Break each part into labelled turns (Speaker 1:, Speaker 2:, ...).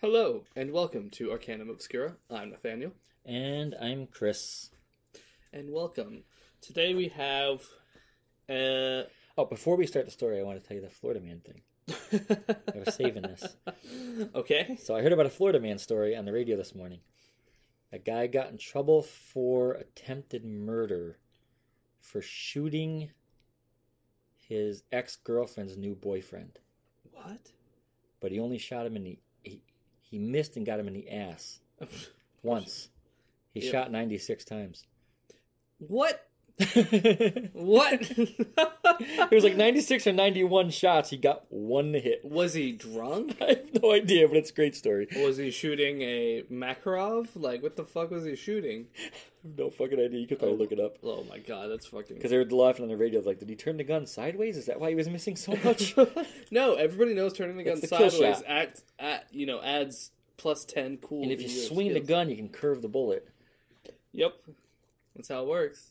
Speaker 1: Hello, and welcome to Arcanum Obscura. I'm Nathaniel,
Speaker 2: And I'm Chris.
Speaker 1: and welcome. Today we have. Uh...
Speaker 2: Oh, before we start the story, I want to tell you the Florida man thing. I was saving this.
Speaker 1: Okay.
Speaker 2: So I heard about a Florida man story on the radio this morning. A guy got in trouble for attempted murder for shooting his ex girlfriend's new boyfriend,
Speaker 1: What?
Speaker 2: but he only shot him in the he, he missed and got him in the ass once. He
Speaker 1: Yeah.
Speaker 2: shot 96 times.
Speaker 1: What?
Speaker 2: it
Speaker 1: What?
Speaker 2: was like 96 or 91 shots. He got one hit.
Speaker 1: Was he drunk?
Speaker 2: I have no idea, but it's a great story. I
Speaker 1: Was he shooting a Makarov? Like, what the fuck was he shooting?
Speaker 2: have no fucking idea. You could probably look it up.
Speaker 1: Oh my god, that's fucking.
Speaker 2: Because they were laughing on the radio, like, did he turn the gun sideways? Is that why he was missing so much?
Speaker 1: no, everybody knows turning the gun
Speaker 2: It's the kill
Speaker 1: sideways
Speaker 2: shot.
Speaker 1: at, at you know adds plus ten cool.
Speaker 2: and if you
Speaker 1: to your
Speaker 2: swing the
Speaker 1: skills.
Speaker 2: gun, you can curve the bullet.
Speaker 1: yep, that's how it works.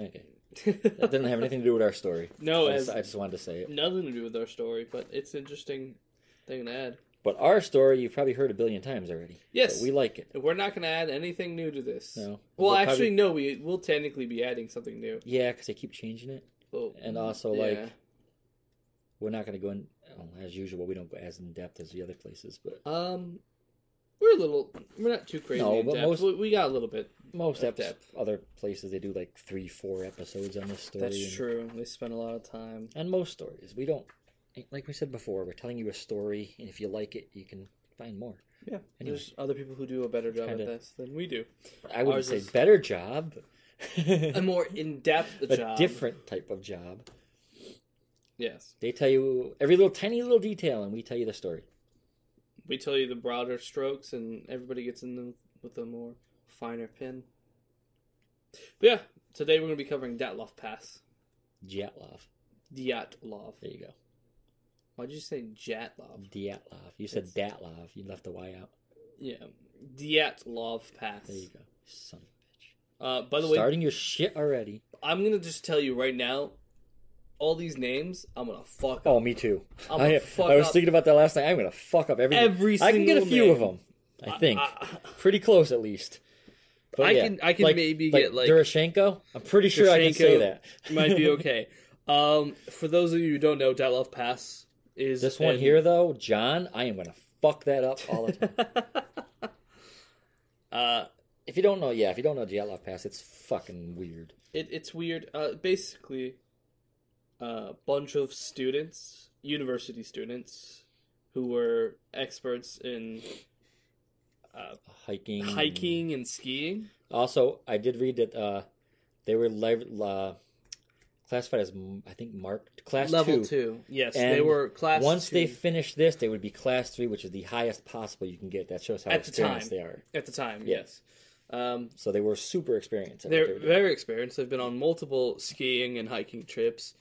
Speaker 2: Okay. That didn't have anything to do with our story.
Speaker 1: no, Oh,
Speaker 2: I
Speaker 1: it has
Speaker 2: just, I just wanted to say it.
Speaker 1: nothing to do with our story, but it's an interesting thing to add.
Speaker 2: But our story, you've probably heard a billion times already.
Speaker 1: Yes.
Speaker 2: But we like it.
Speaker 1: And We're not going to add anything new to this.
Speaker 2: No.
Speaker 1: Well,
Speaker 2: We'll
Speaker 1: actually,
Speaker 2: probably-
Speaker 1: no. We will technically be adding something new.
Speaker 2: Yeah, because they keep changing it.
Speaker 1: Oh,
Speaker 2: And also,
Speaker 1: yeah.
Speaker 2: like, we're not going to go in, well, as usual, we don't go as in depth as the other places. But
Speaker 1: um, we're a little, we're not too crazy.
Speaker 2: No,
Speaker 1: in
Speaker 2: but
Speaker 1: depth.
Speaker 2: most-
Speaker 1: we, we got a little bit.
Speaker 2: most
Speaker 1: Of
Speaker 2: epi-
Speaker 1: depth.
Speaker 2: other places, they do like three, four episodes on this story.
Speaker 1: That's
Speaker 2: and-
Speaker 1: true. We spent a lot of time.
Speaker 2: on most stories we don't like we said before we're telling you a story and if you like it you can find more
Speaker 1: Yeah.
Speaker 2: Anyway.
Speaker 1: There's other people who do a better job at
Speaker 2: kinda-
Speaker 1: this than we do.
Speaker 2: i wouldn't
Speaker 1: Ours
Speaker 2: say
Speaker 1: is-
Speaker 2: better job
Speaker 1: A more in depth
Speaker 2: a
Speaker 1: job.
Speaker 2: different type of job
Speaker 1: Yes.
Speaker 2: they tell you every little tiny little detail and we tell you the story
Speaker 1: We tell you the broader strokes, and everybody gets in them with a more finer pin. But yeah, today we're going to be covering Datlov Pass.
Speaker 2: dyatlov
Speaker 1: Dyatlov.
Speaker 2: there you go
Speaker 1: Why'd you say
Speaker 2: Mm.
Speaker 1: Jatlov?
Speaker 2: dyatlov you said datlov you left the y out
Speaker 1: Yeah, Dyatlov Pass.
Speaker 2: there you go son of a
Speaker 1: Uh, by the
Speaker 2: bitch
Speaker 1: way,
Speaker 2: starting your shit already
Speaker 1: I'm gonna just tell you right now, all these names, I'm gonna fuck up.
Speaker 2: oh me too
Speaker 1: I'm
Speaker 2: I,
Speaker 1: gonna fuck
Speaker 2: I was
Speaker 1: up.
Speaker 2: thinking about that last night i'm gonna fuck up every,
Speaker 1: Every
Speaker 2: i can get a
Speaker 1: single
Speaker 2: few of
Speaker 1: name.
Speaker 2: them i think
Speaker 1: I-
Speaker 2: pretty close at least. But
Speaker 1: I can- I can maybe get, like-
Speaker 2: Doroshenko. I'm pretty sure I can say
Speaker 1: Doroshenko
Speaker 2: that.
Speaker 1: might be okay. Um, for those of you who don't know, Datlov Pass is
Speaker 2: This one
Speaker 1: an-
Speaker 2: here though, John, I am gonna fuck that up all the time.
Speaker 1: uh,
Speaker 2: if you don't know, yeah, if you don't know Dyatlov Pass, it's fucking weird.
Speaker 1: it, it's weird. Uh, basically, a bunch of students, university students, who were experts in
Speaker 2: Hiking,
Speaker 1: hiking and skiing.
Speaker 2: Also, I did read that uh, they were lev- uh, classified as m- I think marked class
Speaker 1: Level
Speaker 2: two.
Speaker 1: two. Yes,
Speaker 2: And
Speaker 1: they were class.
Speaker 2: Once
Speaker 1: two.
Speaker 2: they finish this, they would be class three, which is the highest possible you can get. That shows how
Speaker 1: At the time.
Speaker 2: experienced they are.
Speaker 1: At the time,
Speaker 2: Yeah.
Speaker 1: yes. Um,
Speaker 2: So they were super experienced. at what they
Speaker 1: they're
Speaker 2: were doing.
Speaker 1: very experienced. They've been on multiple skiing and hiking trips.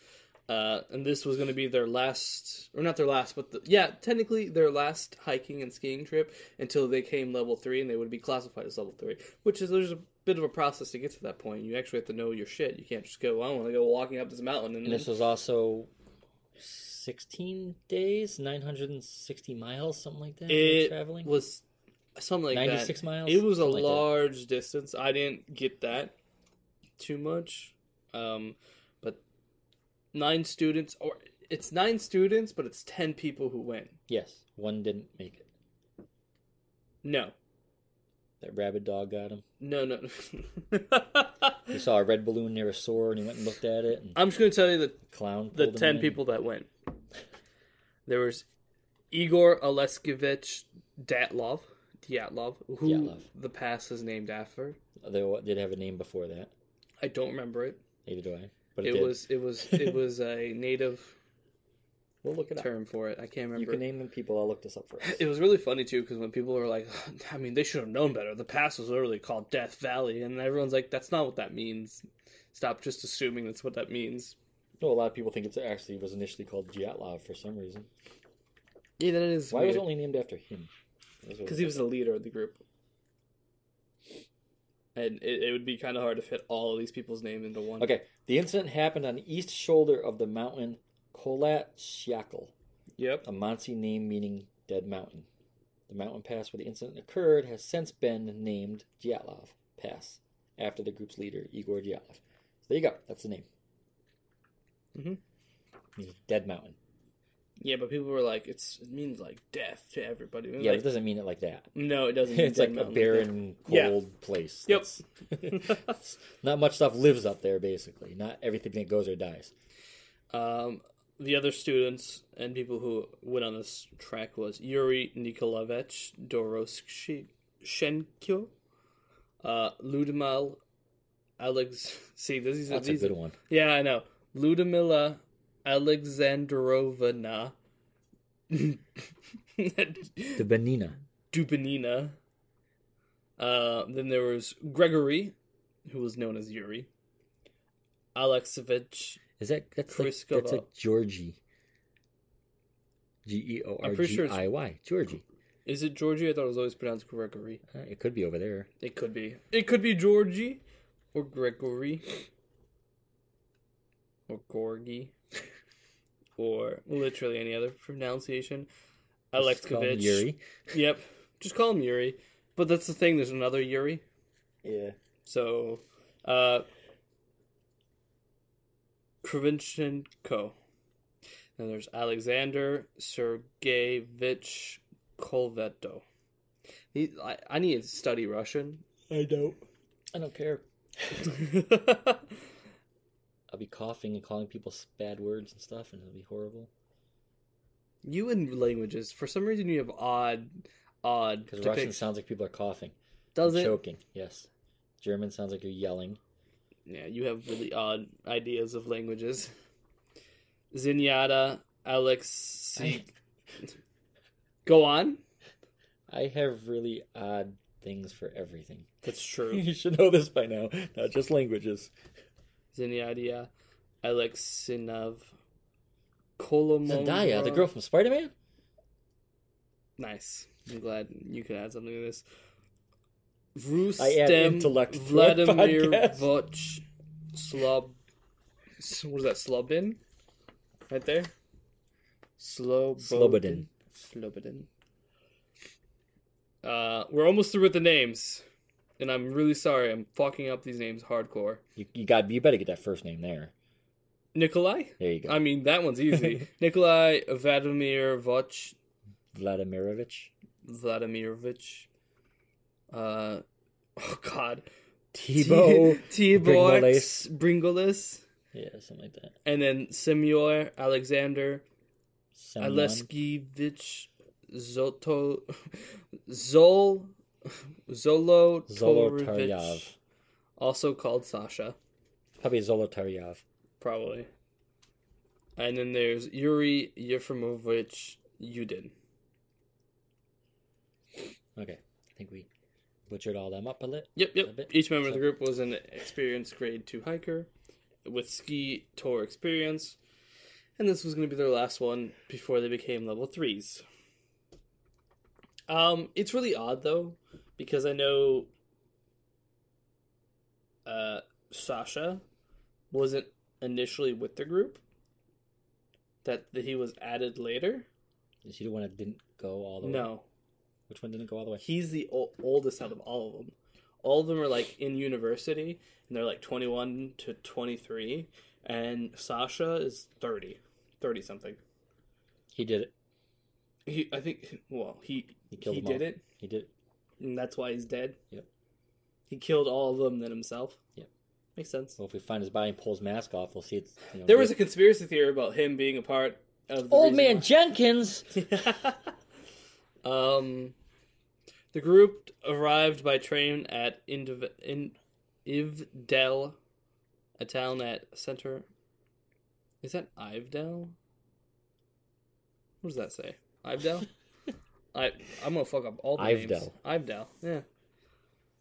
Speaker 1: Uh, and this was going to be their last, or not their last, but the, yeah, technically their last hiking and skiing trip until they came level three and they would be classified as level three, which is there's a bit of a process to get to that point. You actually have to know your shit. You can't just go, I want to go walking up this mountain. And
Speaker 2: And this
Speaker 1: then,
Speaker 2: was also 16 days, 960 miles, something like that. they were traveling.
Speaker 1: it was something like
Speaker 2: 96
Speaker 1: that.
Speaker 2: miles,
Speaker 1: It was a
Speaker 2: something like that.
Speaker 1: large distance. I didn't get that too much. Um, but nine students, or it's nine students, but it's 10 people who went.
Speaker 2: yes, one didn't make it.
Speaker 1: No,
Speaker 2: That rabid dog got him.
Speaker 1: no, no.
Speaker 2: He saw a red balloon near a sword, and he went and looked at it, and
Speaker 1: I'm just going to tell you the,
Speaker 2: clown.
Speaker 1: the
Speaker 2: pulled him
Speaker 1: 10
Speaker 2: in.
Speaker 1: people that went. There was Igor Aleskevich Datlov, Dyatlov, who
Speaker 2: Dyatlov.
Speaker 1: the pass is named after.
Speaker 2: They wa- did have a name before that.
Speaker 1: I don't remember it.
Speaker 2: Neither do I. But it,
Speaker 1: it
Speaker 2: did.
Speaker 1: was it was it was a native
Speaker 2: We'll look it up.
Speaker 1: term for it. I can't
Speaker 2: You
Speaker 1: remember.
Speaker 2: can name them people. I'll look this up for us.
Speaker 1: it was really funny too because when people were like, I mean, they should have known better. The pass was literally called Death Valley, and everyone's like, that's not what that means. Stop just assuming that's what that means.
Speaker 2: No, a lot of people think it's actually was initially called Dyatlov for some reason.
Speaker 1: Yeah, that is
Speaker 2: Why was it only named after him? That's what-
Speaker 1: because he was the leader of the group, and it, it would be kind of hard to fit all of these people's name into one.
Speaker 2: Okay, the incident happened on the east shoulder of the mountain Kolat
Speaker 1: Yep.
Speaker 2: a Monsi name meaning dead mountain. The mountain pass where the incident occurred has since been named Dyatlov Pass after the group's leader, Igor Dyatlov. So there you go. That's the name.
Speaker 1: Mhm.
Speaker 2: Means Dead Mountain.
Speaker 1: Yeah, but people were like, it's it means like death to everybody. And
Speaker 2: Yeah,
Speaker 1: like,
Speaker 2: but it doesn't mean it like that.
Speaker 1: no, it doesn't. mean
Speaker 2: It's
Speaker 1: Dead
Speaker 2: like
Speaker 1: Mountain
Speaker 2: a barren,
Speaker 1: Yeah.
Speaker 2: cold place.
Speaker 1: Yep.
Speaker 2: That's- not much stuff lives up there, basically. Not everything that goes or dies.
Speaker 1: Um, the other students and people who went on this track was Yuri Nikolaevich Doroshenko, uh, Ludmil Alex. See, this is
Speaker 2: That's a
Speaker 1: these,
Speaker 2: good one.
Speaker 1: Yeah, I know. Ludmila Alexandrovna
Speaker 2: The Benina.
Speaker 1: Dubinina. Uh, then there was Gregory, who was known as Yuri. Alexevich.
Speaker 2: Is that that's like,
Speaker 1: Kriskova.
Speaker 2: that's like Georgie? G E O
Speaker 1: I'm
Speaker 2: R
Speaker 1: pretty
Speaker 2: G
Speaker 1: sure it's-
Speaker 2: I Y. Georgie.
Speaker 1: Is it Georgie? I thought it was always pronounced Gregory.
Speaker 2: Uh, It could be over there.
Speaker 1: It could be. It could be Georgie or Gregory or Gorgi or literally any other pronunciation.
Speaker 2: Let's call him
Speaker 1: Alexkovich.
Speaker 2: Yuri.
Speaker 1: Yep. Just call him Yuri. But that's the thing. There's another Yuri.
Speaker 2: Yeah.
Speaker 1: So, uh, Kravinchenko. Then there's Alexander Sergeyevich Kolveto. He, I, I need to study Russian.
Speaker 2: I don't. I don't care. I'll be coughing and calling people bad words and stuff, and it'll be horrible.
Speaker 1: you and languages, for some reason, you have odd, odd
Speaker 2: Because Russian
Speaker 1: depictions.
Speaker 2: sounds like people are coughing,
Speaker 1: Does it?
Speaker 2: choking. Yes. German sounds like you're yelling.
Speaker 1: Yeah, you have really odd ideas of languages. Zenyatta, Alex. Go on.
Speaker 2: I have really odd things for everything.
Speaker 1: That's true.
Speaker 2: You should know this by now. Not just languages.
Speaker 1: Zenyatta, Alexinov, Kolomon.
Speaker 2: Zendaya, the girl from Spider Man?
Speaker 1: Nice. I'm glad you could add something to this.
Speaker 2: I add
Speaker 1: Rustem
Speaker 2: intellect to our
Speaker 1: Vladimir
Speaker 2: podcast.
Speaker 1: Voch Slob. What is that? Slobin? Right there? Slobodin.
Speaker 2: Slobodin.
Speaker 1: Slobodin. Uh, we're almost through with the names. And I'm really sorry. I'm fucking up these names hardcore.
Speaker 2: You, you got. You better get that first name there.
Speaker 1: Nikolai?
Speaker 2: There you go.
Speaker 1: I mean, that one's easy. Nikolai Vladimir Voch
Speaker 2: Vladimirovich.
Speaker 1: Vladimirovich. Uh, oh God,
Speaker 2: Tebow.
Speaker 1: Tibox Bringolis,
Speaker 2: yeah, something like that.
Speaker 1: and then Semyor Alexander
Speaker 2: Someone.
Speaker 1: Aleskevich Zoto Zol Zolotaryov,
Speaker 2: Zolotaryov.
Speaker 1: also called Sasha,
Speaker 2: Probably Zolotaryov.
Speaker 1: probably. And then there's Yuri Yefimovich Yudin.
Speaker 2: Okay. I think we butchered all them up a lit.
Speaker 1: Yep,
Speaker 2: A
Speaker 1: yep.
Speaker 2: bit.
Speaker 1: Each member of the
Speaker 2: So-
Speaker 1: group was an experienced grade two hiker with ski tour experience, and this was going to be their last one before they became level threes. Um, it's really odd though, because I know uh, Sasha wasn't initially with the group; that, that he was added later.
Speaker 2: Is he the one that didn't go all the way?
Speaker 1: No,
Speaker 2: Which one didn't go all the way?
Speaker 1: he's the o- oldest out of all of them. All of them are like in university and they're like 21 to 23 and Sasha is 30, 30 something.
Speaker 2: He did it.
Speaker 1: He I think well, he he,
Speaker 2: He killed them
Speaker 1: did
Speaker 2: all.
Speaker 1: it
Speaker 2: He did it.
Speaker 1: and that's why he's dead.
Speaker 2: Yep.
Speaker 1: He killed all of them then himself.
Speaker 2: Yep.
Speaker 1: Makes sense.
Speaker 2: So if we find his body and pull his mask off, we'll see it's. You know,
Speaker 1: There was a conspiracy theory about him being a part of the
Speaker 2: Old
Speaker 1: reason
Speaker 2: man
Speaker 1: why-
Speaker 2: Jenkins!
Speaker 1: um, the group arrived by train at Indiv- in Ivdel, a town at center. Is that Ivdel? What does that say? Ivdel. I I'm gonna fuck up all the names.
Speaker 2: Ivdel.
Speaker 1: Ivdel. Yeah.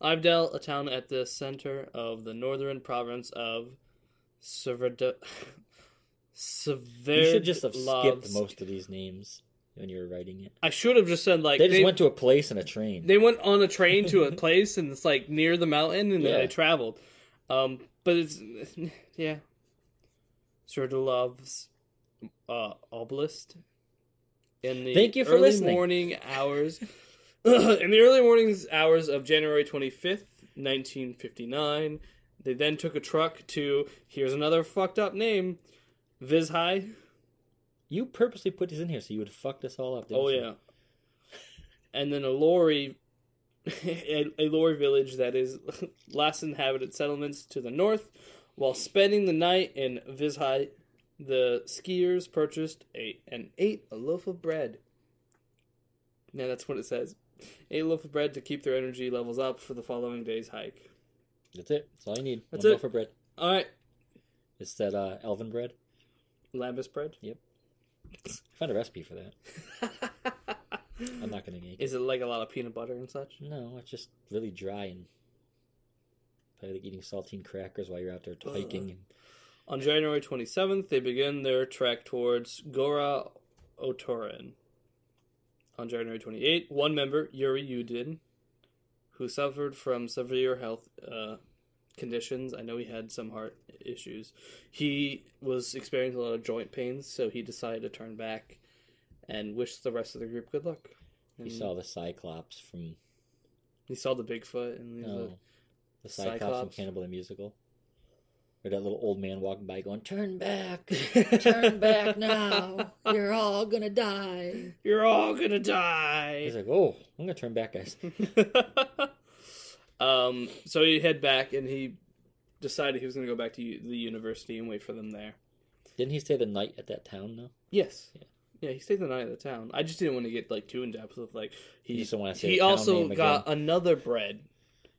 Speaker 1: Ivdel, a town at the center of the northern province of Severdo.
Speaker 2: You should just have skipped most of these names when you were writing it.
Speaker 1: I should have just said like
Speaker 2: They just went to a place and a train.
Speaker 1: they went on a train to a place and it's like near the mountain and then
Speaker 2: Yeah.
Speaker 1: they traveled. Um, but it's yeah. Serdalov's uh, obelisk in the
Speaker 2: Thank you for
Speaker 1: early
Speaker 2: listening.
Speaker 1: morning hours In the early morning's hours of January 25th, 1959, they then took a truck to, here's another fucked up name, Vizhai.
Speaker 2: You purposely put these in here so you would fuck this all up. didn't
Speaker 1: Oh,
Speaker 2: you?
Speaker 1: yeah. And then a lorry, a, a lorry village that is last inhabited settlements to the north. While spending the night in Vizhai, the skiers purchased a, and ate a loaf of bread. Yeah, that's what it says. Ate a loaf of bread to keep their energy levels up for the following day's hike.
Speaker 2: That's it. That's all you need.
Speaker 1: That's
Speaker 2: One
Speaker 1: it.
Speaker 2: loaf of bread.
Speaker 1: All right,
Speaker 2: It's that uh, elven bread.
Speaker 1: Lambus bread.
Speaker 2: I found a recipe for that. I'm not going to make it.
Speaker 1: Is it like a lot of peanut butter and such?
Speaker 2: No, it's just really dry and probably like eating saltine crackers while you're out there hiking. And
Speaker 1: On January 27th, they begin their trek towards Gora Otorin. On January 28th, one member, Yuri Udin, who suffered from severe health uh, conditions, I know he had some heart issues, he was experiencing a lot of joint pains, so he decided to turn back and wish the rest of the group good luck. And
Speaker 2: you saw the Cyclops from
Speaker 1: he saw the Bigfoot and he was
Speaker 2: no,
Speaker 1: like,
Speaker 2: the Cyclops, from
Speaker 1: Cyclops?
Speaker 2: Cannibal the Musical. Or that little old man walking by going, Turn back! Turn back now! You're all gonna die!
Speaker 1: You're all gonna die.
Speaker 2: He's like, Oh, I'm gonna turn back, guys.
Speaker 1: um, so he head back and he decided he was going to go back to u- the university and wait for them there.
Speaker 2: Didn't he stay the night at that town, though?
Speaker 1: Yes.
Speaker 2: Yeah.
Speaker 1: Yeah, he stayed the night at the town. I just didn't want to get like too in depth with like
Speaker 2: You
Speaker 1: he.
Speaker 2: just don't want to say
Speaker 1: He
Speaker 2: the town
Speaker 1: also
Speaker 2: name
Speaker 1: got
Speaker 2: again.
Speaker 1: another bread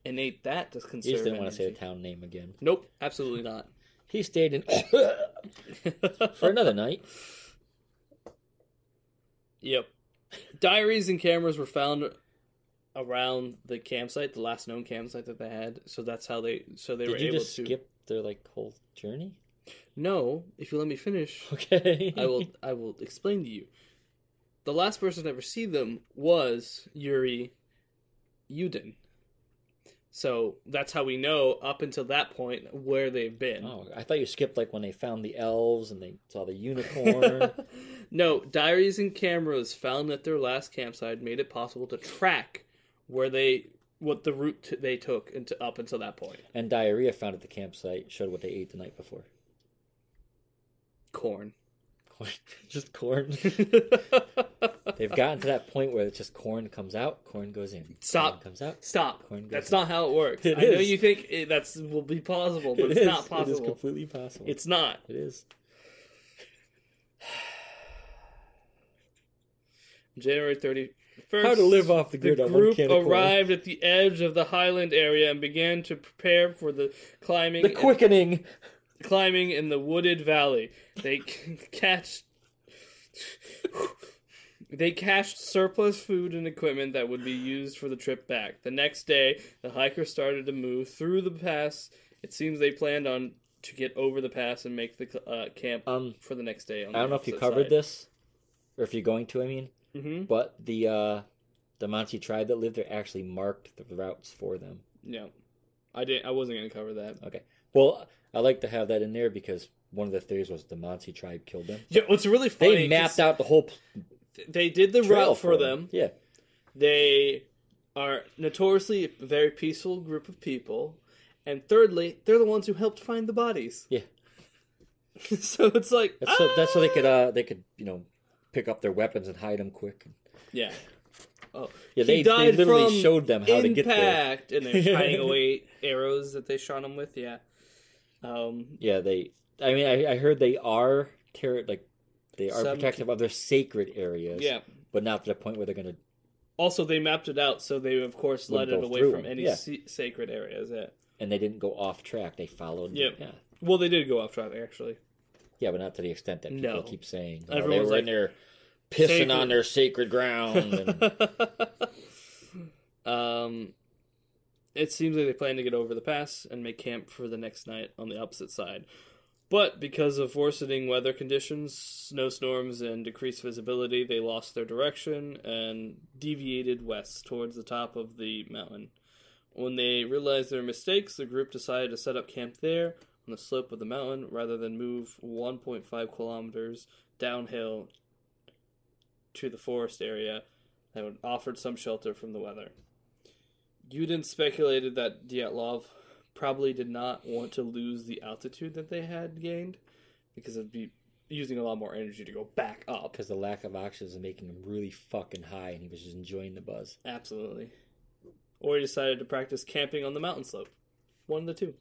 Speaker 1: and ate that to
Speaker 2: You
Speaker 1: conserve.
Speaker 2: just didn't want to say the
Speaker 1: energy.
Speaker 2: town name again.
Speaker 1: Nope, absolutely not.
Speaker 2: He stayed in for another night.
Speaker 1: Yep. Diaries and cameras were found around the campsite, the last known campsite that they had. So that's how they. So they were
Speaker 2: Did you
Speaker 1: able
Speaker 2: just
Speaker 1: to.
Speaker 2: skip their like whole journey?
Speaker 1: No, if you let me finish.
Speaker 2: Okay.
Speaker 1: I will I will explain to you. The last person to ever see them was Yuri Yudin. So that's how we know up until that point where they've been.
Speaker 2: Oh, I thought you skipped like when they found the elves and they saw the unicorn.
Speaker 1: no, diaries and cameras found at their last campsite made it possible to track where they what the route t- they took into up until that point.
Speaker 2: and diarrhea found at the campsite showed what they ate the night before.
Speaker 1: Corn.
Speaker 2: Corn. just corn. They've gotten to that point where it's just corn comes out, corn goes in.
Speaker 1: Stop.
Speaker 2: Corn comes out.
Speaker 1: Stop.
Speaker 2: Corn goes
Speaker 1: That's
Speaker 2: in.
Speaker 1: not how it works.
Speaker 2: It
Speaker 1: I know
Speaker 2: is.
Speaker 1: you think it, that's will be plausible, but
Speaker 2: It
Speaker 1: it's
Speaker 2: is.
Speaker 1: not
Speaker 2: It is
Speaker 1: possible.
Speaker 2: completely possible.
Speaker 1: It's not.
Speaker 2: It is.
Speaker 1: January 31st.
Speaker 2: How to live off the
Speaker 1: The
Speaker 2: grid on one
Speaker 1: group
Speaker 2: can of corn.
Speaker 1: arrived at the edge of the highland area and began to prepare for the climbing
Speaker 2: The quickening.
Speaker 1: climbing in the wooded valley. They c- catch They cached surplus food and equipment that would be used for the trip back. The next day, the hikers started to move through the pass. It seems they planned on to get over the pass and make the uh, camp
Speaker 2: Um,
Speaker 1: for the next day. On
Speaker 2: I don't know if you covered this, or if you're going to. I mean,
Speaker 1: hmm
Speaker 2: but the uh, the Monty tribe that lived there actually marked the routes for them.
Speaker 1: No, I didn't. I wasn't going to cover that.
Speaker 2: Okay. Well, I like to have that in there because one of the theories was the Monty tribe killed them.
Speaker 1: Yeah, what's really funny?
Speaker 2: They mapped out the whole p-
Speaker 1: They did the
Speaker 2: trail
Speaker 1: route for them.
Speaker 2: Yeah.
Speaker 1: They are notoriously a very peaceful group of people, and thirdly, they're the ones who helped find the bodies.
Speaker 2: Yeah.
Speaker 1: so it's like
Speaker 2: That's so that's so
Speaker 1: ah!
Speaker 2: they could uh they could you know pick up their weapons and hide them quick.
Speaker 1: ah! yeah. Oh, He
Speaker 2: Yeah, they, they
Speaker 1: died
Speaker 2: literally
Speaker 1: from
Speaker 2: showed them how to get there.
Speaker 1: impact, and they're hiding away arrows that they shot him with. Yeah. Um.
Speaker 2: Yeah, they. I mean, I, I heard they are terror like they are
Speaker 1: Some-
Speaker 2: protective of their sacred areas.
Speaker 1: Yeah.
Speaker 2: but not to the point where they're gonna.
Speaker 1: Also, they mapped it out, so they of course led
Speaker 2: Wouldn't
Speaker 1: it
Speaker 2: go
Speaker 1: away
Speaker 2: through
Speaker 1: from
Speaker 2: them,
Speaker 1: any
Speaker 2: yeah.
Speaker 1: sa- sacred areas. Yeah.
Speaker 2: And they didn't go off track. They followed.
Speaker 1: Yeah.
Speaker 2: yeah,
Speaker 1: Well, they did go off track actually.
Speaker 2: yeah, but not to the extent that people
Speaker 1: No.
Speaker 2: keep saying. Oh, they
Speaker 1: Everyone's
Speaker 2: were in
Speaker 1: like,
Speaker 2: there pissing
Speaker 1: "Sacred."
Speaker 2: on their sacred ground. And,
Speaker 1: um, it seems like they plan to get over the pass and make camp for the next night on the opposite side. But because of worsening weather conditions, snowstorms, and decreased visibility, they lost their direction and deviated west towards the top of the mountain. When they realized their mistakes, the group decided to set up camp there on the slope of the mountain rather than move 1.5 kilometers downhill to the forest area and offered some shelter from the weather. Yudin speculated that Dyatlov probably did not want to lose the altitude that they had gained because it'd be using a lot more energy to go back up.
Speaker 2: because the lack of oxygen was making him really fucking high, and he was just enjoying the buzz.
Speaker 1: Absolutely. Or he decided to practice camping on the mountain slope. One of the two.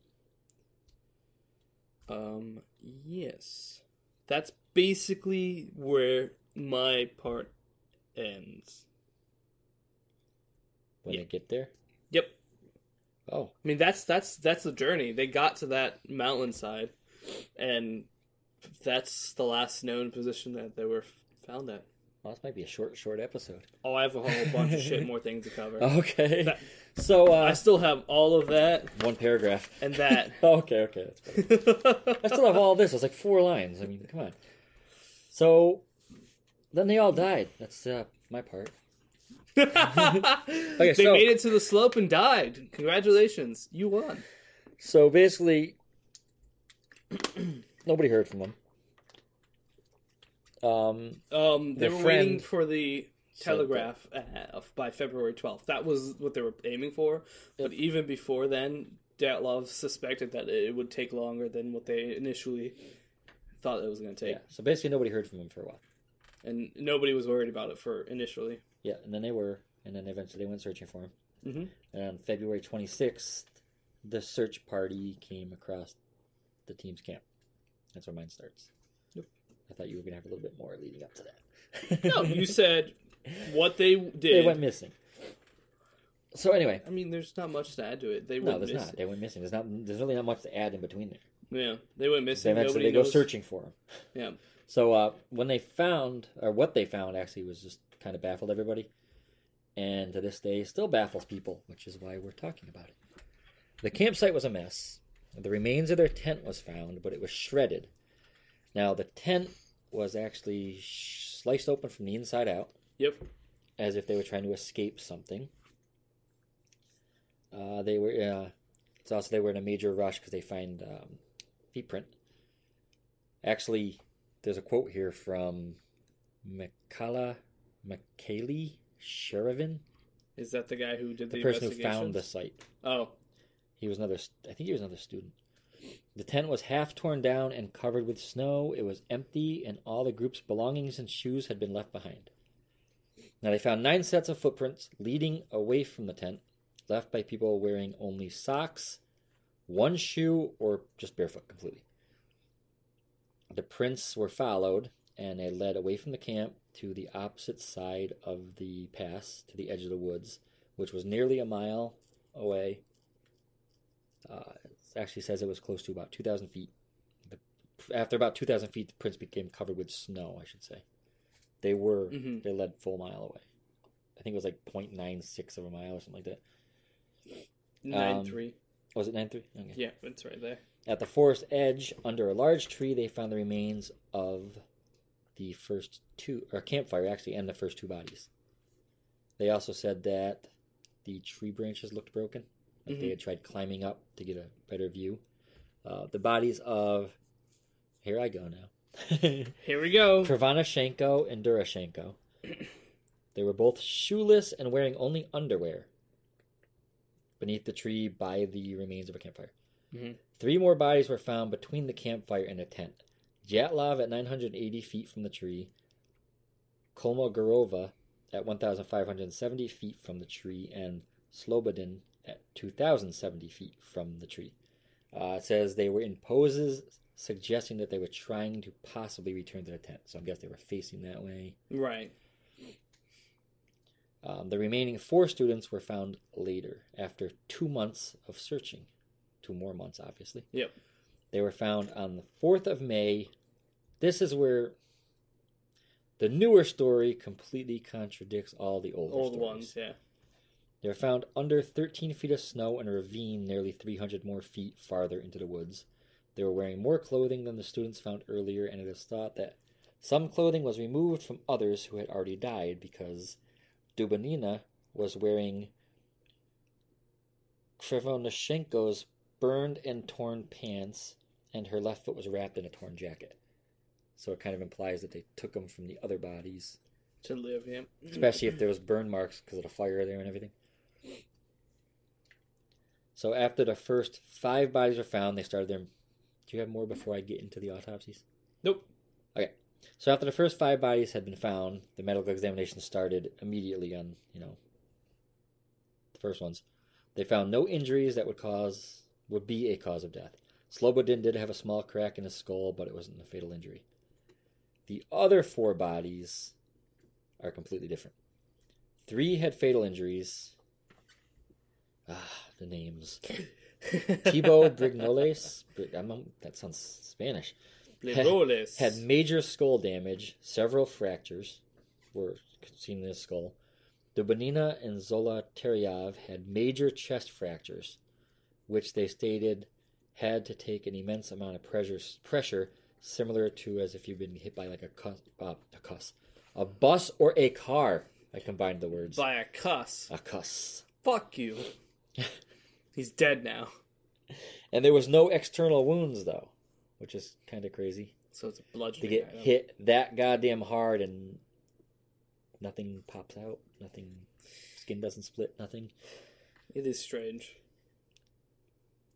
Speaker 1: Um, yes. That's basically where my part ends.
Speaker 2: When
Speaker 1: Yeah.
Speaker 2: they get there,
Speaker 1: Yep.
Speaker 2: oh,
Speaker 1: I mean that's that's that's the journey. They got to that mountainside and that's the last known position that they were found at.
Speaker 2: well, this might be a short, short episode.
Speaker 1: Oh, I have a whole bunch of shit more things to cover.
Speaker 2: Okay,
Speaker 1: That-
Speaker 2: so
Speaker 1: Uh, I
Speaker 2: uh,
Speaker 1: still have all of that
Speaker 2: one paragraph.
Speaker 1: and that.
Speaker 2: okay, okay. That's better. I still have all this. It's like four lines. I mean, come on. So then they all died. That's uh, my part.
Speaker 1: they
Speaker 2: so-
Speaker 1: made it to the slope and died. Congratulations, you won.
Speaker 2: So basically, nobody heard from them. Um,
Speaker 1: Um, they
Speaker 2: Their
Speaker 1: were
Speaker 2: friend
Speaker 1: waiting for the
Speaker 2: said
Speaker 1: telegraph uh, by February twelfth. That was what they were aiming for. But even before then, Datlov suspected that it would take longer than what they initially thought it was going to take,
Speaker 2: yeah. So basically, nobody heard from them for a while.
Speaker 1: and nobody was worried about it for initially.
Speaker 2: Yeah, and then they were, and then eventually they went searching for him.
Speaker 1: Mhm.
Speaker 2: And on February 26th, the search party came across the team's camp. That's where mine starts.
Speaker 1: Yep.
Speaker 2: I thought you were gonna have a little bit more leading up to that.
Speaker 1: No, you said what they did.
Speaker 2: they went missing. So anyway,
Speaker 1: I mean, there's not much to add to it. They
Speaker 2: no,
Speaker 1: went
Speaker 2: there's
Speaker 1: missing.
Speaker 2: not. They went missing. There's not. There's really not much to add in between there.
Speaker 1: Yeah, they went
Speaker 2: They
Speaker 1: missing.
Speaker 2: eventually
Speaker 1: Nobody
Speaker 2: they go
Speaker 1: knows.
Speaker 2: searching for him.
Speaker 1: Yeah.
Speaker 2: So uh, when they found, or what they found, actually was just kind of baffled everybody, and to this day still baffles people, which is why we're talking about it. The campsite was a mess. The remains of their tent was found, but it was shredded. Now the tent was actually sh- sliced open from the inside out,
Speaker 1: Yep.
Speaker 2: as if they were trying to escape something. Uh, they were. Uh, it's also they were in a major rush because they find um, feet print. Actually, there's a quote here from Mikala Mikhaili Sherevin,
Speaker 1: Is that the guy who did the,
Speaker 2: the person who
Speaker 1: investigation?
Speaker 2: found the site.
Speaker 1: Oh,
Speaker 2: He was another. st- I think he was another student. The tent was half torn down and covered with snow. It was empty, and all the group's belongings and shoes had been left behind. Now they found nine sets of footprints leading away from the tent, left by people wearing only socks, one shoe, or just barefoot completely. The prints were followed, and they led away from the camp to the opposite side of the pass, to the edge of the woods, which was nearly a mile away uh, it actually says it was close to about 2,000 feet. The, after about 2,000 feet, the prints became covered with snow, I should say. They were,
Speaker 1: Mhm.
Speaker 2: they led full mile away. I think it was like 0.96 of a mile or something like that. Oh,
Speaker 1: nine
Speaker 2: Um,
Speaker 1: three.
Speaker 2: Was it 93? Okay.
Speaker 1: Yeah, it's right there.
Speaker 2: At the forest edge, under a large tree, they found the remains of the first two, or campfire actually, and the first two bodies. They also said that the tree branches looked broken. Like They
Speaker 1: Mhm.
Speaker 2: had tried climbing up to get a better view. Uh, the bodies of, here I go now,
Speaker 1: Here we go.
Speaker 2: Um, Kravanashenko and Durashenko. They were both shoeless and wearing only underwear beneath the tree by the remains of a campfire.
Speaker 1: Mhm.
Speaker 2: Three more bodies were found between the campfire and a tent. Jatlov at 980 feet from the tree, Kolmogorova at 1,570 feet from the tree, and Slobodin at 2,070 feet from the tree. Uh, it says they were in poses suggesting that they were trying to possibly return to the tent. So I guess they were facing that way.
Speaker 1: Right.
Speaker 2: Um, the remaining four students were found later, after two months of searching. Two more months, obviously.
Speaker 1: Yep.
Speaker 2: They were found on the 4th of May. This is where the newer story completely contradicts all the older
Speaker 1: Old
Speaker 2: stories.
Speaker 1: ones. Yeah.
Speaker 2: They were found under 13 feet of snow in a ravine nearly 300 more feet farther into the woods. They were wearing more clothing than the students found earlier, and it is thought that some clothing was removed from others who had already died because Dubonina was wearing Krivonoshenko's burned and torn pants, and her left foot was wrapped in a torn jacket. So it kind of implies that they took them from the other bodies
Speaker 1: to live. Yeah. Mm.
Speaker 2: especially if there was burn marks because of the fire there and everything. So after the first five bodies were found, they started their. Do you have more before I get into the autopsies?
Speaker 1: Nope.
Speaker 2: So after the first five bodies had been found, the medical examination started immediately on you know. The first ones, they found no injuries that would cause would be a cause of death. Slobodin did have a small crack in his skull, but it wasn't a fatal injury. The other four bodies are completely different. Three had fatal injuries. Ah, the names. Tibo Brignoles. Bri- I'm, I'm- that sounds Spanish
Speaker 1: Leroles.
Speaker 2: had major skull damage, several fractures were seen in his skull. Dubanina and Zola Teryaev had major chest fractures, which they stated had to take an immense amount of pressure, pressure similar to as if you've been hit by like a cuss, uh, a cuss, a bus or a car. I combined the words.
Speaker 1: by a cuss.
Speaker 2: A cuss.
Speaker 1: Fuck you. He's dead now.
Speaker 2: And there was no external wounds though, which is kind of crazy.
Speaker 1: So it's a
Speaker 2: to
Speaker 1: bludgeoning.
Speaker 2: get
Speaker 1: item.
Speaker 2: hit that goddamn hard and nothing pops out, nothing, skin doesn't split, nothing.
Speaker 1: It is strange.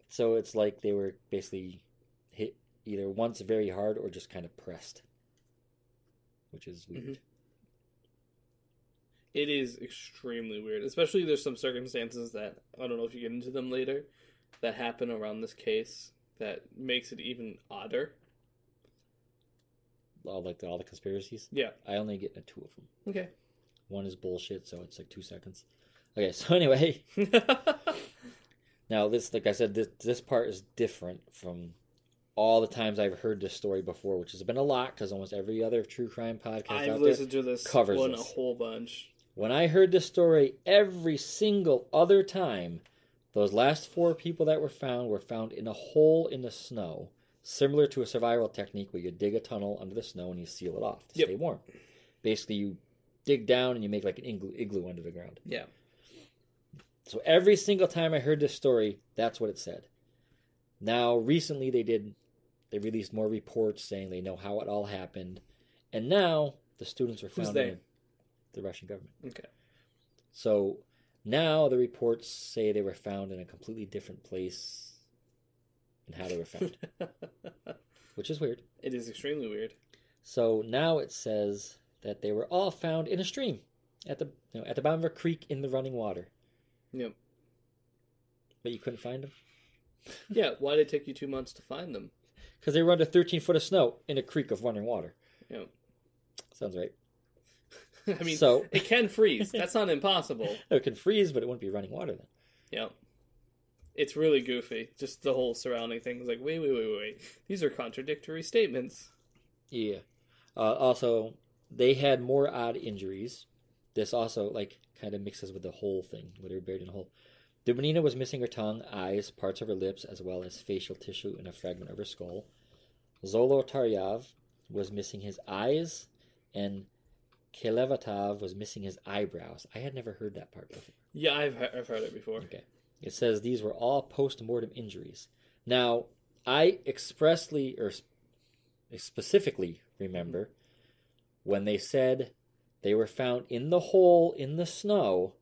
Speaker 2: So it's like they were basically hit either once very hard or just kind of pressed, which is weird.
Speaker 1: Mm-hmm. It is extremely weird. Especially there's some circumstances that I don't know if you get into them later that happen around this case that makes it even odder.
Speaker 2: All like all the conspiracies.
Speaker 1: Yeah.
Speaker 2: I only get into two of them.
Speaker 1: Okay.
Speaker 2: One is bullshit, so it's like two seconds. Okay, so anyway, now this, like I said, this this part is different from all the times I've heard this story before, which has been a lot because almost every other true crime podcast out
Speaker 1: I've
Speaker 2: there
Speaker 1: listened to this
Speaker 2: covers
Speaker 1: one
Speaker 2: this.
Speaker 1: a whole bunch.
Speaker 2: When I heard this story every single other time, those last four people that were found were found in a hole in the snow, similar to a survival technique where you dig a tunnel under the snow and you seal it off to
Speaker 1: Yep.
Speaker 2: stay warm. Basically, you dig down and you make like an igloo, igloo under the ground.
Speaker 1: Yeah.
Speaker 2: So every single time I heard this story, that's what it said. Now, recently they did, they released more reports saying they know how it all happened. And now the students are
Speaker 1: Who's
Speaker 2: found in
Speaker 1: they?
Speaker 2: the- the Russian government.
Speaker 1: Okay.
Speaker 2: So now the reports say they were found in a completely different place and how they were found, which is weird.
Speaker 1: it is extremely weird.
Speaker 2: So now it says that they were all found in a stream at the you know, at the bottom of a creek in the running water,
Speaker 1: Yep.
Speaker 2: but you couldn't find them
Speaker 1: Yeah, why did it take you two months to find them?
Speaker 2: because they were under 13 foot of snow in a creek of running water.
Speaker 1: Yep.
Speaker 2: Sounds right.
Speaker 1: I mean
Speaker 2: So-
Speaker 1: it can freeze. That's not impossible.
Speaker 2: It can freeze, but it wouldn't be running water then.
Speaker 1: Yep. It's really goofy. Just the whole surrounding thing. It's like, wait, wait, wait, wait, wait. These are contradictory statements.
Speaker 2: Yeah. Uh, also, they had more odd injuries. This also like kind of mixes with the whole thing, where they were buried in a hole. Dubanina was missing her tongue, eyes, parts of her lips, as well as facial tissue and a fragment of her skull. Zolo Taryav was missing his eyes, and Kelevatov was missing his eyebrows. I had never heard that part before.
Speaker 1: Yeah, I've, he- I've heard it before.
Speaker 2: Okay. It says these were all post-mortem injuries. Now, I expressly or sp- specifically remember when they said they were found in the hole in the snow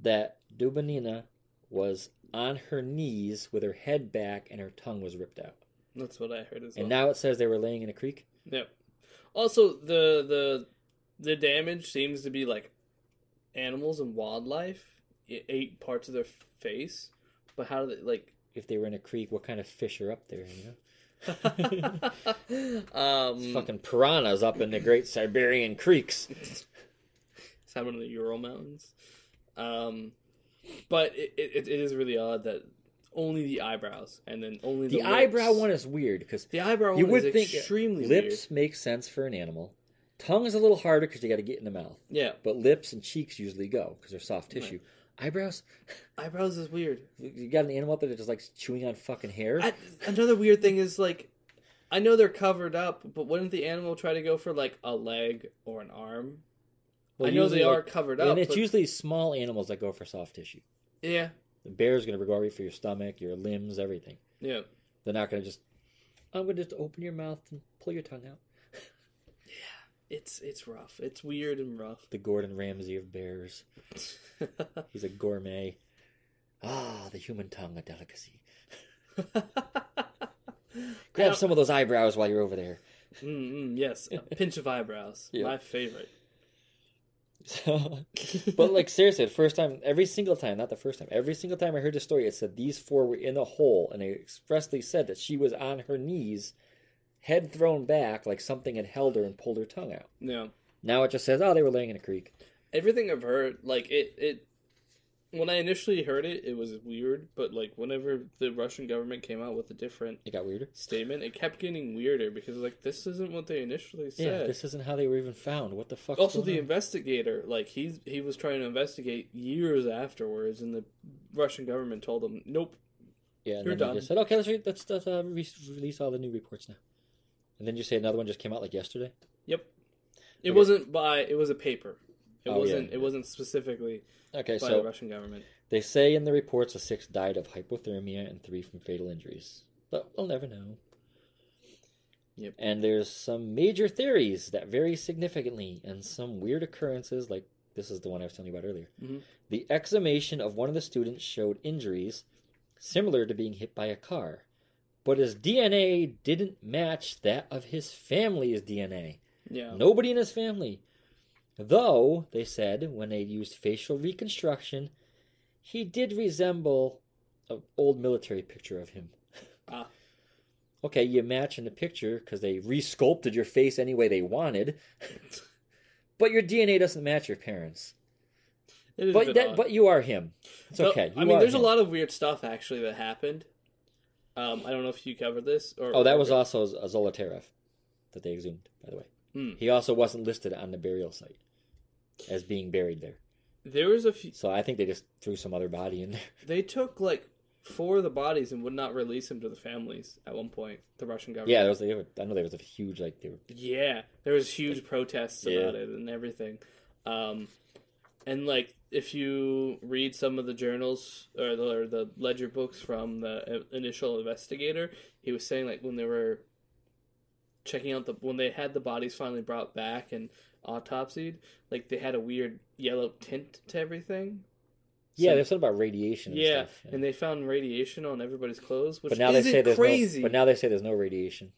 Speaker 2: that Dubanina was on her knees with her head back and her tongue was ripped out.
Speaker 1: That's what I heard as well.
Speaker 2: And now it says they were laying in a creek.
Speaker 1: Yep. Also, the the the damage seems to be like animals and wildlife. It ate parts of their face, but how did it like?
Speaker 2: If they were in a creek, what kind of fish are up there? You know,
Speaker 1: um,
Speaker 2: fucking piranhas up in the Great Siberian creeks.
Speaker 1: It's happened in the Ural Mountains. Um, but it, it, it is really odd that only the eyebrows and then only the,
Speaker 2: The eyebrow
Speaker 1: lips.
Speaker 2: one is weird because
Speaker 1: The eyebrow
Speaker 2: You
Speaker 1: one
Speaker 2: would
Speaker 1: is
Speaker 2: think
Speaker 1: extremely
Speaker 2: lips make sense for an animal. Tongue is a little harder because you got to get in the mouth.
Speaker 1: weird. Yeah,
Speaker 2: But lips and cheeks usually go because they're soft tissue. Eyebrows,
Speaker 1: eyebrows is weird.
Speaker 2: you got an animal out there that just likes chewing on fucking hair.
Speaker 1: I, another weird thing is like, I know they're covered up, but wouldn't the animal try to go for like a leg or an arm?
Speaker 2: Well,
Speaker 1: I know
Speaker 2: usually,
Speaker 1: they are
Speaker 2: like-
Speaker 1: covered up.
Speaker 2: and it's
Speaker 1: but-
Speaker 2: usually small animals that go for soft tissue.
Speaker 1: yeah,
Speaker 2: The bear's going to go for your stomach, your limbs, everything.
Speaker 1: yeah.
Speaker 2: They're not going to just, I'm going to just open your mouth and pull your tongue out.
Speaker 1: It's it's rough. It's weird and rough.
Speaker 2: The Gordon Ramsay of bears. He's a gourmet. Ah, the human tongue, a delicacy.
Speaker 1: Now-
Speaker 2: Grab some of those eyebrows while you're over there.
Speaker 1: Mm, mm, yes, a pinch of eyebrows.
Speaker 2: Yeah.
Speaker 1: My favorite.
Speaker 2: So, but like seriously, the first time, every single time, not the first time, every single time I heard the story, it said these four were in a hole, and it expressly said that she was on her knees, head thrown back, like something had held her and pulled her tongue out.
Speaker 1: No.
Speaker 2: Now it just says, oh, they were laying in a creek.
Speaker 1: everything I've heard, like it, it. When I initially heard it, it was weird, but like whenever the Russian government came out with a different
Speaker 2: It got weirder.
Speaker 1: statement, it kept getting weirder because like this isn't what they initially
Speaker 2: Yeah,
Speaker 1: said.
Speaker 2: this isn't how they were even found. What the fuck?
Speaker 1: also, the investigator, like he's he was trying to investigate years afterwards, and the Russian government told him, "Nope."
Speaker 2: yeah, and
Speaker 1: you're
Speaker 2: then they
Speaker 1: done.
Speaker 2: just said, okay, let's re- let's, let's uh, re- release all the new reports now. And then you say another one just came out like yesterday.
Speaker 1: Yep. It
Speaker 2: Okay.
Speaker 1: wasn't by. It was a paper. It
Speaker 2: Oh, yeah,
Speaker 1: wasn't.
Speaker 2: yeah.
Speaker 1: It wasn't specifically
Speaker 2: Okay,
Speaker 1: by
Speaker 2: so
Speaker 1: the Russian government.
Speaker 2: They say in the reports the six died of hypothermia and three from fatal injuries, but we'll never know.
Speaker 1: Yep.
Speaker 2: And there's some major theories that vary significantly, and some weird occurrences, like this is the one I was telling you about earlier.
Speaker 1: Mhm.
Speaker 2: The exhumation of one of the students showed injuries similar to being hit by a car, but his DNA didn't match that of his family's DNA.
Speaker 1: Yeah.
Speaker 2: Nobody in his family. Though, they said, when they used facial reconstruction, he did resemble an old military picture of him.
Speaker 1: Ah.
Speaker 2: Okay, you match in the picture because they resculpted your face any way they wanted, but your DNA doesn't match your parents.
Speaker 1: It is a
Speaker 2: But
Speaker 1: bit
Speaker 2: that,
Speaker 1: odd.
Speaker 2: but you are him. It's
Speaker 1: So,
Speaker 2: okay.
Speaker 1: I
Speaker 2: you
Speaker 1: mean,
Speaker 2: are
Speaker 1: there's
Speaker 2: him.
Speaker 1: a lot of weird stuff actually that happened. Um, I don't know if you covered this or
Speaker 2: Oh, that was also a Zolotarev that they exhumed, by the way.
Speaker 1: Hmm.
Speaker 2: He also wasn't listed on the burial site as being buried there.
Speaker 1: there was a few.
Speaker 2: So I think they just threw some other body in there.
Speaker 1: They took like four of the bodies and would not release them to the families at one point. The Russian government.
Speaker 2: Yeah, there was. They were, I know there was a huge like they were.
Speaker 1: Yeah, there was huge protests
Speaker 2: Yeah.
Speaker 1: about it and everything. Um, and like if you read some of the journals or the, or the ledger books from the i- initial investigator, he was saying like when they were checking out the when they had the bodies finally brought back and autopsied, like they had a weird yellow tint to everything.
Speaker 2: Yeah,
Speaker 1: So-
Speaker 2: there's something about radiation. And
Speaker 1: yeah,
Speaker 2: stuff.
Speaker 1: and they found radiation on everybody's clothes, which
Speaker 2: but now they
Speaker 1: isn't
Speaker 2: say there's
Speaker 1: crazy.
Speaker 2: no. But now they say there's no radiation.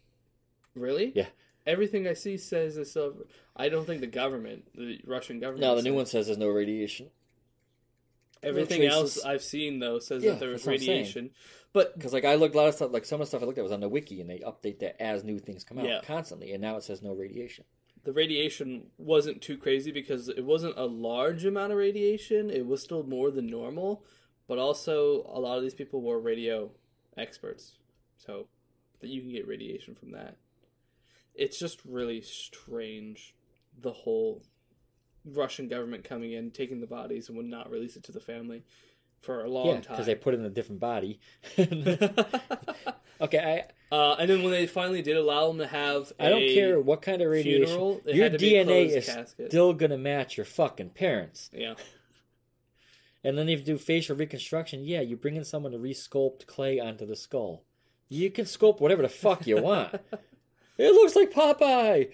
Speaker 1: Really?
Speaker 2: Yeah.
Speaker 1: Everything I see says it's silver. I don't think the government, the Russian government.
Speaker 2: No, the
Speaker 1: said-
Speaker 2: new one says there's no radiation
Speaker 1: Everything
Speaker 2: Which is-
Speaker 1: else I've seen though says
Speaker 2: Yeah,
Speaker 1: that there was
Speaker 2: that's what I'm saying.
Speaker 1: radiation, but
Speaker 2: because like I looked a lot of stuff. Like some of the stuff I looked at was on the wiki, and they update that as new things come out
Speaker 1: Yeah.
Speaker 2: constantly. And now it says no radiation.
Speaker 1: the radiation wasn't too crazy because it wasn't a large amount of radiation. It was still more than normal, but also a lot of these people were radio experts, so that you can get radiation from that. It's just really strange, the whole Russian government coming in, taking the bodies, and would not release it to the family for a long
Speaker 2: yeah,
Speaker 1: time.
Speaker 2: because they put it in a different body.
Speaker 1: uh,
Speaker 2: okay,
Speaker 1: and then when they finally did allow them to have,
Speaker 2: I I don't
Speaker 1: a
Speaker 2: care what kind of radiation.
Speaker 1: funeral, it
Speaker 2: your
Speaker 1: had to be a
Speaker 2: DNA
Speaker 1: closed
Speaker 2: is
Speaker 1: casket.
Speaker 2: still gonna match your fucking parents.
Speaker 1: Yeah.
Speaker 2: And then if you do facial reconstruction, yeah, you bring in someone to resculpt clay onto the skull. You can sculpt whatever the fuck you want. it looks like Popeye.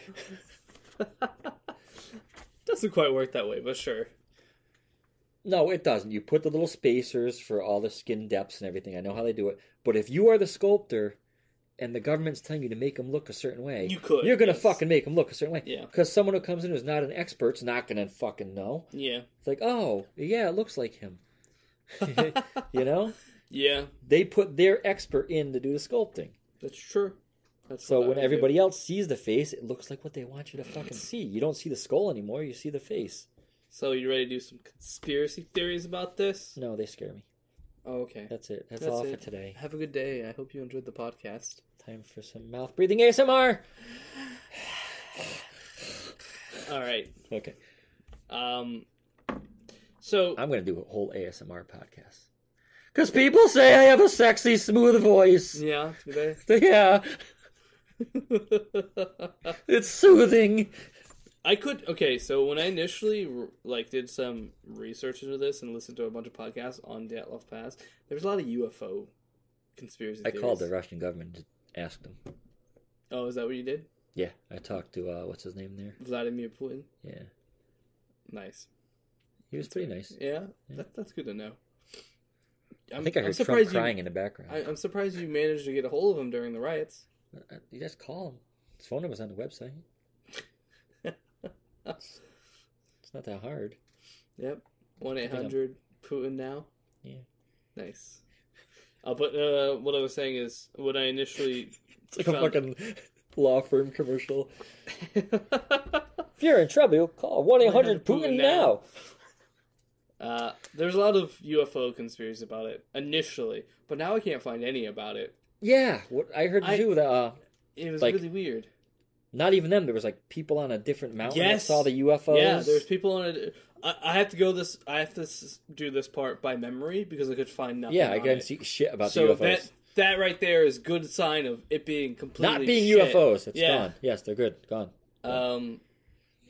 Speaker 1: Doesn't quite work that way, but sure.
Speaker 2: No, it doesn't. You put the little spacers for all the skin depths and everything. I know how they do it. But if you are the sculptor and the government's telling you to make them look a certain way,
Speaker 1: You could,
Speaker 2: you're going to
Speaker 1: yes.
Speaker 2: fucking make them look a certain way.
Speaker 1: Yeah.
Speaker 2: Because someone who comes in who's not an expert's not going to fucking know.
Speaker 1: Yeah.
Speaker 2: It's like, oh, yeah, it looks like him. you know?
Speaker 1: Yeah,
Speaker 2: They put their expert in to do the sculpting.
Speaker 1: that's true. That's
Speaker 2: So
Speaker 1: what I
Speaker 2: when
Speaker 1: would
Speaker 2: everybody else sees the face, it looks like what they want you to fucking see. You don't see the skull anymore, you see the face.
Speaker 1: do. So you ready to do some conspiracy theories about this?
Speaker 2: No, they scare me.
Speaker 1: Oh, okay.
Speaker 2: That's it. That's,
Speaker 1: That's
Speaker 2: all
Speaker 1: it.
Speaker 2: for today.
Speaker 1: Have a good day. I hope you enjoyed the podcast.
Speaker 2: Time for some mouth breathing ASMR.
Speaker 1: All right.
Speaker 2: Okay.
Speaker 1: Um. So
Speaker 2: I'm going to do a whole ASMR podcast. Because people say I have a sexy, smooth voice.
Speaker 1: yeah, today.
Speaker 2: Yeah, it's soothing.
Speaker 1: I could okay. So when I initially like did some research into this and listened to a bunch of podcasts on Dyatlov Pass, there was a lot of UFO conspiracy.
Speaker 2: I
Speaker 1: theories.
Speaker 2: called the Russian government and asked them.
Speaker 1: Oh, is that what you did?
Speaker 2: Yeah, I talked to uh, what's his name there.
Speaker 1: Vladimir Putin.
Speaker 2: Yeah,
Speaker 1: Nice.
Speaker 2: he was pretty nice.
Speaker 1: Yeah,
Speaker 2: Yeah.
Speaker 1: That, that's good to know.
Speaker 2: i
Speaker 1: I'm,
Speaker 2: think I
Speaker 1: am
Speaker 2: heard Trump
Speaker 1: surprised
Speaker 2: crying
Speaker 1: you.
Speaker 2: in the background.
Speaker 1: I, I'm surprised you managed to get a hold of him during the riots.
Speaker 2: Uh, You just call him. His phone number's on the website. it's, it's not that hard.
Speaker 1: Yep. One eight hundred Putin now.
Speaker 2: Yeah.
Speaker 1: Nice. Uh, but uh, what I was saying is, what I initially
Speaker 2: It's like a
Speaker 1: found-
Speaker 2: fucking law firm commercial. If you're in trouble, call 1 800 Putin
Speaker 1: 1-800-Putin now.
Speaker 2: now.
Speaker 1: uh, there's a lot of UFO conspiracies about it initially, but now I can't find any about it.
Speaker 2: Yeah, what I heard
Speaker 1: I-
Speaker 2: too, that, uh,
Speaker 1: It was
Speaker 2: Like-
Speaker 1: really weird.
Speaker 2: not even them, there was like people on a different mountain
Speaker 1: Yes.
Speaker 2: that saw the UFOs.
Speaker 1: Yeah, there's people on it. I, I have to go this. I have to s- do this part by memory because I could find nothing.
Speaker 2: Yeah, I
Speaker 1: on
Speaker 2: couldn't
Speaker 1: it.
Speaker 2: see shit about
Speaker 1: so
Speaker 2: the UFOs.
Speaker 1: that that right there is good sign of it being completely
Speaker 2: not being
Speaker 1: shit.
Speaker 2: UFOs. It's
Speaker 1: Yeah.
Speaker 2: gone. Yes, they're good. Gone.
Speaker 1: Um,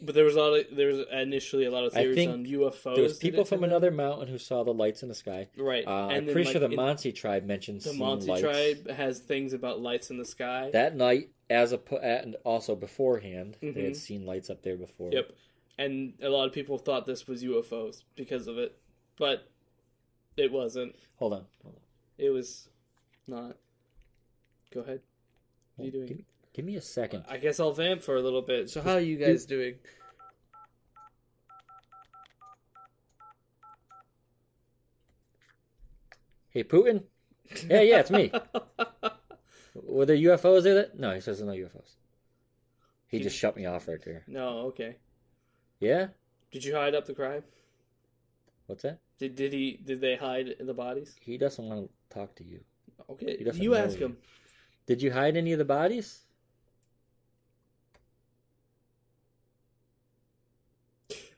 Speaker 1: but there was a lot of there was initially a lot of
Speaker 2: I
Speaker 1: theories
Speaker 2: think
Speaker 1: on UFOs.
Speaker 2: There was
Speaker 1: that
Speaker 2: people
Speaker 1: it
Speaker 2: from
Speaker 1: did.
Speaker 2: another mountain who saw the lights in the sky.
Speaker 1: right,
Speaker 2: Uh,
Speaker 1: and
Speaker 2: I'm
Speaker 1: then,
Speaker 2: pretty
Speaker 1: like,
Speaker 2: sure the
Speaker 1: in-
Speaker 2: Monty tribe mentioned
Speaker 1: the
Speaker 2: seeing
Speaker 1: Monty
Speaker 2: lights.
Speaker 1: tribe has things about lights in the sky.
Speaker 2: that night as a and also beforehand they
Speaker 1: Mhm.
Speaker 2: had seen lights up there before
Speaker 1: Yep. and a lot of people thought this was UFOs because of it, but it wasn't.
Speaker 2: hold on, hold on.
Speaker 1: It was not. Go ahead. What are you doing?
Speaker 2: Give, me- give me a second
Speaker 1: I guess I'll vamp for a little bit. So, how are you guys doing?
Speaker 2: hey putin yeah yeah it's me were there ufos there that no he says there's no ufos he
Speaker 1: He-
Speaker 2: just shut me off right there
Speaker 1: no, okay.
Speaker 2: yeah
Speaker 1: Did you hide up the crime?
Speaker 2: what's that
Speaker 1: Did did he? Did they hide the bodies?
Speaker 2: he doesn't want to talk to you
Speaker 1: Okay,
Speaker 2: He doesn't
Speaker 1: you
Speaker 2: know
Speaker 1: ask
Speaker 2: you.
Speaker 1: him.
Speaker 2: did you hide any of the bodies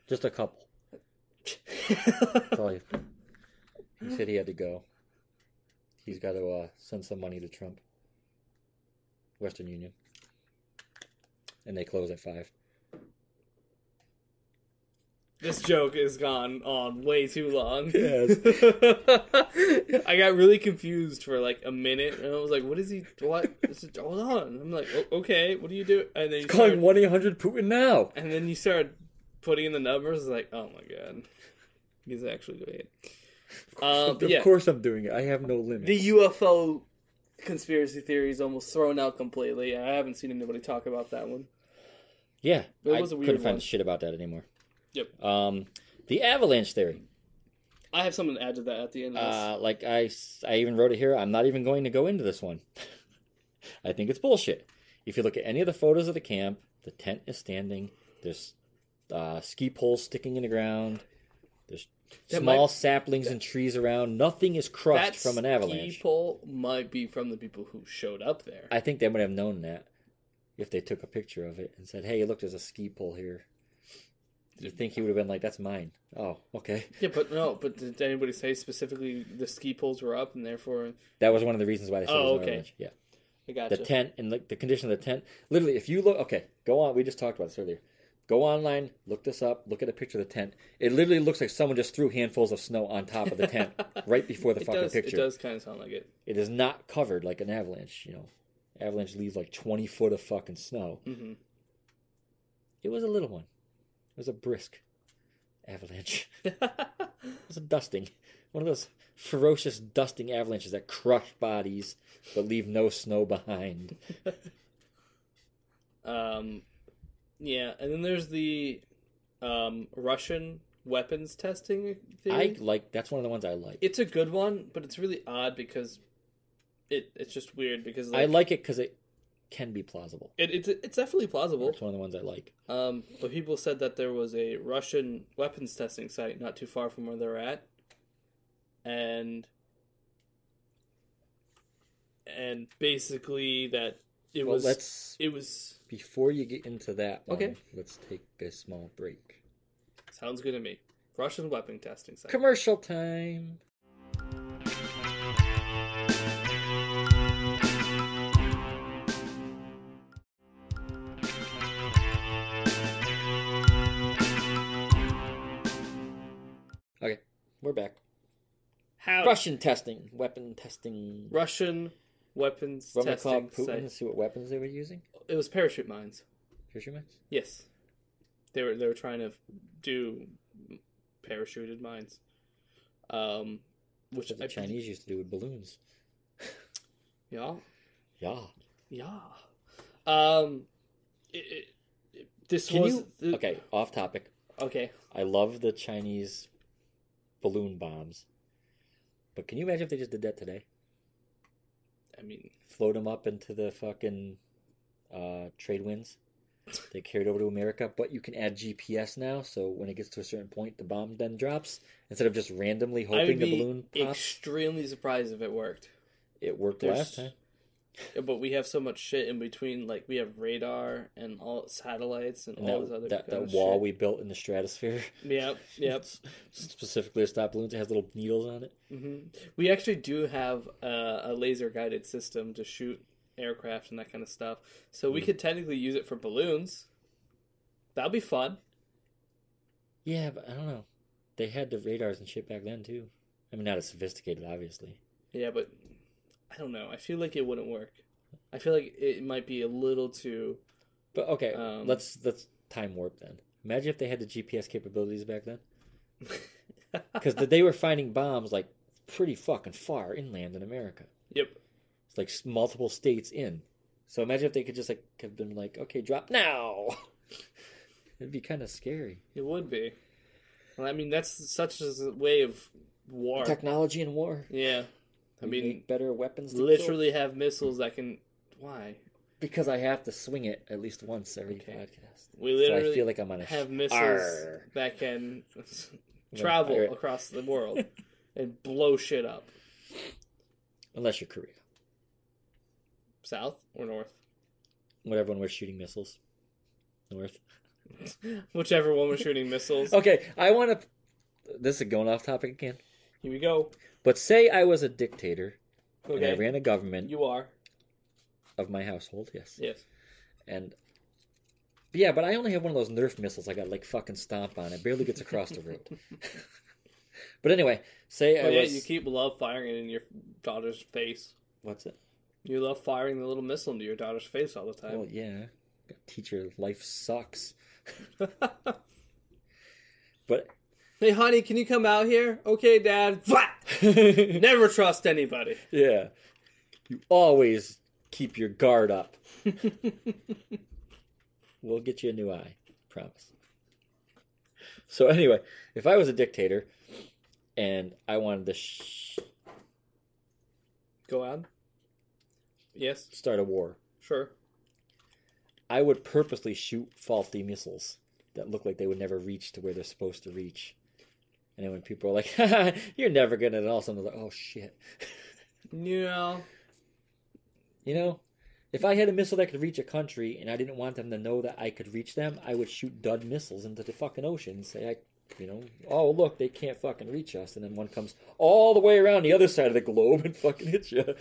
Speaker 2: just a couple That's all he, he said he had to go. He's got to uh, send some money to Trump. Western Union. And they close at five.
Speaker 1: this joke has gone on way too long.
Speaker 2: Yes.
Speaker 1: I got really confused for like a minute, and I was like, "What is he? What? Is it, hold on!" I'm like, "O- "Okay, what do you do?" And then you
Speaker 2: Calling
Speaker 1: started-
Speaker 2: one eight hundred Putin now.
Speaker 1: and then you started putting in the numbers. It's like, "Oh my god, he's actually doing it." Uh,
Speaker 2: of
Speaker 1: but yeah,
Speaker 2: course I'm doing it. I have no limit.
Speaker 1: the UFO conspiracy theory is almost thrown out completely. I haven't seen anybody talk about that one.
Speaker 2: yeah,
Speaker 1: It
Speaker 2: I
Speaker 1: was a weird
Speaker 2: couldn't find
Speaker 1: one.
Speaker 2: shit about that anymore.
Speaker 1: Yep.
Speaker 2: Um, the avalanche theory.
Speaker 1: I have something to add to that at the end. Of this.
Speaker 2: Uh, like I, s- I even wrote it here. I'm not even going to go into this one. I think it's bullshit. If you look at any of the photos of the camp, the tent is standing. There's uh, ski poles sticking in the ground. There's
Speaker 1: That
Speaker 2: small
Speaker 1: might-
Speaker 2: saplings and trees around. Nothing is crushed
Speaker 1: That
Speaker 2: from an avalanche.
Speaker 1: People might be from the people who showed up there.
Speaker 2: I think they would have known that if they took a picture of it and said, "Hey, look, there's a ski pole here." You think he would have been like, "That's mine." Oh, okay.
Speaker 1: Yeah, but no. But did anybody say specifically the ski poles were up and therefore?
Speaker 2: That was one of the reasons why they said
Speaker 1: Oh,
Speaker 2: it was an
Speaker 1: okay.
Speaker 2: avalanche. Yeah.
Speaker 1: I
Speaker 2: the
Speaker 1: gotcha.
Speaker 2: tent and like the condition of the tent. Literally, if you look, okay, go on. We just talked about this earlier. Go online, look this up, look at a picture of the tent. It literally looks like someone just threw handfuls of snow on top of the tent right before the
Speaker 1: it
Speaker 2: fucking
Speaker 1: does.
Speaker 2: picture.
Speaker 1: It does kind of sound like it.
Speaker 2: It is not covered like an avalanche. You know, avalanche leaves like twenty foot of fucking snow.
Speaker 1: hmm
Speaker 2: It was a little one. It was a brisk avalanche. It was a dusting. One of those ferocious dusting avalanches that crush bodies but leave no snow behind.
Speaker 1: um, yeah, and then there's the um, Russian weapons testing
Speaker 2: I
Speaker 1: theory.
Speaker 2: like that's one of the ones I like.
Speaker 1: It's a good one, but it's really odd because it it's just weird because
Speaker 2: I
Speaker 1: like,
Speaker 2: like it because it can be plausible.
Speaker 1: it, it's it's definitely plausible.
Speaker 2: It's one of the ones I like.
Speaker 1: Um, but people said that there was a Russian weapons testing site not too far from where they're at, and and basically that it
Speaker 2: Well,
Speaker 1: was
Speaker 2: let's
Speaker 1: it was
Speaker 2: before you get into that. One,
Speaker 1: Okay.
Speaker 2: Let's take a small break.
Speaker 1: sounds good to me. Russian weapon testing site.
Speaker 2: Commercial time. Okay, we're back.
Speaker 1: How
Speaker 2: Russian testing, weapon testing.
Speaker 1: Russian weapons
Speaker 2: When we call
Speaker 1: testing
Speaker 2: Putin,
Speaker 1: site.
Speaker 2: see what weapons they were using.
Speaker 1: it was parachute mines.
Speaker 2: Parachute mines?
Speaker 1: Yes, they were they were trying to do parachuted mines, um, which
Speaker 2: That's what the
Speaker 1: I-
Speaker 2: Chinese used to do with balloons.
Speaker 1: yeah
Speaker 2: Yeah.
Speaker 1: yeah, um, it, it, it- this
Speaker 2: Can
Speaker 1: was
Speaker 2: you?
Speaker 1: the-
Speaker 2: Okay, off topic.
Speaker 1: okay
Speaker 2: I love the Chinese balloon bombs, but can you imagine if they just did that today?
Speaker 1: I mean
Speaker 2: Float them up into the fucking uh, trade winds. They carry it over to America, but you can add GPS now. So when it gets to a certain point, the bomb then drops instead of just randomly
Speaker 1: I would
Speaker 2: hoping the
Speaker 1: be
Speaker 2: balloon pops.
Speaker 1: extremely surprised if it worked.
Speaker 2: it worked
Speaker 1: there's-
Speaker 2: last time.
Speaker 1: But we have so much shit in between, like we have radar and all satellites and,
Speaker 2: And
Speaker 1: all
Speaker 2: that,
Speaker 1: this other
Speaker 2: that,
Speaker 1: kind
Speaker 2: that
Speaker 1: of
Speaker 2: wall
Speaker 1: shit.
Speaker 2: we built in the stratosphere,
Speaker 1: Yep, yep.
Speaker 2: specifically to stop balloons, it has little needles on it.
Speaker 1: hmm We actually do have a, a laser guided system to shoot aircraft and that kind of stuff, so
Speaker 2: Hmm.
Speaker 1: we could technically use it for balloons. That'd be fun.
Speaker 2: Yeah, but I don't know. They had the radars and shit back then too. I mean, not as sophisticated, obviously.
Speaker 1: Yeah, but I don't know. I feel like it wouldn't work. I feel like it might be a little too.
Speaker 2: But okay,
Speaker 1: Um,
Speaker 2: let's let's time warp then. Imagine if they had the GPS capabilities back then, because they were finding bombs like pretty fucking far inland in America.
Speaker 1: Yep.
Speaker 2: It's like s- multiple states in. So imagine if they could just like have been like, okay, drop now. It'd be kind of scary.
Speaker 1: It would be. Well, I mean, that's such a way of war.
Speaker 2: Technology and war.
Speaker 1: Yeah. I
Speaker 2: We
Speaker 1: mean,
Speaker 2: make better weapons. to kill.
Speaker 1: literally have missiles that can. Why?
Speaker 2: because I have to swing it at least once every
Speaker 1: Okay.
Speaker 2: podcast.
Speaker 1: We
Speaker 2: so I
Speaker 1: literally
Speaker 2: feel like I'm on a
Speaker 1: have
Speaker 2: sh-
Speaker 1: missiles
Speaker 2: Arr.
Speaker 1: that can
Speaker 2: Yeah,
Speaker 1: travel
Speaker 2: alright.
Speaker 1: across the world and blow shit up.
Speaker 2: unless you're Korea,
Speaker 1: South or north?
Speaker 2: whatever. When we're shooting missiles, north.
Speaker 1: Whichever one was shooting missiles.
Speaker 2: Okay, I want to. This is going off topic again.
Speaker 1: Here we go.
Speaker 2: But say I was a dictator and I
Speaker 1: Okay.
Speaker 2: ran a government
Speaker 1: You are.
Speaker 2: of my household. Yes,
Speaker 1: Yes.
Speaker 2: and yeah, but I only have one of those Nerf missiles. I got like fucking stomp on. It barely gets across the road. but anyway, say
Speaker 1: Oh,
Speaker 2: I
Speaker 1: yeah,
Speaker 2: was.
Speaker 1: you keep love firing it in your daughter's face.
Speaker 2: What's it?
Speaker 1: You love firing the little missile into your daughter's face all the time.
Speaker 2: Well, Oh, yeah. Teacher, life sucks. But
Speaker 1: Hey, honey, can you come out here? Okay, Dad. Vwah! Never trust anybody.
Speaker 2: Yeah. You always keep your guard up. we'll get you a new eye, promise. So anyway, if I was a dictator and I wanted to sh-
Speaker 1: Go on. Yes,
Speaker 2: start a war,
Speaker 1: sure.
Speaker 2: I would purposely shoot faulty missiles that look like they would never reach to where they're supposed to reach. And then when people are like, "Haha, "You're never gonna," and all of a sudden they're like, "Oh shit,"
Speaker 1: No.
Speaker 2: you know. If I had a missile that could reach a country and I didn't want them to know that I could reach them, I would shoot dud missiles into the fucking ocean and say, I, you know, oh, look, they can't fucking reach us. And then one comes all the way around the other side of the globe and fucking hits you.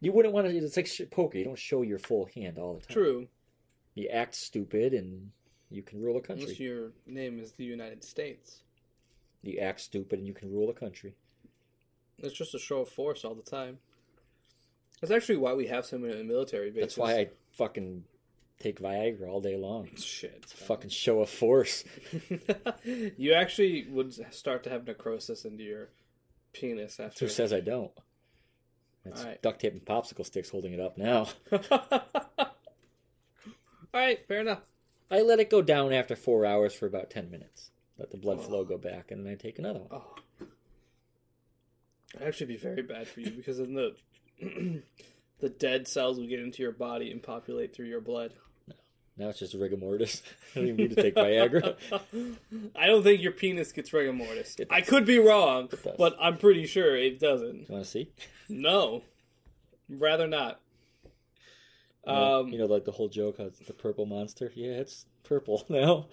Speaker 2: You wouldn't want to, it's like sh- poker. You don't show your full hand all the time.
Speaker 1: True.
Speaker 2: You act stupid and you can rule a country.
Speaker 1: Unless your name is the United States.
Speaker 2: You act stupid and you can rule a country.
Speaker 1: It's just a show of force all the time. That's actually why we have so many military bases.
Speaker 2: That's why I fucking take Viagra all day long.
Speaker 1: Shit.
Speaker 2: It's a fucking show of force.
Speaker 1: you actually would start to have necrosis into your penis after.
Speaker 2: Who says I don't? That's
Speaker 1: Alright.
Speaker 2: duct tape and popsicle sticks holding it up now.
Speaker 1: all right, fair enough.
Speaker 2: I let it go down after four hours for about ten minutes. Let the blood flow go back, and then I take another one.
Speaker 1: Oh. It'd actually be very bad for you because then the the dead cells would get into your body and populate through your blood.
Speaker 2: Now it's just rigor mortis. I don't even need to take Viagra.
Speaker 1: I don't think your penis gets rigor mortis. I could be wrong,
Speaker 2: does.
Speaker 1: but I'm pretty sure it doesn't.
Speaker 2: You want to see?
Speaker 1: No. Rather not.
Speaker 2: You know-
Speaker 1: Um
Speaker 2: you know, like the whole joke, how it's the purple monster. Yeah, it's purple now.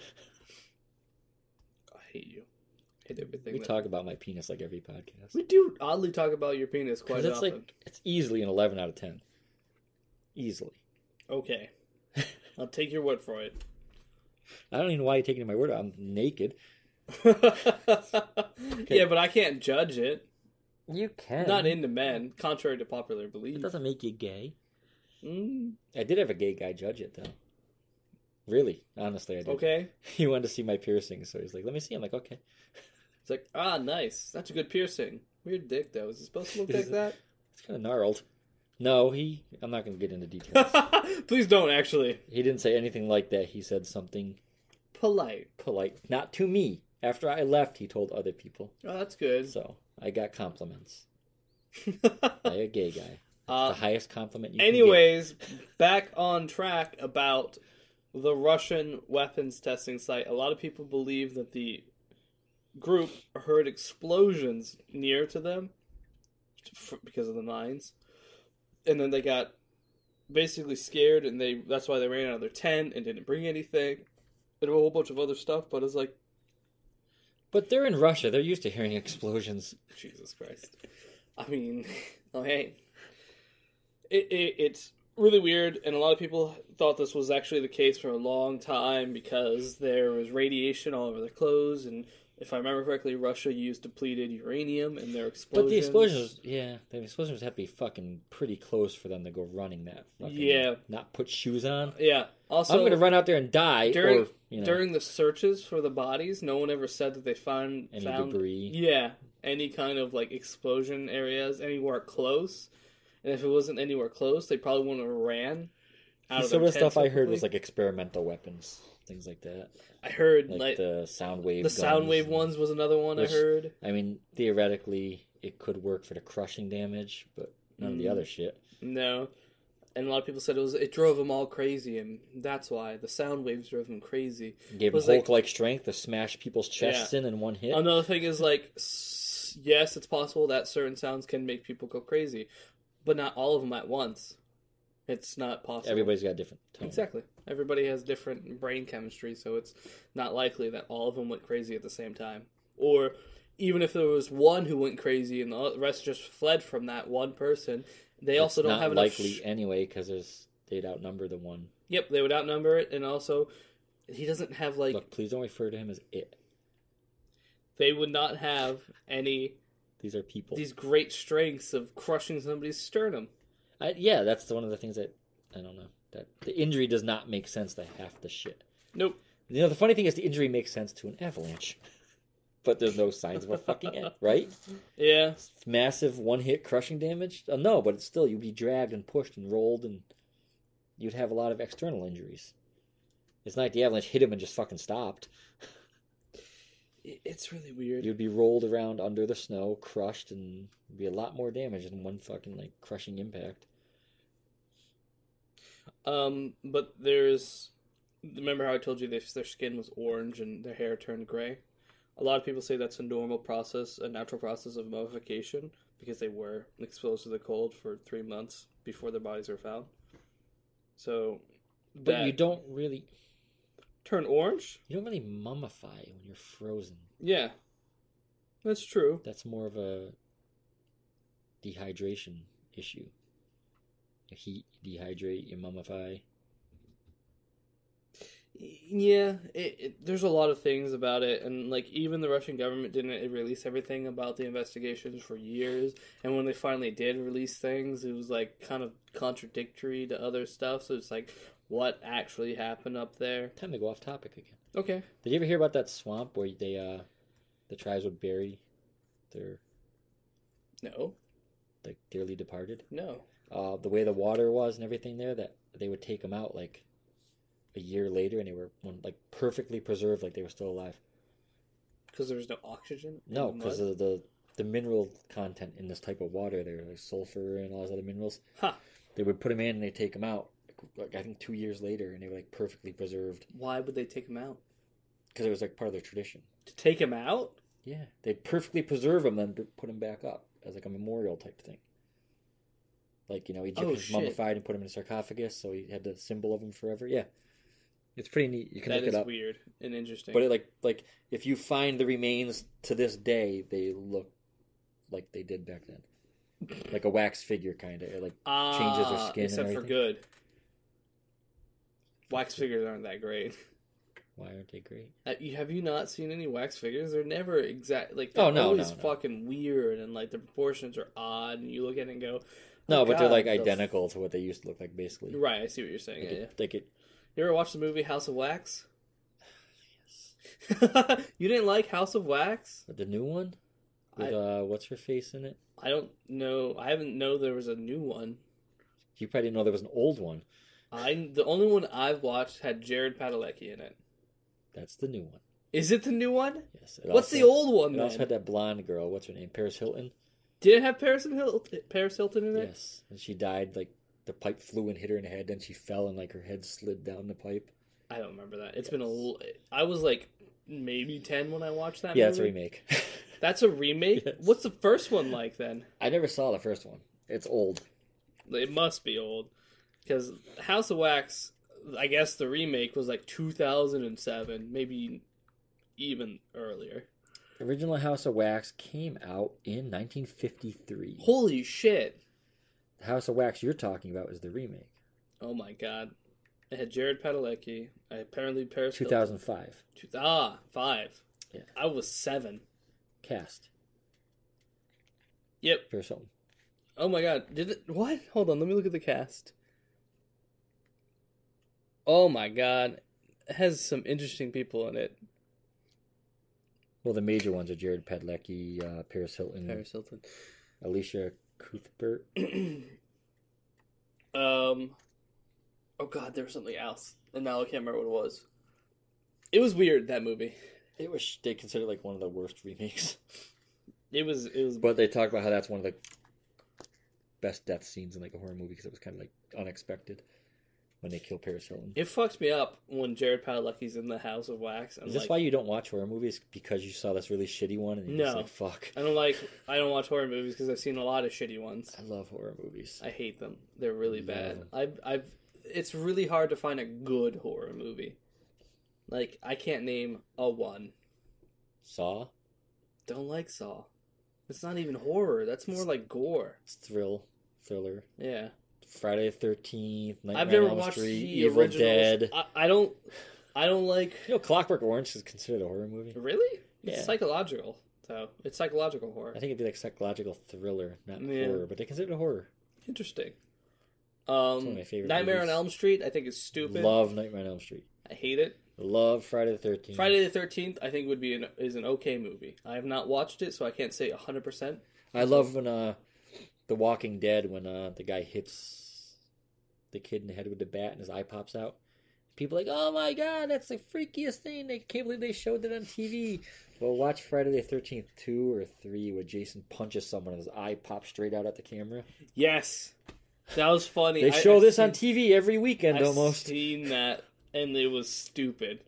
Speaker 1: I hate you. I hate everything.
Speaker 2: We
Speaker 1: that-
Speaker 2: talk about my penis like every podcast.
Speaker 1: we do oddly talk about your penis quite
Speaker 2: Because it's
Speaker 1: often.
Speaker 2: like it's easily an eleven out of ten. Easily.
Speaker 1: Okay. I'll take your word for it.
Speaker 2: I don't even know why you're taking my word. out. I'm naked.
Speaker 1: Yeah, but I can't judge it.
Speaker 2: You can.
Speaker 1: Not into men, contrary to popular belief.
Speaker 2: It doesn't make you gay.
Speaker 1: Mm,
Speaker 2: I did have a gay guy judge it though. Really, honestly, I did.
Speaker 1: okay.
Speaker 2: He wanted to see my piercing, so he's like, "Let me see." I'm like, "Okay."
Speaker 1: It's like, ah, nice. That's a good piercing. Weird dick, though. Is it supposed to look like that?
Speaker 2: It's kind of gnarled. No, he. I'm not going to get into details.
Speaker 1: Please don't, actually.
Speaker 2: he didn't say anything like that. He said something
Speaker 1: Polite.
Speaker 2: polite, not to me. After I left, he told other people.
Speaker 1: Oh, that's good.
Speaker 2: So I got compliments. I a gay guy.
Speaker 1: Uh,
Speaker 2: the highest compliment you
Speaker 1: Anyways, back on track about the Russian weapons testing site. A lot of people believe that the group heard explosions near to them f- because of the mines, and then they got basically scared, and they that's why they ran out of their tent and didn't bring anything, and a whole bunch of other stuff. But it's like
Speaker 2: Get. But they're in Russia. They're used to hearing explosions.
Speaker 1: Jesus Christ. I mean, oh hey, it, it it's really weird, and a lot of people thought this was actually the case for a long time because there was radiation all over their clothes, and if I remember correctly, Russia used depleted uranium in their explosions.
Speaker 2: But the explosions, yeah, the explosions have to be fucking pretty close for them to go running that. Fucking,
Speaker 1: Yeah.
Speaker 2: Not put shoes on.
Speaker 1: yeah. Also,
Speaker 2: I'm going to run out there and die.
Speaker 1: during
Speaker 2: or, you know,
Speaker 1: during the searches for the bodies, no one ever said that they found
Speaker 2: Any
Speaker 1: found
Speaker 2: debris.
Speaker 1: Yeah, any kind of like explosion areas anywhere close. And if it wasn't anywhere close, they probably wouldn't have ran. Out
Speaker 2: some of the
Speaker 1: their
Speaker 2: stuff
Speaker 1: tents
Speaker 2: I heard was
Speaker 1: quickly.
Speaker 2: like experimental weapons, things like that.
Speaker 1: I heard
Speaker 2: Like,
Speaker 1: like, the,
Speaker 2: the sound wave.
Speaker 1: sound
Speaker 2: guns
Speaker 1: wave
Speaker 2: and-
Speaker 1: ones was another one
Speaker 2: Which-
Speaker 1: I heard.
Speaker 2: I mean, theoretically, it could work for the crushing damage, but none of the
Speaker 1: Mm.
Speaker 2: other shit.
Speaker 1: No, and a lot of people said it was it drove them all crazy, and that's why the sound waves drove them crazy.
Speaker 2: Gave him
Speaker 1: Was like-
Speaker 2: Hulk like strength to smash people's chests in in one hit.
Speaker 1: Another thing is like, s- yes, it's possible that certain sounds can make people go crazy, but not all of them at once. It's not possible.
Speaker 2: Everybody's got a different tone.
Speaker 1: Exactly. Everybody has different brain chemistry, so it's not likely that all of them went crazy at the same time. Or even if there was one who went crazy and the rest just fled from that one person, they also
Speaker 2: It's
Speaker 1: don't
Speaker 2: not
Speaker 1: have enough.
Speaker 2: likely anyway because there's they'd outnumber the one.
Speaker 1: Yep, they would outnumber it, and also he doesn't have like
Speaker 2: Look, please don't refer to him as it.
Speaker 1: they would not have any
Speaker 2: These are people.
Speaker 1: these great strengths of crushing somebody's sternum.
Speaker 2: I, yeah, that's one of the things that I don't know. That the injury does not make sense to half the shit.
Speaker 1: Nope.
Speaker 2: You know, the funny thing is the injury makes sense to an avalanche, but there's no signs of a fucking it, right?
Speaker 1: Yeah.
Speaker 2: massive one hit crushing damage? Uh, no, but it's still, you'd be dragged and pushed and rolled, and you'd have a lot of external injuries. It's not like the avalanche hit him and just fucking stopped.
Speaker 1: It- It's really weird.
Speaker 2: You'd be rolled around under the snow, crushed, and be a lot more damage than one fucking like crushing impact.
Speaker 1: Um, but there's remember how I told you they, their skin was orange and their hair turned gray. A lot of people say that's a normal process, a natural process of mummification because they were exposed to the cold for three months before their bodies were found. So,
Speaker 2: But
Speaker 1: that
Speaker 2: you don't really,
Speaker 1: turn orange.
Speaker 2: you don't really mummify when you're frozen.
Speaker 1: Yeah, that's true.
Speaker 2: That's more of a dehydration issue. You heat, you dehydrate, you mummify.
Speaker 1: Yeah, it, it, there's a lot of things about it, and like even the Russian government didn't release everything about the investigations for years. And when they finally did release things, it was like kind of contradictory to other stuff. So it's like, what actually happened up there?
Speaker 2: Time to go off topic again.
Speaker 1: Okay,
Speaker 2: Did you ever hear about that swamp where they uh the tribes would bury their
Speaker 1: no,
Speaker 2: like dearly departed?
Speaker 1: no,
Speaker 2: Uh the way the water was and everything there that they would take them out like a year later and they were one, like perfectly preserved like they were still alive.
Speaker 1: because there was no oxygen. in
Speaker 2: No,
Speaker 1: the
Speaker 2: because
Speaker 1: mud?
Speaker 2: of the the mineral content in this type of water there like sulfur and all those other minerals.
Speaker 1: ha,
Speaker 2: They would put them in and they take them out like I think 2 years later and they were like perfectly preserved
Speaker 1: why would they take him out?
Speaker 2: because it was like part of their tradition.
Speaker 1: To take him out?
Speaker 2: Yeah, they perfectly preserve them, then put them back up as like a memorial type thing. Like you know, Egyptians
Speaker 1: Oh, shit.
Speaker 2: mummified and put them in a sarcophagus, so he had the symbol of them forever. Yeah, it's pretty neat. You can
Speaker 1: That
Speaker 2: look it
Speaker 1: is
Speaker 2: up.
Speaker 1: weird and interesting.
Speaker 2: But it, like like if you find the remains to this day, they look like they did back then, like a wax figure kind of. Like changes their
Speaker 1: Ah,
Speaker 2: skin and
Speaker 1: except for
Speaker 2: everything.
Speaker 1: good. Wax figures aren't that great.
Speaker 2: why aren't they great?
Speaker 1: Uh, you- Have you not seen any wax figures? They're never exact. Like they're
Speaker 2: Oh, no, no,
Speaker 1: always
Speaker 2: no.
Speaker 1: fucking weird, and like the proportions are odd. And you look at it and go, "Oh,
Speaker 2: No, but they're
Speaker 1: God,
Speaker 2: like
Speaker 1: the f-
Speaker 2: identical to what they used to look like, basically.
Speaker 1: Right, I see what you're saying.
Speaker 2: They
Speaker 1: Yeah, yeah.
Speaker 2: could, they could-
Speaker 1: You ever watch the movie House of Wax? you didn't like House of Wax?
Speaker 2: the new one with
Speaker 1: I-
Speaker 2: uh, what's her face in it.
Speaker 1: I don't know. I haven't know there was a new one.
Speaker 2: You probably didn't know there was an old one.
Speaker 1: I the only one I've watched had Jared Padalecki in it.
Speaker 2: That's the new one.
Speaker 1: Is it the new one?
Speaker 2: Yes.
Speaker 1: What's the old one
Speaker 2: It also
Speaker 1: then?
Speaker 2: had that blonde girl. What's her name? Paris Hilton.
Speaker 1: Did it have Paris Hilton, Paris Hilton in it?
Speaker 2: Yes. And she died like the pipe flew and hit her in the head. Then she fell and like her head slid down the pipe.
Speaker 1: I don't remember that. It's been a. l- I was like maybe ten when I watched that.
Speaker 2: yeah,
Speaker 1: movie.
Speaker 2: that's a remake.
Speaker 1: That's a remake.
Speaker 2: Yes.
Speaker 1: What's the first one like then?
Speaker 2: I never saw the first one. It's old.
Speaker 1: It must be old, because House of Wax. I guess the remake was like 2007, maybe even earlier.
Speaker 2: Original House of Wax came out in 1953.
Speaker 1: Holy shit!
Speaker 2: The House of Wax you're talking about is the remake.
Speaker 1: Oh my god! I had Jared Padalecki. I apparently Paris Hilton.
Speaker 2: 2005.
Speaker 1: Two- ah, five.
Speaker 2: Yeah.
Speaker 1: I was seven.
Speaker 2: Cast.
Speaker 1: Yep.
Speaker 2: Paris Hilton.
Speaker 1: Oh my god. Did it what? Hold on, let me look at the cast. Oh my god. It has some interesting people in it.
Speaker 2: Well, the major ones are Jared Padalecki, uh, Paris Hilton,
Speaker 1: Paris Hilton.
Speaker 2: Alicia Cuthbert.
Speaker 1: um Oh god, there was something else. And now I can't remember what it was. It was weird that movie.
Speaker 2: It was they consider it, like one of the worst remakes.
Speaker 1: It was it was
Speaker 2: But they talk about how that's one of the best death scenes in like a horror movie because it was kind of like unexpected when they kill Paris Hilton.
Speaker 1: it fucks me up when Jared Padalecki's in the House of Wax. I'm
Speaker 2: Is this
Speaker 1: like,
Speaker 2: why you don't watch horror movies because you saw this really shitty one and you're just
Speaker 1: No.
Speaker 2: like fuck?
Speaker 1: I don't like I don't watch horror movies because I've seen a lot of shitty ones.
Speaker 2: I love horror movies.
Speaker 1: I hate them. They're really
Speaker 2: Yeah.
Speaker 1: bad. I've, I've, it's really hard to find a good horror movie. Like I can't name a one.
Speaker 2: Saw,
Speaker 1: Don't like Saw. It's not even horror. That's more like gore.
Speaker 2: it's thrill, thriller,
Speaker 1: Yeah,
Speaker 2: Friday the Thirteenth, Nightmare
Speaker 1: I've never
Speaker 2: on Elm
Speaker 1: watched
Speaker 2: Street,
Speaker 1: the
Speaker 2: Evil
Speaker 1: originals.
Speaker 2: Dead.
Speaker 1: I, I don't. I don't like.
Speaker 2: You know, Clockwork Orange is considered a horror movie.
Speaker 1: Really?
Speaker 2: Yeah.
Speaker 1: It's psychological. So it's psychological horror.
Speaker 2: I think it'd be like psychological thriller, not
Speaker 1: Yeah.
Speaker 2: horror, but they consider it horror.
Speaker 1: Interesting.
Speaker 2: one of
Speaker 1: Um,
Speaker 2: my favorite
Speaker 1: Nightmare on
Speaker 2: movies.
Speaker 1: Elm Street. I think is stupid.
Speaker 2: Love Nightmare on Elm Street.
Speaker 1: I hate it.
Speaker 2: Love Friday the Thirteenth.
Speaker 1: Friday the Thirteenth. I think would be an is an okay movie. I have not watched it, so I can't say hundred percent.
Speaker 2: I love when uh, The Walking Dead when uh the guy hits the kid in the head with the bat and his eye pops out. People are like, oh my god, that's the freakiest thing! They can't believe they showed that on TV. Well, watch Friday the Thirteenth two or three where Jason punches someone and his eye pops straight out at the camera.
Speaker 1: Yes, that was funny.
Speaker 2: They
Speaker 1: I-
Speaker 2: show
Speaker 1: I've
Speaker 2: this
Speaker 1: seen-
Speaker 2: on TV every weekend
Speaker 1: I've
Speaker 2: almost.
Speaker 1: seen that, and it was stupid.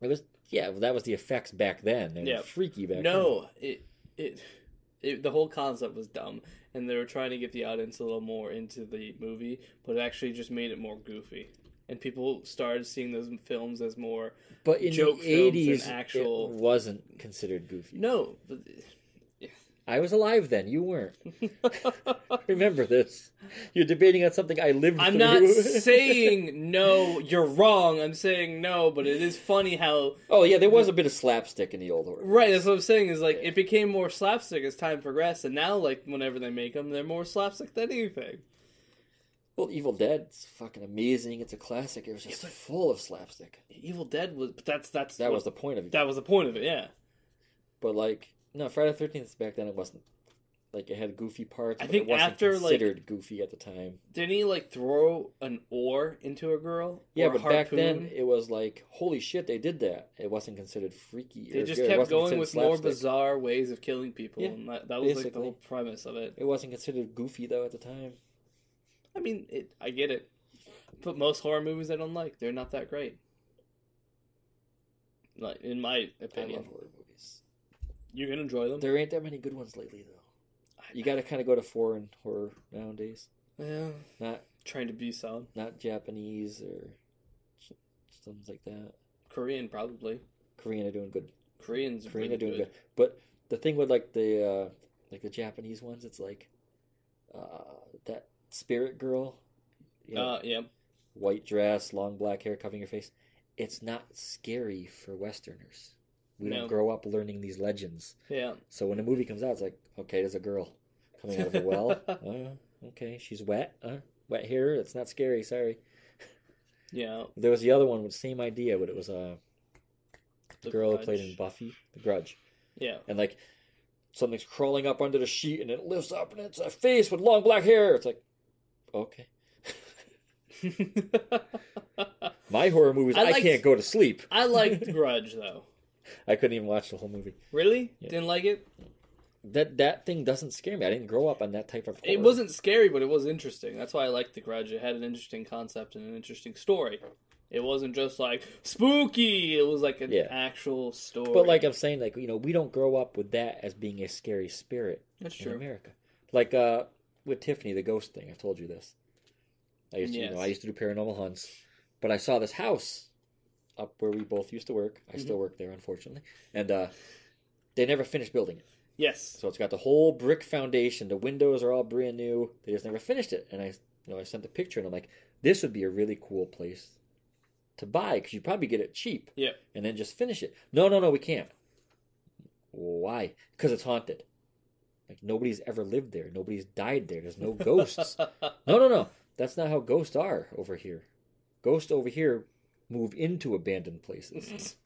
Speaker 2: It was yeah, well, that was the effects back then. They were
Speaker 1: Yeah.
Speaker 2: freaky back then.
Speaker 1: No, it, it it the whole concept was dumb, and they were trying to get the audience a little more into the movie, but it actually just made it more goofy. And people started seeing those films as more
Speaker 2: But in
Speaker 1: joke films
Speaker 2: the
Speaker 1: and
Speaker 2: eighties,
Speaker 1: actual-
Speaker 2: it wasn't considered goofy.
Speaker 1: no. But,
Speaker 2: I was alive then. You weren't. Remember this. You're debating on something I lived
Speaker 1: I'm
Speaker 2: through.
Speaker 1: not saying no. You're wrong. I'm saying no, but it is funny how
Speaker 2: oh yeah, there was a bit of slapstick in the old horror.
Speaker 1: Right, that's what I'm saying. Is like it became more slapstick as time progressed, and now like whenever they make them, they're more slapstick than anything.
Speaker 2: Well, Evil Dead's fucking amazing. It's a classic. It was just full of slapstick.
Speaker 1: Evil Dead was, but that's that's
Speaker 2: That
Speaker 1: what-
Speaker 2: was the point of it.
Speaker 1: that was the point of it. Yeah,
Speaker 2: But like, no, Friday the Thirteenth back then it wasn't. Like it had goofy parts.
Speaker 1: I
Speaker 2: but
Speaker 1: think
Speaker 2: it wasn't
Speaker 1: after, like-
Speaker 2: considered goofy at the time.
Speaker 1: didn't he like throw an oar into a girl?
Speaker 2: Yeah,
Speaker 1: Or a
Speaker 2: but back then
Speaker 1: harpoon?
Speaker 2: it was like, holy shit, they did that. It wasn't considered freaky.
Speaker 1: they
Speaker 2: or
Speaker 1: just
Speaker 2: good. It
Speaker 1: kept
Speaker 2: wasn't
Speaker 1: going
Speaker 2: considered
Speaker 1: with more
Speaker 2: slapstick.
Speaker 1: bizarre ways of killing people,
Speaker 2: Yeah,
Speaker 1: and that, that was like the
Speaker 2: basically.
Speaker 1: whole premise of it.
Speaker 2: It wasn't considered goofy though at the time.
Speaker 1: I mean, it, I get it, but most horror movies I don't like. They're not that great. Like in my
Speaker 2: I
Speaker 1: opinion,
Speaker 2: love horror movies.
Speaker 1: you can enjoy them.
Speaker 2: There ain't that many good ones lately, though. You got to kind of go to foreign horror nowadays,
Speaker 1: Yeah,
Speaker 2: not
Speaker 1: trying to be sound.
Speaker 2: not Japanese or things like that.
Speaker 1: Korean probably.
Speaker 2: Korean are doing good.
Speaker 1: Koreans
Speaker 2: Korean
Speaker 1: really
Speaker 2: are doing good. But the thing with like the uh, like the Japanese ones, it's like uh, that spirit girl, you know,
Speaker 1: Uh, yeah.
Speaker 2: white dress, long black hair covering your face. It's not scary for Westerners. We
Speaker 1: No.
Speaker 2: don't grow up learning these legends.
Speaker 1: Yeah.
Speaker 2: So when a movie comes out, it's like, okay, there's a girl coming out of a well. Uh, Okay, she's wet. Uh, wet hair. It's not scary. Sorry.
Speaker 1: Yeah.
Speaker 2: There was the other one with the same idea, but it was uh, the,
Speaker 1: The
Speaker 2: girl who played
Speaker 1: Grudge.
Speaker 2: in Buffy, The Grudge,
Speaker 1: Yeah.
Speaker 2: and like something's crawling up under the sheet, and it lifts up, and it's a face with long black hair. It's like, okay, my horror movies,
Speaker 1: I
Speaker 2: I,
Speaker 1: liked-
Speaker 2: can't go to sleep.
Speaker 1: I liked Grudge though.
Speaker 2: I couldn't even watch the whole movie.
Speaker 1: Really?
Speaker 2: Yeah.
Speaker 1: Didn't like it?
Speaker 2: That that thing doesn't scare me. I didn't grow up on that type of. Horror.
Speaker 1: It wasn't scary, but it was interesting. That's why I liked The Grudge. It had an interesting concept and an interesting story. It wasn't just like spooky. It was like an
Speaker 2: Yeah.
Speaker 1: actual story.
Speaker 2: But like I'm saying, like you know, we don't grow up with that as being a scary spirit.
Speaker 1: that's
Speaker 2: in
Speaker 1: true.
Speaker 2: America. Like uh, with Tiffany, the ghost thing. I've told you this. I used to, you know,
Speaker 1: Yes.
Speaker 2: I used to do paranormal hunts, but I saw this house up where we both used to work. I still work there, unfortunately, and uh, they never finished building it.
Speaker 1: Yes.
Speaker 2: So it's got the whole brick foundation. The windows are all brand new. They just never finished it. And I, you know, I sent the picture, and I'm like, this would be a really cool place to buy because you probably get it cheap.
Speaker 1: Yeah.
Speaker 2: And then just finish it. No, no, no, we can't. Why? Because it's haunted. Like nobody's ever lived there. Nobody's died there. There's no ghosts. no, no, no. That's not how ghosts are over here. Ghosts over here move into abandoned places.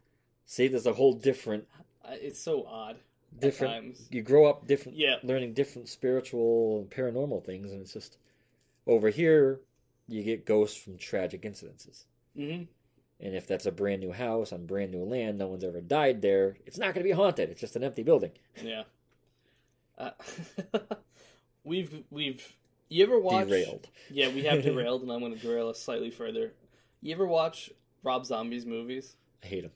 Speaker 2: See, there's a whole different
Speaker 1: I- it's so odd. at
Speaker 2: different
Speaker 1: times.
Speaker 2: you grow up different
Speaker 1: Yeah.
Speaker 2: learning different spiritual and paranormal things and it's just over here you get ghosts from tragic incidences
Speaker 1: hmm
Speaker 2: and if that's a brand new house on brand new land no one's ever died there it's not going to be haunted it's just an empty building
Speaker 1: Yeah. Uh, we've we've. You ever watch?
Speaker 2: derailed
Speaker 1: Yeah, we have derailed, and I'm going to derail us slightly further. You ever watch Rob Zombie's movies?
Speaker 2: i hate him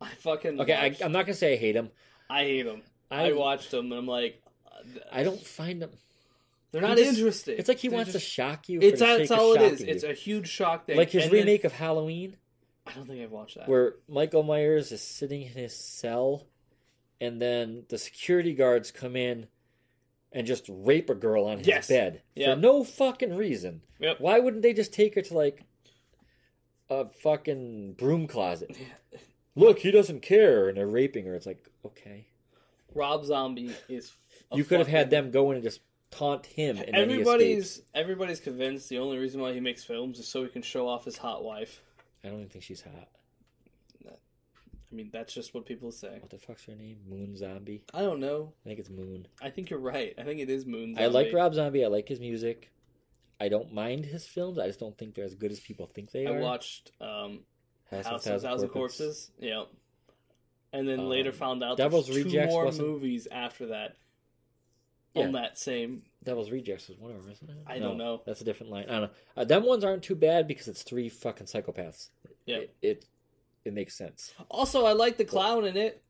Speaker 1: I fucking
Speaker 2: okay
Speaker 1: watched-
Speaker 2: I, i'm not going to say i hate him
Speaker 1: I hate them. I,
Speaker 2: i
Speaker 1: watched them and I'm like, uh,
Speaker 2: i don't find him
Speaker 1: They're not
Speaker 2: just-
Speaker 1: interesting.
Speaker 2: it's like he
Speaker 1: They're
Speaker 2: wants to
Speaker 1: just-
Speaker 2: shock you
Speaker 1: It's
Speaker 2: for the
Speaker 1: that's
Speaker 2: sake
Speaker 1: all
Speaker 2: of
Speaker 1: it is.
Speaker 2: shocking you.
Speaker 1: It's a huge shock thing.
Speaker 2: like his
Speaker 1: And then-
Speaker 2: remake of halloween
Speaker 1: I don't think I've watched that.
Speaker 2: where Michael Myers is sitting in his cell, and then the security guards come in and just rape a girl on his
Speaker 1: Yes.
Speaker 2: bed
Speaker 1: Yep.
Speaker 2: for no fucking reason.
Speaker 1: Yep.
Speaker 2: Why wouldn't they just take her to like a fucking broom closet? Look, he doesn't care, and they're raping her. It's like okay,
Speaker 1: Rob Zombie is. f- a
Speaker 2: you could have had
Speaker 1: fucking-
Speaker 2: them go in and just taunt him. And everybody's.
Speaker 1: Everybody's everybody's convinced the only reason why he makes films is so he can show off his hot wife.
Speaker 2: I don't even think she's hot.
Speaker 1: I mean, that's just what people say.
Speaker 2: What the fuck's her name? Moon Zombie.
Speaker 1: I don't know.
Speaker 2: I think it's Moon.
Speaker 1: I think you're right. I think it is Moon.
Speaker 2: I like
Speaker 1: Zombie.
Speaker 2: Rob Zombie. I like his music. I don't mind his films. I just don't think they're as good as people think they
Speaker 1: I
Speaker 2: are.
Speaker 1: watched um,
Speaker 2: House,
Speaker 1: House of Thousand Corpses. Yep. And then later
Speaker 2: Um,
Speaker 1: found out
Speaker 2: Devil's
Speaker 1: there's two
Speaker 2: Rejects
Speaker 1: more
Speaker 2: wasn't-
Speaker 1: movies after that
Speaker 2: Yeah.
Speaker 1: on that same.
Speaker 2: Devil's Rejects was one of them, isn't it?
Speaker 1: I don't know.
Speaker 2: That's a different line. I don't know. Uh, them ones aren't too bad because it's three fucking psychopaths.
Speaker 1: Yeah.
Speaker 2: It, it it makes sense.
Speaker 1: Also, I like the clown in it.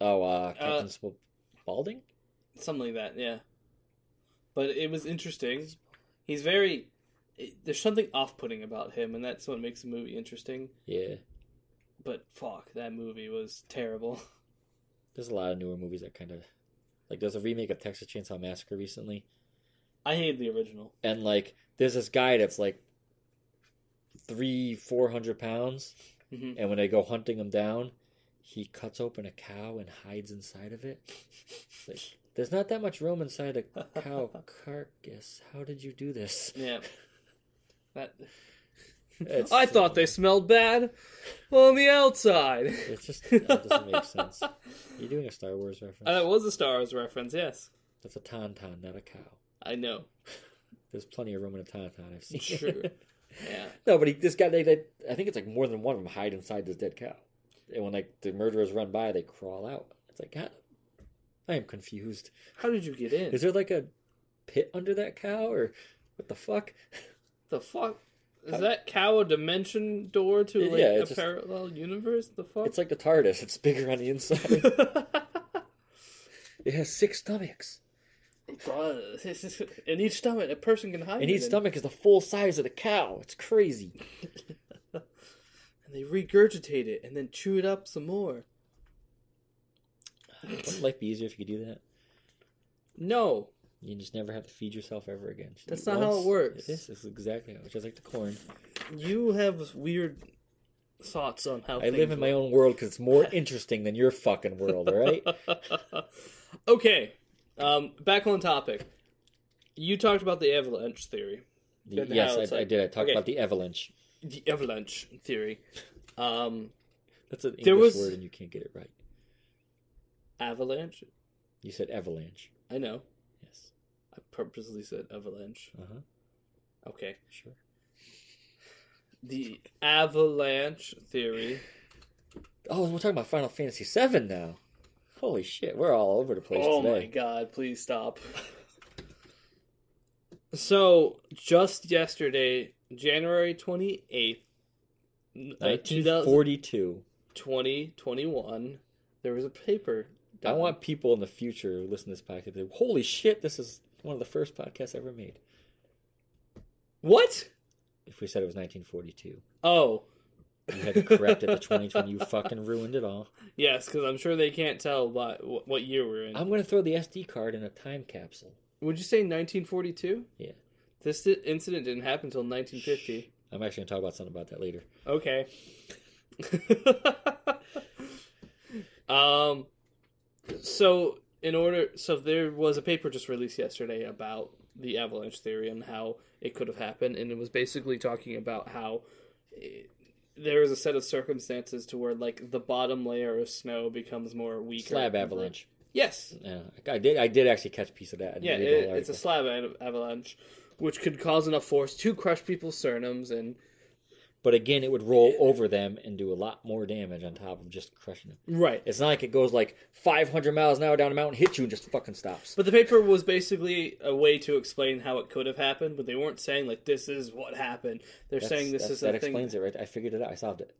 Speaker 2: Oh, uh, Captain Sp- Spaulding.
Speaker 1: Something like that, yeah. But it was interesting. He's very. it- there's something off-putting about him, and that's what makes the movie interesting.
Speaker 2: Yeah.
Speaker 1: But fuck, that movie was terrible.
Speaker 2: There's a lot of newer movies that kind of like. There's a remake of Texas Chainsaw Massacre recently.
Speaker 1: I hated the original.
Speaker 2: and like there's this guy that's like three four hundred pounds
Speaker 1: Mhm.
Speaker 2: and when they go hunting him down he cuts open a cow and hides inside of it like there's not that much room inside a cow carcass how did you do this
Speaker 1: Yeah. That
Speaker 2: It's
Speaker 1: I
Speaker 2: so-
Speaker 1: thought they smelled bad on the outside.
Speaker 2: it's just it doesn't make sense you're doing a star wars reference
Speaker 1: Uh, That was a Star Wars reference, yes.
Speaker 2: that's a tauntaun not a cow
Speaker 1: I know.
Speaker 2: there's plenty of room in a tauntaun i've seen
Speaker 1: Sure. Yeah.
Speaker 2: No, but he, this guy, they, they, I think it's like more than one of them hide inside this dead cow. And when like the murderers run by, they crawl out. It's like, God, I am confused.
Speaker 1: How did you get in?
Speaker 2: Is there like a pit under that cow or what the fuck?
Speaker 1: the fuck? Is that cow a dimension door to
Speaker 2: Yeah,
Speaker 1: like
Speaker 2: yeah,
Speaker 1: a
Speaker 2: it's just-
Speaker 1: parallel universe? The fuck?
Speaker 2: It's like the TARDIS. It's bigger on the inside. it has six stomachs.
Speaker 1: God, this is- in each stomach, a person can hide.
Speaker 2: And each
Speaker 1: in.
Speaker 2: stomach is the full size of the cow. It's crazy.
Speaker 1: and they regurgitate it and then chew it up some more.
Speaker 2: Wouldn't life be easier if you could do that?
Speaker 1: No,
Speaker 2: You just never have to feed yourself ever again. Just
Speaker 1: That's
Speaker 2: eat
Speaker 1: not how it works.
Speaker 2: This is exactly how it works. Just like the corn.
Speaker 1: you have weird thoughts on how
Speaker 2: I live in my own world because it's more interesting than your fucking world, all right?
Speaker 1: okay, um, back on topic. You talked about the avalanche theory,
Speaker 2: The-
Speaker 1: And
Speaker 2: yes,
Speaker 1: how
Speaker 2: I,
Speaker 1: it's
Speaker 2: I
Speaker 1: like-
Speaker 2: did. I talked
Speaker 1: okay.
Speaker 2: about the avalanche.
Speaker 1: the avalanche theory. Um,
Speaker 2: That's an
Speaker 1: There
Speaker 2: English
Speaker 1: was-
Speaker 2: word, and you can't get it right.
Speaker 1: avalanche.
Speaker 2: You said avalanche.
Speaker 1: I know.
Speaker 2: Yes.
Speaker 1: I purposely said avalanche.
Speaker 2: Uh huh.
Speaker 1: Okay.
Speaker 2: Sure.
Speaker 1: The avalanche theory.
Speaker 2: Oh, we're talking about Final Fantasy VII now. Holy shit, we're all over the place
Speaker 1: Oh
Speaker 2: today.
Speaker 1: my god, please stop. so, just yesterday, January 28th, n- uh,
Speaker 2: 1942.
Speaker 1: 2021, there was a paper.
Speaker 2: I
Speaker 1: done.
Speaker 2: want people in the future who listen to this podcast to be, holy shit, this is one of the first podcasts ever made.
Speaker 1: What?
Speaker 2: If we said it was 1942,
Speaker 1: Oh,
Speaker 2: you had to correct it to 2020. You fucking ruined it all.
Speaker 1: yes, because I'm sure they can't tell what, what year we're in.
Speaker 2: I'm going to throw the SD card in a time capsule.
Speaker 1: Would you say 1942?
Speaker 2: Yeah.
Speaker 1: This di- incident didn't happen until 1950.
Speaker 2: I'm actually going to talk about something about that later.
Speaker 1: Okay. um so in order so there was a paper just released yesterday about the avalanche theory and how it could have happened and it was basically talking about how it, there is a set of circumstances to where like the bottom layer of snow becomes more weaker.
Speaker 2: Slab avalanche.
Speaker 1: Yes.
Speaker 2: Yeah, I did. I did actually catch a piece of that. I didn't
Speaker 1: Yeah,
Speaker 2: read the whole
Speaker 1: it, it's a
Speaker 2: article.
Speaker 1: slab av- avalanche which could cause enough force to crush people's sternums and
Speaker 2: but again, it would roll over them and do a lot more damage on top of just crushing them.
Speaker 1: right
Speaker 2: It's not like it goes like 500 miles an hour down a mountain, hits you, and just fucking stops.
Speaker 1: But the paper was basically a way to explain how it could have happened, but they weren't saying like this is what happened. They're
Speaker 2: That's-
Speaker 1: saying this
Speaker 2: that's-
Speaker 1: is
Speaker 2: that
Speaker 1: a thing.
Speaker 2: explains it, right? I figured it out. I solved it.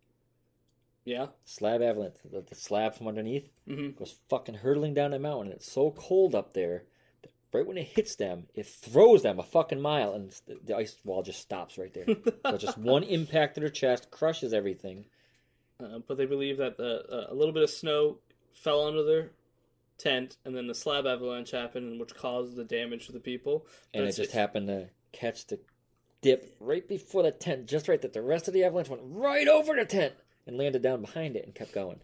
Speaker 1: Yeah.
Speaker 2: Slab avalanche, the, the slab from underneath
Speaker 1: Mhm.
Speaker 2: goes fucking hurtling down a mountain. It's so cold up there that right when it hits them, it throws them a fucking mile, and it's- the, the ice wall just stops right there. so just one impact to their chest crushes everything.
Speaker 1: Uh, but they believe that the, uh, a little bit of snow fell onto their tent, and then the slab avalanche happened, which caused the damage to the people.
Speaker 2: and
Speaker 1: That's
Speaker 2: it just
Speaker 1: it.
Speaker 2: happened to catch the dip right before the tent, just right that the rest of the avalanche went right over the tent and landed down behind it and kept going.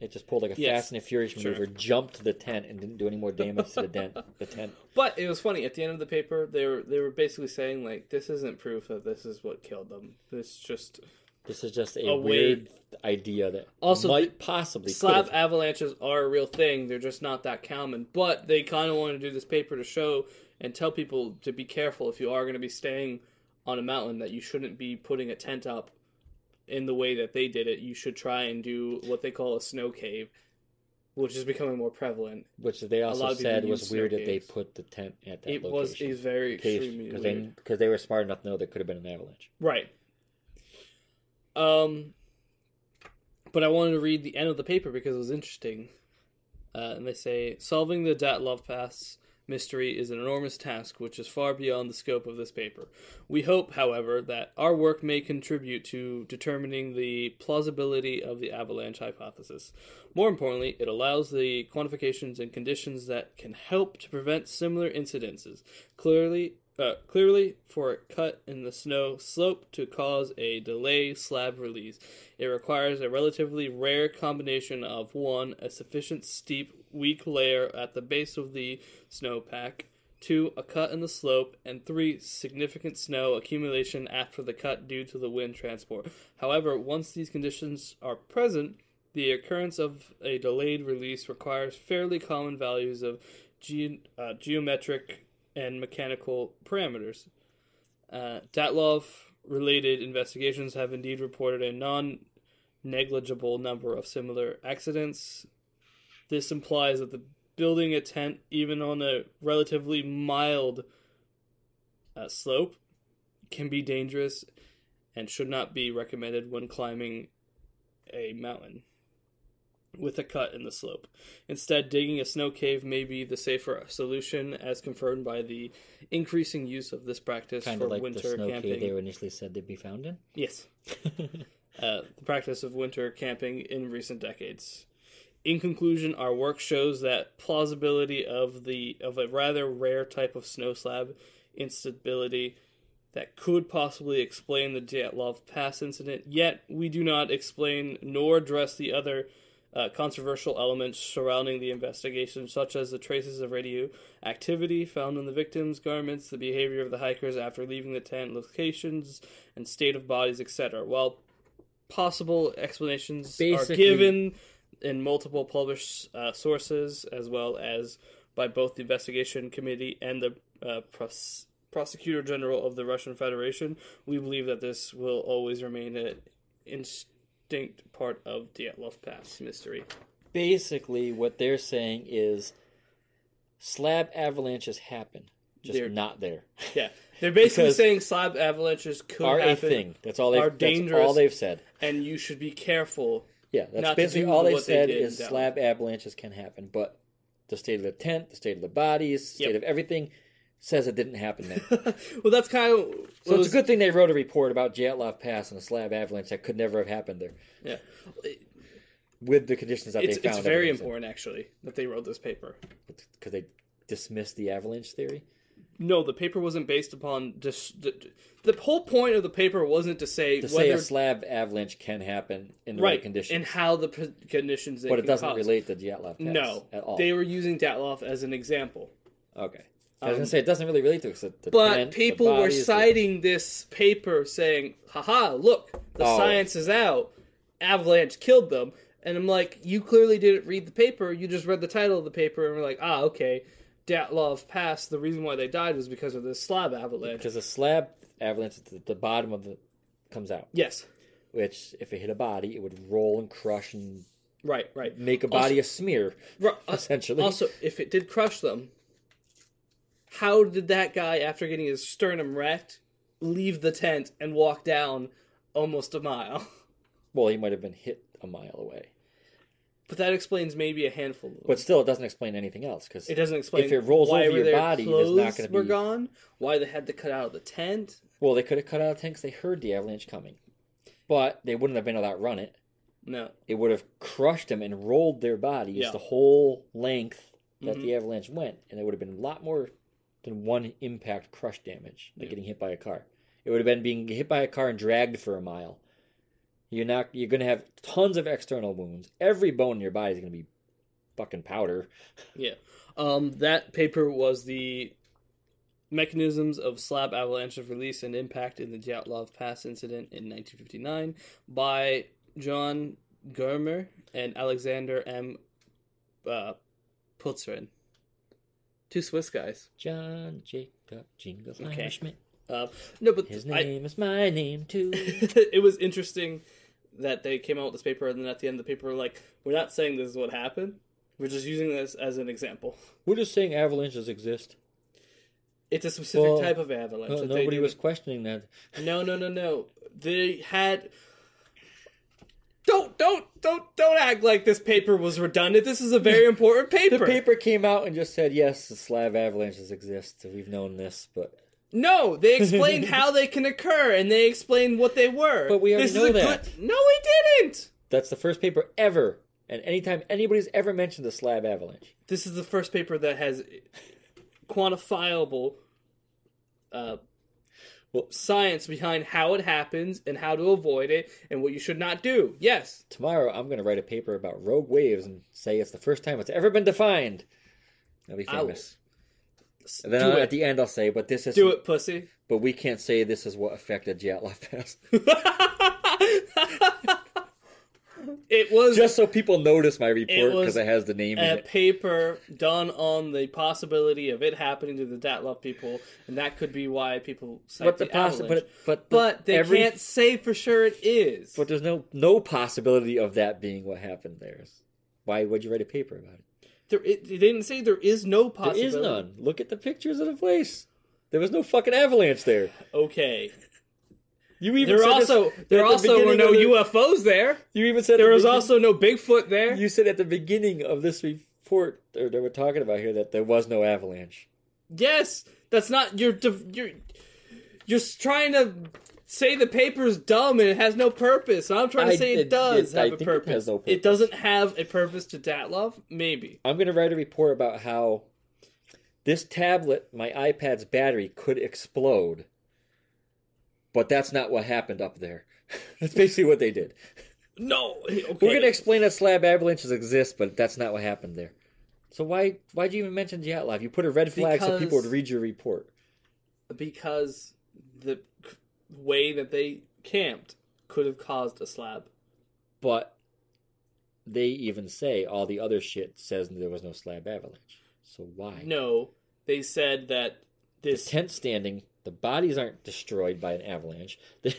Speaker 2: It just pulled like a
Speaker 1: Yes,
Speaker 2: Fast and the Furious
Speaker 1: sure.
Speaker 2: maneuver, jumped the tent, and didn't do any more damage to the tent. The tent.
Speaker 1: But it was funny at the end of the paper. They were they were basically saying like this isn't proof that this is what killed them. This just
Speaker 2: This is just a
Speaker 1: A way-
Speaker 2: weird idea that
Speaker 1: Also,
Speaker 2: also might possibly
Speaker 1: Slab
Speaker 2: could've-
Speaker 1: avalanches are a real thing. They're just not that common. But they kind of want to do this paper to show and tell people to be careful if you are going to be staying on a mountain that you shouldn't be putting a tent up in the way that they did it. You should try and do what they call a snow cave, which is becoming more prevalent.
Speaker 2: which they
Speaker 1: lot
Speaker 2: also
Speaker 1: of people
Speaker 2: said was
Speaker 1: use
Speaker 2: weird that they
Speaker 1: staircase.
Speaker 2: put the tent at that
Speaker 1: it was
Speaker 2: location.
Speaker 1: is very extremely
Speaker 2: because
Speaker 1: weird.
Speaker 2: they because they were smart enough to know there could have been an avalanche.
Speaker 1: Right. Um, but I wanted to read the end of the paper because it was interesting. Uh, and they say solving the Datlov Pass mystery is an enormous task which is far beyond the scope of this paper. We hope, however, that our work may contribute to determining the plausibility of the avalanche hypothesis. More importantly, it allows the quantifications and conditions that can help to prevent similar incidences. Clearly, uh, clearly for a cut in the snow slope to cause a delay slab release. It requires a relatively rare combination of one, a sufficient steep, weak layer at the base of the snowpack, two, a cut in the slope, and three, significant snow accumulation after the cut due to the wind transport. However, once these conditions are present, the occurrence of a delayed release requires fairly common values of ge- uh, geometric and mechanical parameters. Uh, Datlov related investigations have indeed reported a non negligible number of similar accidents. This implies that the building a tent, even on a relatively mild uh, slope, can be dangerous and should not be recommended when climbing a mountain with a cut in the slope. Instead, digging a snow cave may be the safer solution, as confirmed by the increasing use of this practice
Speaker 2: Kind
Speaker 1: for
Speaker 2: of like the
Speaker 1: winter
Speaker 2: snow
Speaker 1: camping.
Speaker 2: cave they were initially said they'd be found in.
Speaker 1: Yes. uh, the practice of winter camping in recent decades. In conclusion, our work shows that plausibility of the of a rather rare type of snow slab instability that could possibly explain the Dyatlov Pass incident, yet we do not explain nor address the other uh, controversial elements surrounding the investigation, such as the traces of radioactivity found in the victims' garments, the behavior of the hikers after leaving the tent, locations and state of bodies, etc. While possible explanations
Speaker 2: Basically-
Speaker 1: are given in multiple published uh, sources, as well as by both the investigation committee and the uh, pros- prosecutor general of the Russian Federation, we believe that this will always remain an instinct part of Dyatlov Pass mystery.
Speaker 2: Basically, what they're saying is slab avalanches happen, just
Speaker 1: They're-
Speaker 2: not there.
Speaker 1: Yeah, they're basically
Speaker 2: Because-
Speaker 1: saying slab avalanches could
Speaker 2: Are a
Speaker 1: happen,
Speaker 2: thing. That's all they've.
Speaker 1: are
Speaker 2: That's all
Speaker 1: dangerous.
Speaker 2: they've said.
Speaker 1: and you should be careful.
Speaker 2: Yeah, that's
Speaker 1: Not to
Speaker 2: basically
Speaker 1: do
Speaker 2: all they
Speaker 1: what they
Speaker 2: said
Speaker 1: did
Speaker 2: is
Speaker 1: down.
Speaker 2: slab avalanches can happen, but the state of the tent, the state of the bodies, the state
Speaker 1: Yep.
Speaker 2: of everything says it didn't happen there. so
Speaker 1: well, that's kind of
Speaker 2: it's a good thing they wrote a report about Jatlov Pass and the slab avalanche that could never have happened there
Speaker 1: Yeah,
Speaker 2: with the conditions that
Speaker 1: it's,
Speaker 2: they found.
Speaker 1: it's very important actually that they wrote this paper.
Speaker 2: because they dismissed the avalanche theory.
Speaker 1: No, the paper wasn't based upon just the, the whole point of the paper wasn't to say
Speaker 2: To say
Speaker 1: whether
Speaker 2: a slab avalanche can happen in the right
Speaker 1: right
Speaker 2: conditions,
Speaker 1: and how the p- conditions. They
Speaker 2: but it
Speaker 1: can
Speaker 2: doesn't
Speaker 1: cause.
Speaker 2: relate to Jatlov Pass
Speaker 1: No,
Speaker 2: at all.
Speaker 1: they were using Datloff as an example,
Speaker 2: Okay, I was gonna say it doesn't really relate to it. 'cause the- the
Speaker 1: um, but
Speaker 2: tent, the
Speaker 1: people were
Speaker 2: bodies, the-
Speaker 1: citing this paper saying, "Haha, look, the
Speaker 2: Oh.
Speaker 1: science is out. Avalanche killed them." And I'm like, "You clearly didn't read the paper. You just read the title of the paper and were like, ah, okay." Datlov passed. The reason why they died was because of this slab avalanche.
Speaker 2: because the slab avalanche at the- the bottom of the comes out,
Speaker 1: Yes,
Speaker 2: which if it hit a body, it would roll and crush and
Speaker 1: right, right.
Speaker 2: make a body a smear.
Speaker 1: Ru- uh,
Speaker 2: Essentially.
Speaker 1: Also, if it did crush them, how did that guy, after getting his sternum wrecked, leave the tent and walk down almost a mile?
Speaker 2: Well, he might have been hit a mile away,
Speaker 1: But that explains maybe a handful. Of them.
Speaker 2: but still, it doesn't explain anything else because
Speaker 1: It doesn't explain
Speaker 2: if it rolls
Speaker 1: why
Speaker 2: over
Speaker 1: were
Speaker 2: your
Speaker 1: their
Speaker 2: body, there's not
Speaker 1: clothes
Speaker 2: gonna
Speaker 1: were
Speaker 2: be-
Speaker 1: gone. Why they had to cut out of the tent?
Speaker 2: well, they could have cut out the tanks. They heard the avalanche coming, but they wouldn't have been able to outrun it.
Speaker 1: No,
Speaker 2: It would have crushed them and rolled their bodies
Speaker 1: Yeah. Mm-hmm.
Speaker 2: the whole length that the avalanche went, and there would have been a lot more than one impact crush damage, like getting hit by a car. It would have been being hit by a car and dragged for a mile. You're not. You're gonna have tons of external wounds. Every bone in your body is gonna be fucking powder.
Speaker 1: yeah. Um, that paper was the mechanisms of slab avalanche of release and impact in the Dyatlov Pass incident in 1959 by John Germer and Alexander M. Uh, Pultzrin. Two Swiss guys.
Speaker 2: John Jacob Jingleheimer
Speaker 1: Okay.
Speaker 2: Schmidt.
Speaker 1: Uh, no, but
Speaker 2: His
Speaker 1: I,
Speaker 2: name is my name too.
Speaker 1: it was interesting that they came out with this paper and then at the end of the paper were like we're not saying this is what happened we're just using this as an example
Speaker 2: We're just saying avalanches exist.
Speaker 1: it's a specific
Speaker 2: Well,
Speaker 1: type of avalanche
Speaker 2: No,
Speaker 1: that they
Speaker 2: nobody
Speaker 1: do.
Speaker 2: was questioning that.
Speaker 1: no no no no they had don't don't don't don't act like this paper was redundant this is a very important paper,
Speaker 2: The paper came out and just said, yes, the Slav avalanches exist. We've known this, but
Speaker 1: no they explained how they can occur and they explained what they were
Speaker 2: But we already
Speaker 1: this
Speaker 2: know
Speaker 1: is a
Speaker 2: that.
Speaker 1: good no we didn't
Speaker 2: that's the first paper ever. And anytime anybody's ever mentioned the Slav avalanche,
Speaker 1: this is the first paper that has quantifiable uh,
Speaker 2: Well-
Speaker 1: science behind how it happens and how to avoid it and what you should not do. Yes,
Speaker 2: tomorrow I'm going to write a paper about rogue waves and say it's the first time it's ever been defined. I'll be
Speaker 1: I will.
Speaker 2: famous. And then
Speaker 1: do
Speaker 2: I'll-
Speaker 1: it.
Speaker 2: at the end, I'll say, but this is.
Speaker 1: do it, pussy.
Speaker 2: But we can't say this is what affected Jatlov Pass.
Speaker 1: it was
Speaker 2: just so people notice my report
Speaker 1: It was
Speaker 2: because it has the name in
Speaker 1: a
Speaker 2: it.
Speaker 1: paper done on the possibility of it happening to the Datlov people, and that could be why people cite
Speaker 2: But
Speaker 1: the,
Speaker 2: the possi-
Speaker 1: avalanche.
Speaker 2: but but
Speaker 1: But they
Speaker 2: every-
Speaker 1: can't say for sure it is.
Speaker 2: But there's no no possibility of that being what happened there. Why would you write a paper about it?
Speaker 1: There, it, they didn't say there is no
Speaker 2: There
Speaker 1: possibility.
Speaker 2: is none. Look at the pictures of the place. There was no fucking avalanche there.
Speaker 1: Okay.
Speaker 2: You even
Speaker 1: There
Speaker 2: said this
Speaker 1: also
Speaker 2: at
Speaker 1: there
Speaker 2: the
Speaker 1: also were
Speaker 2: beginning
Speaker 1: no
Speaker 2: of the-
Speaker 1: UFOs there.
Speaker 2: You even said at
Speaker 1: There
Speaker 2: the
Speaker 1: was
Speaker 2: begin-
Speaker 1: also no Bigfoot there.
Speaker 2: you said at the beginning of this report or that we're talking about here that there was no avalanche.
Speaker 1: yes, that's not you're def- you're you're s- trying to say the paper's dumb and it has no purpose. And I'm trying to
Speaker 2: I-
Speaker 1: say it,
Speaker 2: it-
Speaker 1: does
Speaker 2: it- I
Speaker 1: have a
Speaker 2: think it
Speaker 1: purpose.
Speaker 2: has no
Speaker 1: It
Speaker 2: purpose.
Speaker 1: doesn't have a purpose to Datlov, maybe.
Speaker 2: I'm gonna write a report about how this tablet, my iPad's battery, could explode. But that's not what happened up there. that's basically what they did.
Speaker 1: No. Okay.
Speaker 2: We're gonna explain that slab avalanches exist, but that's not what happened there. So why why'd you even mention Yacht Life? You put a red flag so people
Speaker 1: Because-
Speaker 2: would read your report.
Speaker 1: because the c- way that they camped could have caused a slab.
Speaker 2: But they even say all the other shit says there was no slab avalanche. So why?
Speaker 1: No, they said that
Speaker 2: The
Speaker 1: this
Speaker 2: tent standing, the bodies aren't destroyed by an avalanche. The-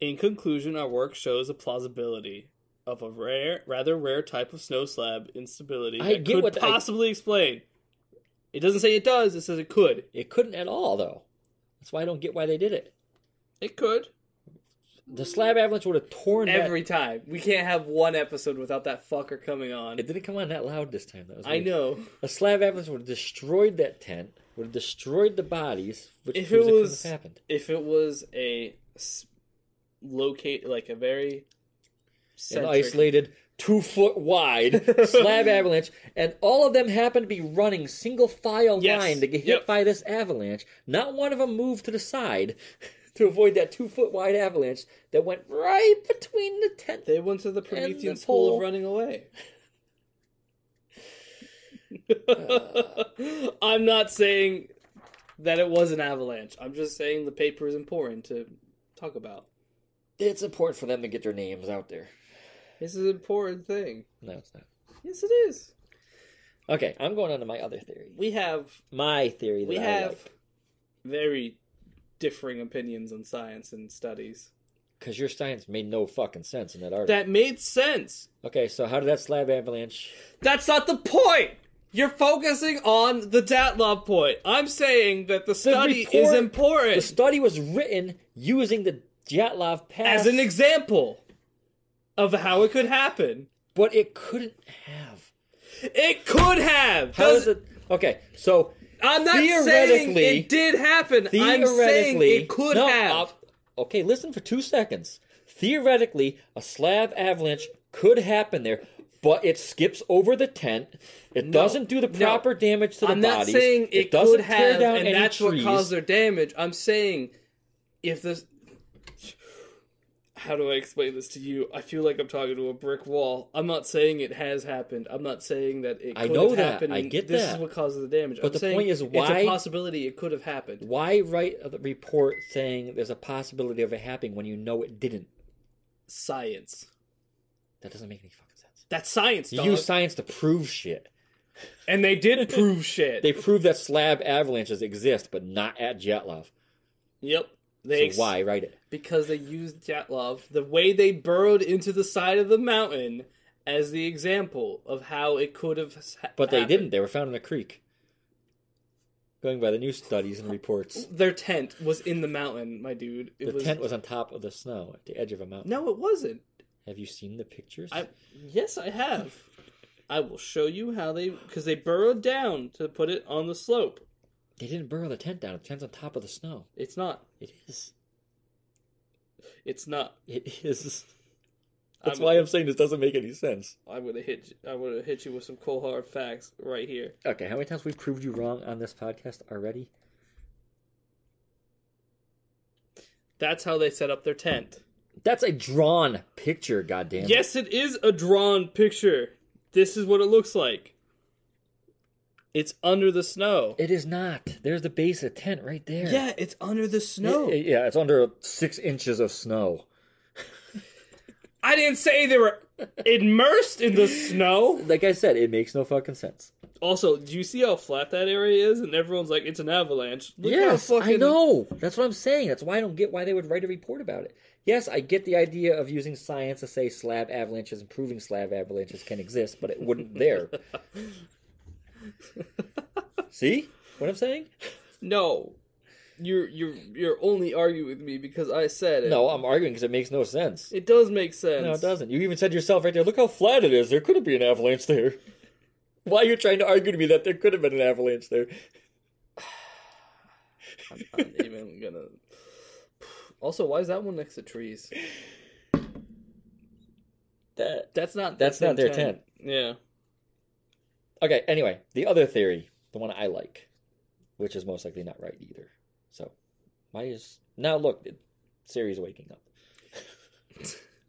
Speaker 1: In conclusion, our work shows the plausibility of a rare, rather rare type of snow slab instability
Speaker 2: I
Speaker 1: that
Speaker 2: get
Speaker 1: could
Speaker 2: what the- I-
Speaker 1: possibly explain. It doesn't say it does. It says it could.
Speaker 2: it couldn't at all though. That's why I don't get why they did it.
Speaker 1: It could.
Speaker 2: The slab avalanche would have torn that-
Speaker 1: Every time. We can't have one episode without that fucker coming on.
Speaker 2: It didn't come on that loud this time. That was
Speaker 1: I
Speaker 2: weird.
Speaker 1: know.
Speaker 2: A slab avalanche would have destroyed that tent, would have destroyed the bodies, which
Speaker 1: If
Speaker 2: proves
Speaker 1: it
Speaker 2: it couldn't
Speaker 1: was-
Speaker 2: have happened.
Speaker 1: If it was a s- locate, like a very
Speaker 2: An
Speaker 1: centric,
Speaker 2: isolated, two foot wide slab avalanche, and all of them happened to be running single file
Speaker 1: Yes.
Speaker 2: line to get hit
Speaker 1: Yep.
Speaker 2: by this avalanche. Not one of them moved to the side to avoid that two foot wide avalanche that went right between the tent.
Speaker 1: they went to the
Speaker 2: the
Speaker 1: Promethean school
Speaker 2: pole.
Speaker 1: of running away. I'm not saying that it was an avalanche. I'm just saying the paper is important to talk about.
Speaker 2: It's important for them to get their names out there.
Speaker 1: This is an important thing.
Speaker 2: No, it's not.
Speaker 1: Yes, it is.
Speaker 2: Okay, I'm going on to my other theory.
Speaker 1: We have
Speaker 2: My theory that
Speaker 1: we
Speaker 2: I
Speaker 1: have
Speaker 2: like.
Speaker 1: very differing opinions on science and studies.
Speaker 2: Because your science made no fucking sense in that article.
Speaker 1: That made sense.
Speaker 2: Okay, so how did that slab avalanche?
Speaker 1: That's not the point. You're focusing on the Datlob point. I'm saying that the study is
Speaker 2: report-
Speaker 1: important
Speaker 2: The study was written using the Jatlov pass,
Speaker 1: as an example of how it could happen.
Speaker 2: but it couldn't have.
Speaker 1: It could have.
Speaker 2: How is
Speaker 1: Does-
Speaker 2: it? Okay, so
Speaker 1: I'm not saying
Speaker 2: Theoretically-
Speaker 1: it did happen. I'm saying
Speaker 2: theoretically,
Speaker 1: it could
Speaker 2: No,
Speaker 1: have.
Speaker 2: uh, okay, listen for two seconds. Theoretically, a slab avalanche could happen there, but it skips over the tent. It doesn't do the
Speaker 1: no.
Speaker 2: proper damage to the
Speaker 1: I'm
Speaker 2: bodies.
Speaker 1: not saying it,
Speaker 2: doesn't
Speaker 1: could
Speaker 2: tear
Speaker 1: have,
Speaker 2: down
Speaker 1: and
Speaker 2: any
Speaker 1: that's
Speaker 2: trees.
Speaker 1: what caused their damage. I'm saying if this. How do I explain this to you? I feel like I'm talking to a brick wall. I'm not saying it has happened. I'm not saying that it could
Speaker 2: I know
Speaker 1: have
Speaker 2: that.
Speaker 1: happened.
Speaker 2: I
Speaker 1: and
Speaker 2: get
Speaker 1: this
Speaker 2: that.
Speaker 1: is what causes the damage.
Speaker 2: But
Speaker 1: I'm
Speaker 2: the
Speaker 1: saying
Speaker 2: point is why-
Speaker 1: it's a possibility it could have happened.
Speaker 2: Why write a report saying there's a possibility of it happening when you know it didn't?
Speaker 1: Science.
Speaker 2: That doesn't make any fucking sense.
Speaker 1: That's science,
Speaker 2: You
Speaker 1: dog.
Speaker 2: use science to prove shit.
Speaker 1: and they did prove shit.
Speaker 2: They prove that slab avalanches exist, but not at Jetlov.
Speaker 1: yep.
Speaker 2: So
Speaker 1: They ex-
Speaker 2: why write it?
Speaker 1: because they used Jatlov, the way they burrowed into the side of the mountain as the example of how it could have. ha-
Speaker 2: But they
Speaker 1: happened.
Speaker 2: didn't. They were found in a creek. Going by the new studies and reports,
Speaker 1: Their tent was in the mountain, my dude. It
Speaker 2: the
Speaker 1: was...
Speaker 2: tent was on top of the snow at the edge of a mountain.
Speaker 1: No, it wasn't.
Speaker 2: Have you seen the pictures?
Speaker 1: I yes, I have. I will show you how they because they burrowed down to put it on the slope.
Speaker 2: They didn't burrow the tent down. The tent's on top of the snow.
Speaker 1: It's not.
Speaker 2: It is.
Speaker 1: It's not.
Speaker 2: It is. That's
Speaker 1: I'm-
Speaker 2: why I'm saying this doesn't make any sense.
Speaker 1: I would have hit. You, I would have hit you with some cold hard facts right here.
Speaker 2: Okay, how many times we've proved you wrong on this podcast already?
Speaker 1: That's how they set up their tent.
Speaker 2: That's a drawn picture, goddamn.
Speaker 1: Yes, it is a drawn picture. This is what it looks like. It's under the snow.
Speaker 2: It is not. There's the base of the tent right there.
Speaker 1: Yeah, it's under the snow.
Speaker 2: Y- Yeah, it's under six inches of snow.
Speaker 1: I didn't say they were immersed in the snow.
Speaker 2: Like I said, it makes no fucking sense.
Speaker 1: Also, do you see how flat that area is? And everyone's like, it's an avalanche. Look how
Speaker 2: yes, I
Speaker 1: fucking-
Speaker 2: know. That's what I'm saying. That's why I don't get why they would write a report about it. Yes, I get the idea of using science to say slab avalanches and proving slab avalanches can exist, but it wouldn't there. See what I'm saying?
Speaker 1: No. You're you're you're only arguing with me because I said it.
Speaker 2: No, I'm arguing because it makes no sense.
Speaker 1: It does make sense.
Speaker 2: No, it doesn't. You even said yourself right there, look how flat it is. There couldn't be an avalanche there. Why are you trying to argue to me that there could have been an avalanche there?
Speaker 1: I'm not even gonna Also, why is that one next to trees?
Speaker 2: That
Speaker 1: That's not
Speaker 2: That's not their tent.
Speaker 1: Yeah.
Speaker 2: Okay, anyway, the other theory, the one I like, which is most likely not right either. So, why is now look, it- Siri's waking up.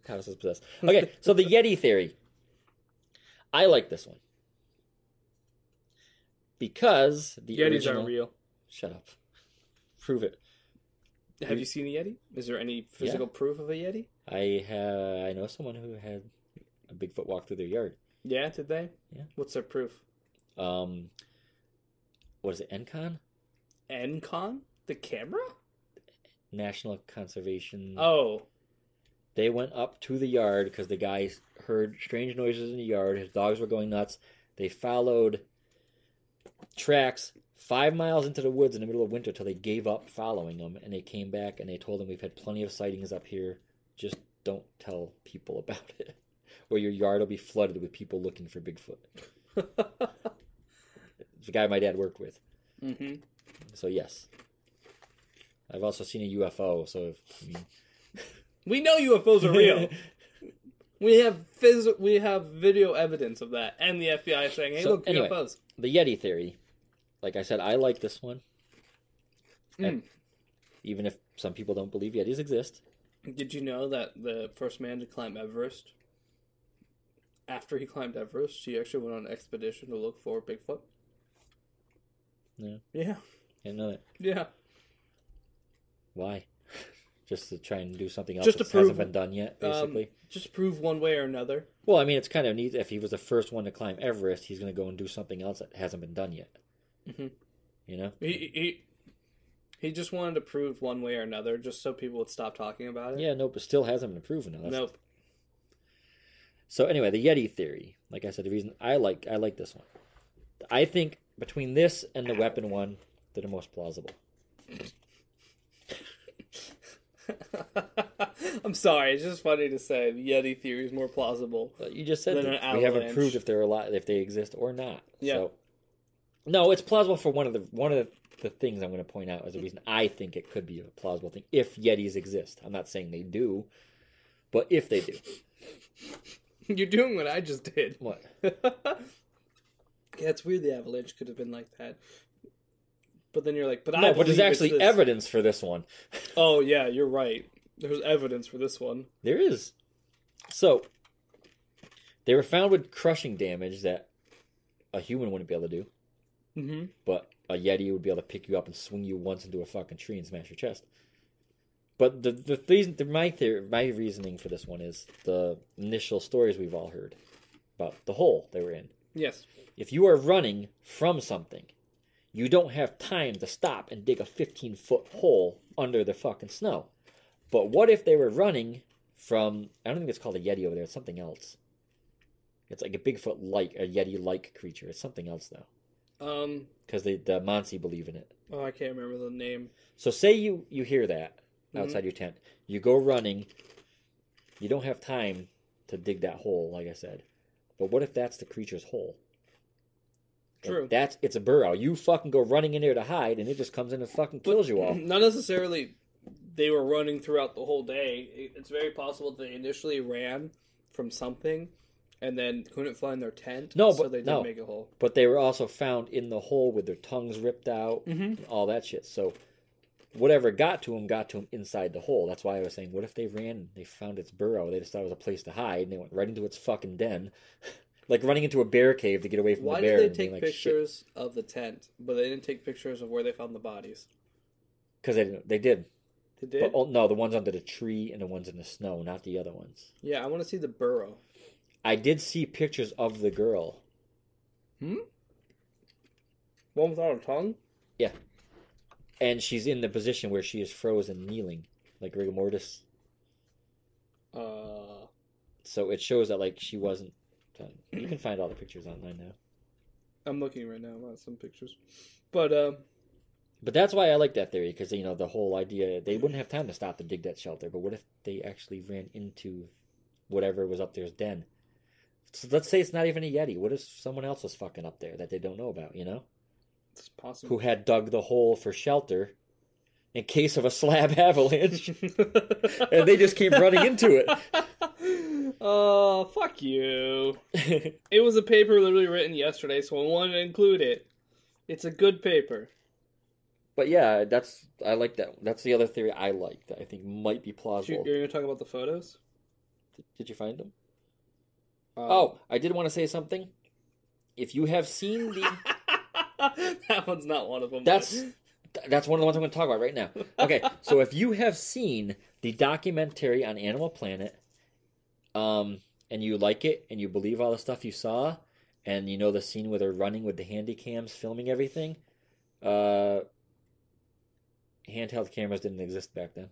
Speaker 2: Thomas is possessed. Okay, so the Yeti theory. I like this one because the
Speaker 1: Yetis
Speaker 2: original.
Speaker 1: aren't real.
Speaker 2: Shut up. Prove it.
Speaker 1: Have you seen a Yeti? Is there any physical proof of a Yeti?
Speaker 2: I ha- I know someone who had a Bigfoot walk through their yard.
Speaker 1: Yeah, did they?
Speaker 2: Yeah.
Speaker 1: What's their proof?
Speaker 2: Um, what is it? Encon
Speaker 1: Encon? The camera?
Speaker 2: National Conservation.
Speaker 1: Oh.
Speaker 2: They went up to the yard because the guy heard strange noises in the yard. His dogs were going nuts. They followed tracks five miles into the woods in the middle of winter till they gave up following them, and they came back and they told him, "We've had plenty of sightings up here. Just don't tell people about it, or your yard will be flooded with people looking for Bigfoot." It's the guy my dad worked with.
Speaker 1: hmm
Speaker 2: So yes, I've also seen a UFO. So if, I mean,
Speaker 1: We know UFOs are real. we have phys- we have video evidence of that, and the FBI saying, "Hey,
Speaker 2: So,
Speaker 1: look,
Speaker 2: anyway.
Speaker 1: UFOs."
Speaker 2: the Yeti theory, like I said, I like this one.
Speaker 1: Hmm.
Speaker 2: And even if some people don't believe Yetis exist,
Speaker 1: Did you know that the first man to climb Everest, after he climbed Everest, he actually went on an expedition to look for Bigfoot?
Speaker 2: No.
Speaker 1: Yeah.
Speaker 2: I know that.
Speaker 1: Yeah.
Speaker 2: Why? Just to try and do something else
Speaker 1: Just
Speaker 2: that
Speaker 1: to
Speaker 2: hasn't
Speaker 1: prove-
Speaker 2: been done yet,
Speaker 1: Um,
Speaker 2: basically.
Speaker 1: just prove one way or another.
Speaker 2: well, I mean, it's kind of neat. If he was the first one to climb Everest, he's going to go and do something else that hasn't been done yet.
Speaker 1: Mhm.
Speaker 2: You know?
Speaker 1: He he he just wanted to prove one way or another, just so people would stop talking about it.
Speaker 2: Yeah, nope. It still hasn't been proven enough.
Speaker 1: Nope.
Speaker 2: So anyway, the Yeti theory. Like I said, the reason I like I like this one. I think between this and the weapon one, they're the most plausible.
Speaker 1: I'm sorry. It's just funny to say the Yeti theory is more plausible.
Speaker 2: But you just said
Speaker 1: Then
Speaker 2: that
Speaker 1: an
Speaker 2: we haven't
Speaker 1: avalanche.
Speaker 2: proved if they're alive, if they exist or not.
Speaker 1: Yeah.
Speaker 2: So, no, it's plausible for one of the one of the things I'm going to point out as the reason I think it could be a plausible thing if Yetis exist. I'm not saying they do, but if they do,
Speaker 1: You're doing what I just did.
Speaker 2: what?
Speaker 1: yeah, it's weird the avalanche could have been like that. But then you're like, but I.
Speaker 2: No, but there's
Speaker 1: believe it's
Speaker 2: actually
Speaker 1: this.
Speaker 2: evidence for this one.
Speaker 1: Oh yeah, you're right. There's evidence for this one.
Speaker 2: There is. So they were found with crushing damage that a human wouldn't be able to do,
Speaker 1: Mm-hmm.
Speaker 2: but a yeti would be able to pick you up and swing you once into a fucking tree and smash your chest. But the the reason the, my theory, my reasoning for this one is the initial stories we've all heard about the hole they were in.
Speaker 1: Yes.
Speaker 2: If you are running from something, you don't have time to stop and dig a 15 foot hole under the fucking snow. But what if they were running from, I don't think it's called a Yeti over there, it's something else. It's like a Bigfoot like, a Yeti like creature. It's something else though,
Speaker 1: Um.
Speaker 2: because the Monsi believe in it.
Speaker 1: Oh, I can't remember the name.
Speaker 2: So say you, you hear that outside your tent, you go running, you don't have time to dig that hole, like I said. But what if that's the creature's hole? Like,
Speaker 1: True.
Speaker 2: That's it's a burrow. You fucking go running in there to hide, and it just comes in and fucking kills you all.
Speaker 1: Not necessarily they were running throughout the whole day. It- It's very possible they initially ran from something and then couldn't find their tent.
Speaker 2: No,
Speaker 1: so
Speaker 2: but-
Speaker 1: they did
Speaker 2: no.
Speaker 1: make a hole.
Speaker 2: But they were also found in the hole with their tongues ripped out,
Speaker 1: Mhm.
Speaker 2: and all that shit. So whatever got to them got to them inside the hole. That's why I was saying, what if they ran? and They found its burrow. They just thought it was a place to hide, and they went right into its fucking den, like running into a bear cave to get away from
Speaker 1: Why
Speaker 2: the bear.
Speaker 1: did they
Speaker 2: and being
Speaker 1: take
Speaker 2: like,
Speaker 1: pictures of the tent, but they didn't take pictures of where they found the bodies?
Speaker 2: Because they didn't. They did.
Speaker 1: They
Speaker 2: But
Speaker 1: did.
Speaker 2: oh, no, the ones under the tree and the ones in the snow, not the other ones.
Speaker 1: yeah, I want to see the burrow.
Speaker 2: I did see pictures of the girl.
Speaker 1: One without a tongue.
Speaker 2: and she's in the position where she is frozen kneeling like rigor mortis
Speaker 1: Uh,
Speaker 2: so it shows that like she wasn't done. you can find all the pictures online now
Speaker 1: I'm looking right now at some pictures, but uh,
Speaker 2: but that's why i like that theory because you know the whole idea they wouldn't have time to stop to dig that shelter but what if they actually ran into whatever was up there's den so let's say it's not even a yeti what if someone else was fucking up there that they don't know about you know
Speaker 1: it's possible.
Speaker 2: who had dug the hole for shelter in case of a slab avalanche and they just came running into it
Speaker 1: Oh, fuck you. it was a paper literally written yesterday, so I wanted to include it. It's a good paper.
Speaker 2: But yeah, that's I like that. That's the other theory I like that I think might be
Speaker 1: Shoot,
Speaker 2: plausible.
Speaker 1: you're gonna talk about the photos.
Speaker 2: Did- Did you find them?
Speaker 1: Um,
Speaker 2: Oh, I did want to say something. If you have seen the
Speaker 1: that one's not one of them.
Speaker 2: That's th- that's one of the ones I'm going to talk about right now. Okay, so if you have seen the documentary on Animal Planet, um, and you like it and you believe all the stuff you saw, and you know the scene where they're running with the handy cams filming everything, uh, handheld cameras didn't exist back then.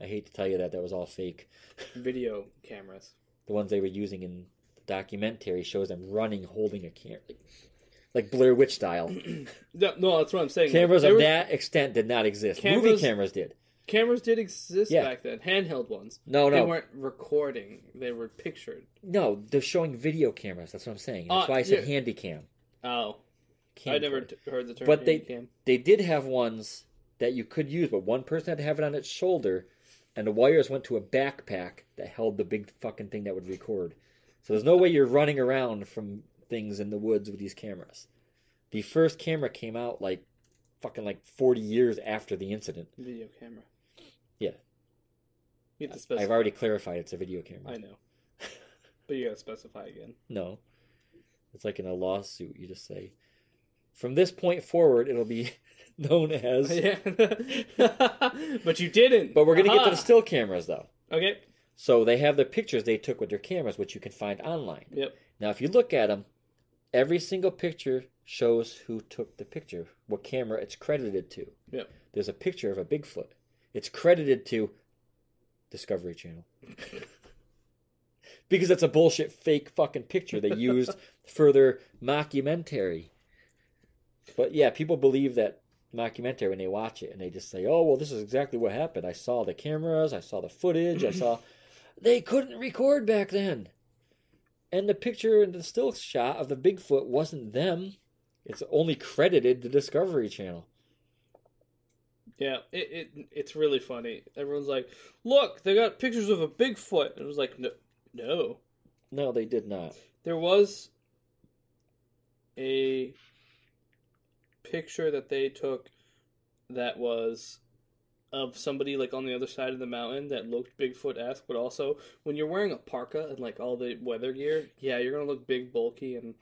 Speaker 2: I hate to tell you that that was all fake.
Speaker 1: video cameras.
Speaker 2: The ones they were using in the documentary shows them running, holding a camera, like, like Blair Witch style.
Speaker 1: No, no, that's what I'm saying.
Speaker 2: Cameras
Speaker 1: There
Speaker 2: of
Speaker 1: was-
Speaker 2: that extent did not exist.
Speaker 1: Cameras-
Speaker 2: Movie cameras did.
Speaker 1: Cameras did exist
Speaker 2: Yeah. Oh,
Speaker 1: back then, handheld ones.
Speaker 2: No,
Speaker 1: They
Speaker 2: no,
Speaker 1: weren't recording; they were pictured.
Speaker 2: no. They're showing video cameras. That's what I'm saying. That's
Speaker 1: Uh,
Speaker 2: why I said
Speaker 1: yeah.
Speaker 2: handy cam.
Speaker 1: Oh,
Speaker 2: Cam
Speaker 1: I never
Speaker 2: cam.
Speaker 1: t- heard the term.
Speaker 2: But they-
Speaker 1: cam.
Speaker 2: They did have ones that you could use, but one person had to have it on its shoulder, and the wires went to a backpack that held the big fucking thing that would record. So there's no way you're running around from things in the woods with these cameras. The first camera came out like fucking like 40 years after the incident.
Speaker 1: video camera.
Speaker 2: Yeah.
Speaker 1: You have to specify.
Speaker 2: I've already clarified it's a video camera.
Speaker 1: I know, but you gotta specify again.
Speaker 2: No. It's like in a lawsuit. You just say, from this point forward, it'll be known as.
Speaker 1: yeah, but you didn't.
Speaker 2: But we're going to get to
Speaker 1: Aha!
Speaker 2: the still cameras, though.
Speaker 1: Okay.
Speaker 2: So they have the pictures they took with their cameras, which you can find online.
Speaker 1: Yep.
Speaker 2: Now, if you look at them, every single picture shows who took the picture, what camera it's credited to.
Speaker 1: Yep.
Speaker 2: There's a picture of a Bigfoot. It's credited to Discovery Channel. because that's a bullshit fake fucking picture they used for their mockumentary. But yeah, people believe that mockumentary when they watch it and they just say, "Oh, well, this is exactly what happened. I saw the cameras, I saw the footage, I saw they couldn't record back then." And the picture and the still shot of the Bigfoot wasn't them. It's only credited to Discovery Channel.
Speaker 1: Yeah, it, it it's really funny. Everyone's like, "Look, they got pictures of a Bigfoot," and it was like, "No, no,
Speaker 2: No, they did not.
Speaker 1: there was a picture that they took that was of somebody like on the other side of the mountain that looked Bigfoot esque, but also when you're wearing a parka and like all the weather gear, yeah, you're gonna look big, bulky, and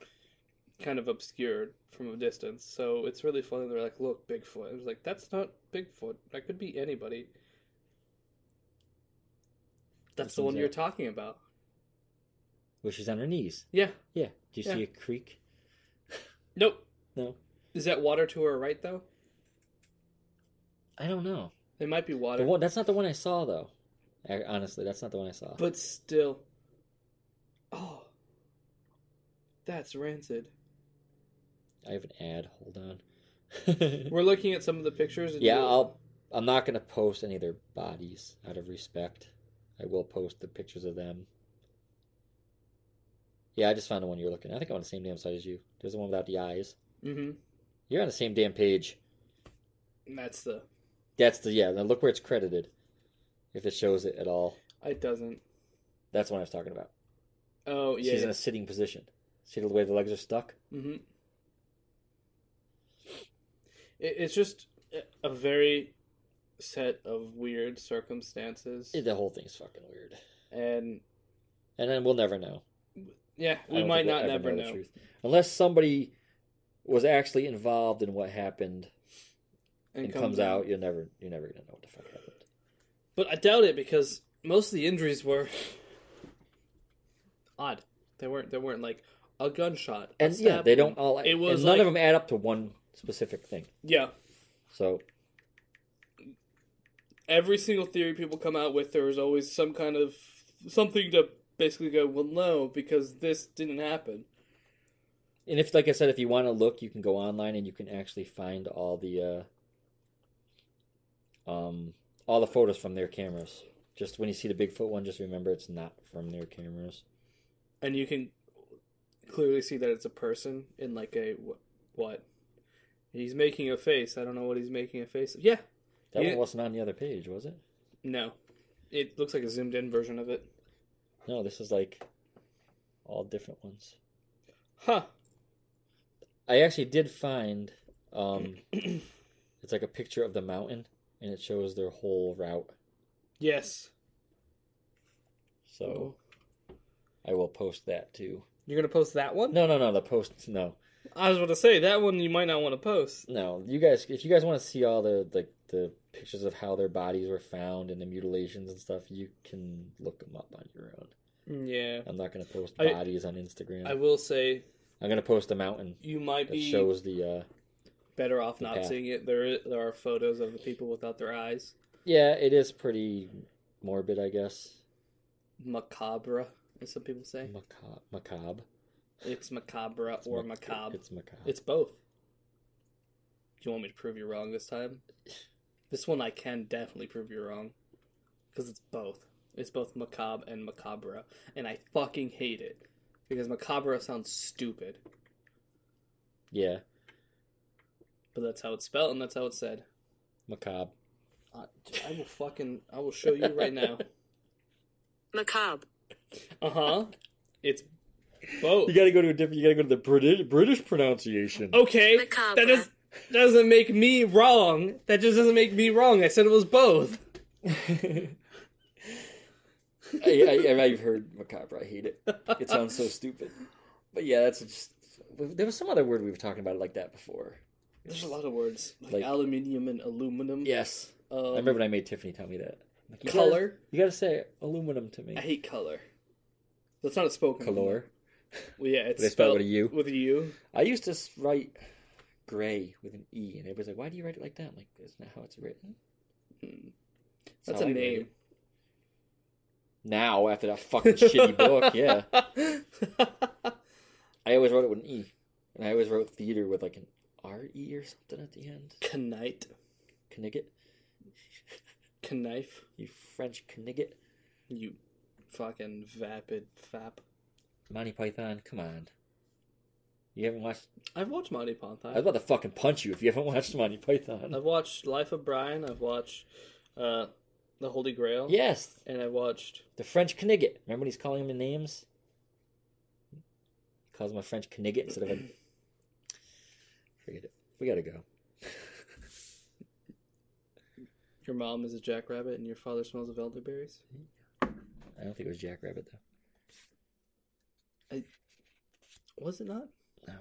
Speaker 1: kind of obscured from a distance. So it's really funny. They're like, "Look, Bigfoot." I was like, "That's not Bigfoot. That could be anybody." That's the
Speaker 2: That
Speaker 1: one
Speaker 2: seems
Speaker 1: you're
Speaker 2: out.
Speaker 1: talking about.
Speaker 2: Well, she's on her knees.
Speaker 1: Yeah.
Speaker 2: Yeah. Do you see
Speaker 1: Yeah.
Speaker 2: a creek?
Speaker 1: Nope.
Speaker 2: No.
Speaker 1: Is that water to her right though?
Speaker 2: I don't know.
Speaker 1: It might be
Speaker 2: The
Speaker 1: water,
Speaker 2: one that's not the one I saw though. I, honestly, that's not the one I saw.
Speaker 1: but still. Oh, that's rancid.
Speaker 2: I have an ad. Hold on.
Speaker 1: We're looking at some of the pictures. And
Speaker 2: yeah,
Speaker 1: you-
Speaker 2: I'll. I'm not gonna post any of their bodies out of respect. I will post the pictures of them. Yeah, I just found the one you're looking. at. I think I'm on the same damn site as you. There's the one without the eyes.
Speaker 1: Mhm.
Speaker 2: You're on the same damn page.
Speaker 1: That's the.
Speaker 2: That's the yeah. Now look where it's credited. If it shows it at all,
Speaker 1: It doesn't.
Speaker 2: that's what I was talking about.
Speaker 1: Oh yeah.
Speaker 2: She's in a sitting position. See the way the legs are stuck?
Speaker 1: hmm It, it's just a- a very set of weird circumstances,
Speaker 2: The whole thing's fucking weird.
Speaker 1: and
Speaker 2: And then we'll never know.
Speaker 1: yeah,
Speaker 2: I
Speaker 1: we
Speaker 2: don't
Speaker 1: might
Speaker 2: think we'll
Speaker 1: not
Speaker 2: ever
Speaker 1: never
Speaker 2: the
Speaker 1: know.
Speaker 2: truth. Unless somebody was actually involved in what happened and, comes out, you'll never you're never gonna know what the fuck happened.
Speaker 1: But I doubt it because most of the injuries were odd. They weren't. They weren't like a gunshot. a
Speaker 2: And yeah,
Speaker 1: stab
Speaker 2: they don't
Speaker 1: wound.
Speaker 2: all
Speaker 1: It was
Speaker 2: and none
Speaker 1: like-
Speaker 2: of them add up to one specific thing.
Speaker 1: Yeah,
Speaker 2: So
Speaker 1: every single theory people come out with, there is always some kind of something to basically go. Well, no, because this didn't happen.
Speaker 2: and if like I said, if you wanna look, you can go online and you can actually find all the uh um all the photos from their cameras. Just when you see the Bigfoot one, just remember it's not from their cameras.
Speaker 1: and you can clearly see that it's a person in like a wh- what he's making a face i don't know what he's making a face of. yeah
Speaker 2: That
Speaker 1: Yeah.
Speaker 2: one wasn't on the other page, was it?
Speaker 1: no it looks like a zoomed in version of it
Speaker 2: No, this is like all different ones.
Speaker 1: huh
Speaker 2: I actually did find um It's like a picture of the mountain, and it shows their whole route.
Speaker 1: Yes.
Speaker 2: So
Speaker 1: Oh.
Speaker 2: I will post that too.
Speaker 1: You're gonna post that one?
Speaker 2: No, no, no. The post, no,
Speaker 1: I was gonna say that one you might not want to post.
Speaker 2: no. You guys, if you guys want to see all the like the pictures of how their bodies were found and the mutilations and stuff, you can look them up on your own.
Speaker 1: Yeah.
Speaker 2: I'm not going to post
Speaker 1: I-
Speaker 2: bodies on Instagram.
Speaker 1: I will say
Speaker 2: I'm going to post the mountain
Speaker 1: you might
Speaker 2: that
Speaker 1: be
Speaker 2: shows the. uh
Speaker 1: better off
Speaker 2: the
Speaker 1: not
Speaker 2: path.
Speaker 1: seeing it. There, i- there are photos of the people without their eyes.
Speaker 2: Yeah, it is pretty morbid, I guess.
Speaker 1: Macabre, as some people say.
Speaker 2: Macabre. Macabre.
Speaker 1: It's macabre or
Speaker 2: mac-
Speaker 1: macabre.
Speaker 2: It's macabre.
Speaker 1: It's both. Do you want me to prove you wrong this time? This one I can definitely prove you wrong. Because it's both. It's both macabre and macabre. And I fucking hate it. Because macabre sounds stupid.
Speaker 2: yeah,
Speaker 1: But that's how it's spelled and that's how it's said.
Speaker 2: macabre.
Speaker 1: I, I will fucking. I will show you right now.
Speaker 3: Macabre.
Speaker 1: Uh huh. It's both.
Speaker 2: You got to go to a different. You got to go to the British British pronunciation.
Speaker 1: Okay.
Speaker 3: Macabre.
Speaker 1: That does, doesn't make me wrong. That just doesn't make me wrong. I said it was both.
Speaker 2: I, I, I've heard macabre. I hate it. It sounds so stupid. But yeah, that's just. There was some other word we were talking about like that before.
Speaker 1: There's a lot of words like,
Speaker 2: Like-
Speaker 1: aluminium and aluminum.
Speaker 2: Yes,
Speaker 1: Um,
Speaker 2: I remember when I made Tiffany tell me that. Like, you gotta-
Speaker 1: color.
Speaker 2: you gotta say aluminum to me.
Speaker 1: I hate color. That's not a spoken. word.
Speaker 2: Color.
Speaker 1: Well, yeah, it's
Speaker 2: They spell it
Speaker 1: spelled
Speaker 2: with a U.
Speaker 1: With a U.
Speaker 2: I used to s- write gray with an E, and everybody's like, "Why do you write it like that?" I'm like, "Isn't that how it's written?"
Speaker 1: Hmm.
Speaker 2: It's
Speaker 1: That's
Speaker 2: how
Speaker 1: a
Speaker 2: I write
Speaker 1: name.
Speaker 2: it. Now, after that fucking shitty book, yeah, I always wrote it with an E, and I always wrote theater with like an R E or something at the end.
Speaker 1: Knite.
Speaker 2: Knigget,
Speaker 1: Knife.
Speaker 2: you French knigget,
Speaker 1: You fucking vapid fap.
Speaker 2: Monty Python. Come on, you haven't watched.
Speaker 1: I've watched Monty
Speaker 2: I was
Speaker 1: Python.
Speaker 2: about to fucking punch you if you haven't watched Monty Python.
Speaker 1: I've watched Life of Brian. I've watched uh, The Holy Grail.
Speaker 2: Yes,
Speaker 1: And I watched.
Speaker 2: the French knigget. Remember when he's calling him the names? He calls him a French knigget instead of a. Forget it. We gotta go.
Speaker 1: Your mom is a jackrabbit and your father smells of elderberries.
Speaker 2: I don't think it was Jackrabbit though.
Speaker 1: Was it not?
Speaker 2: No.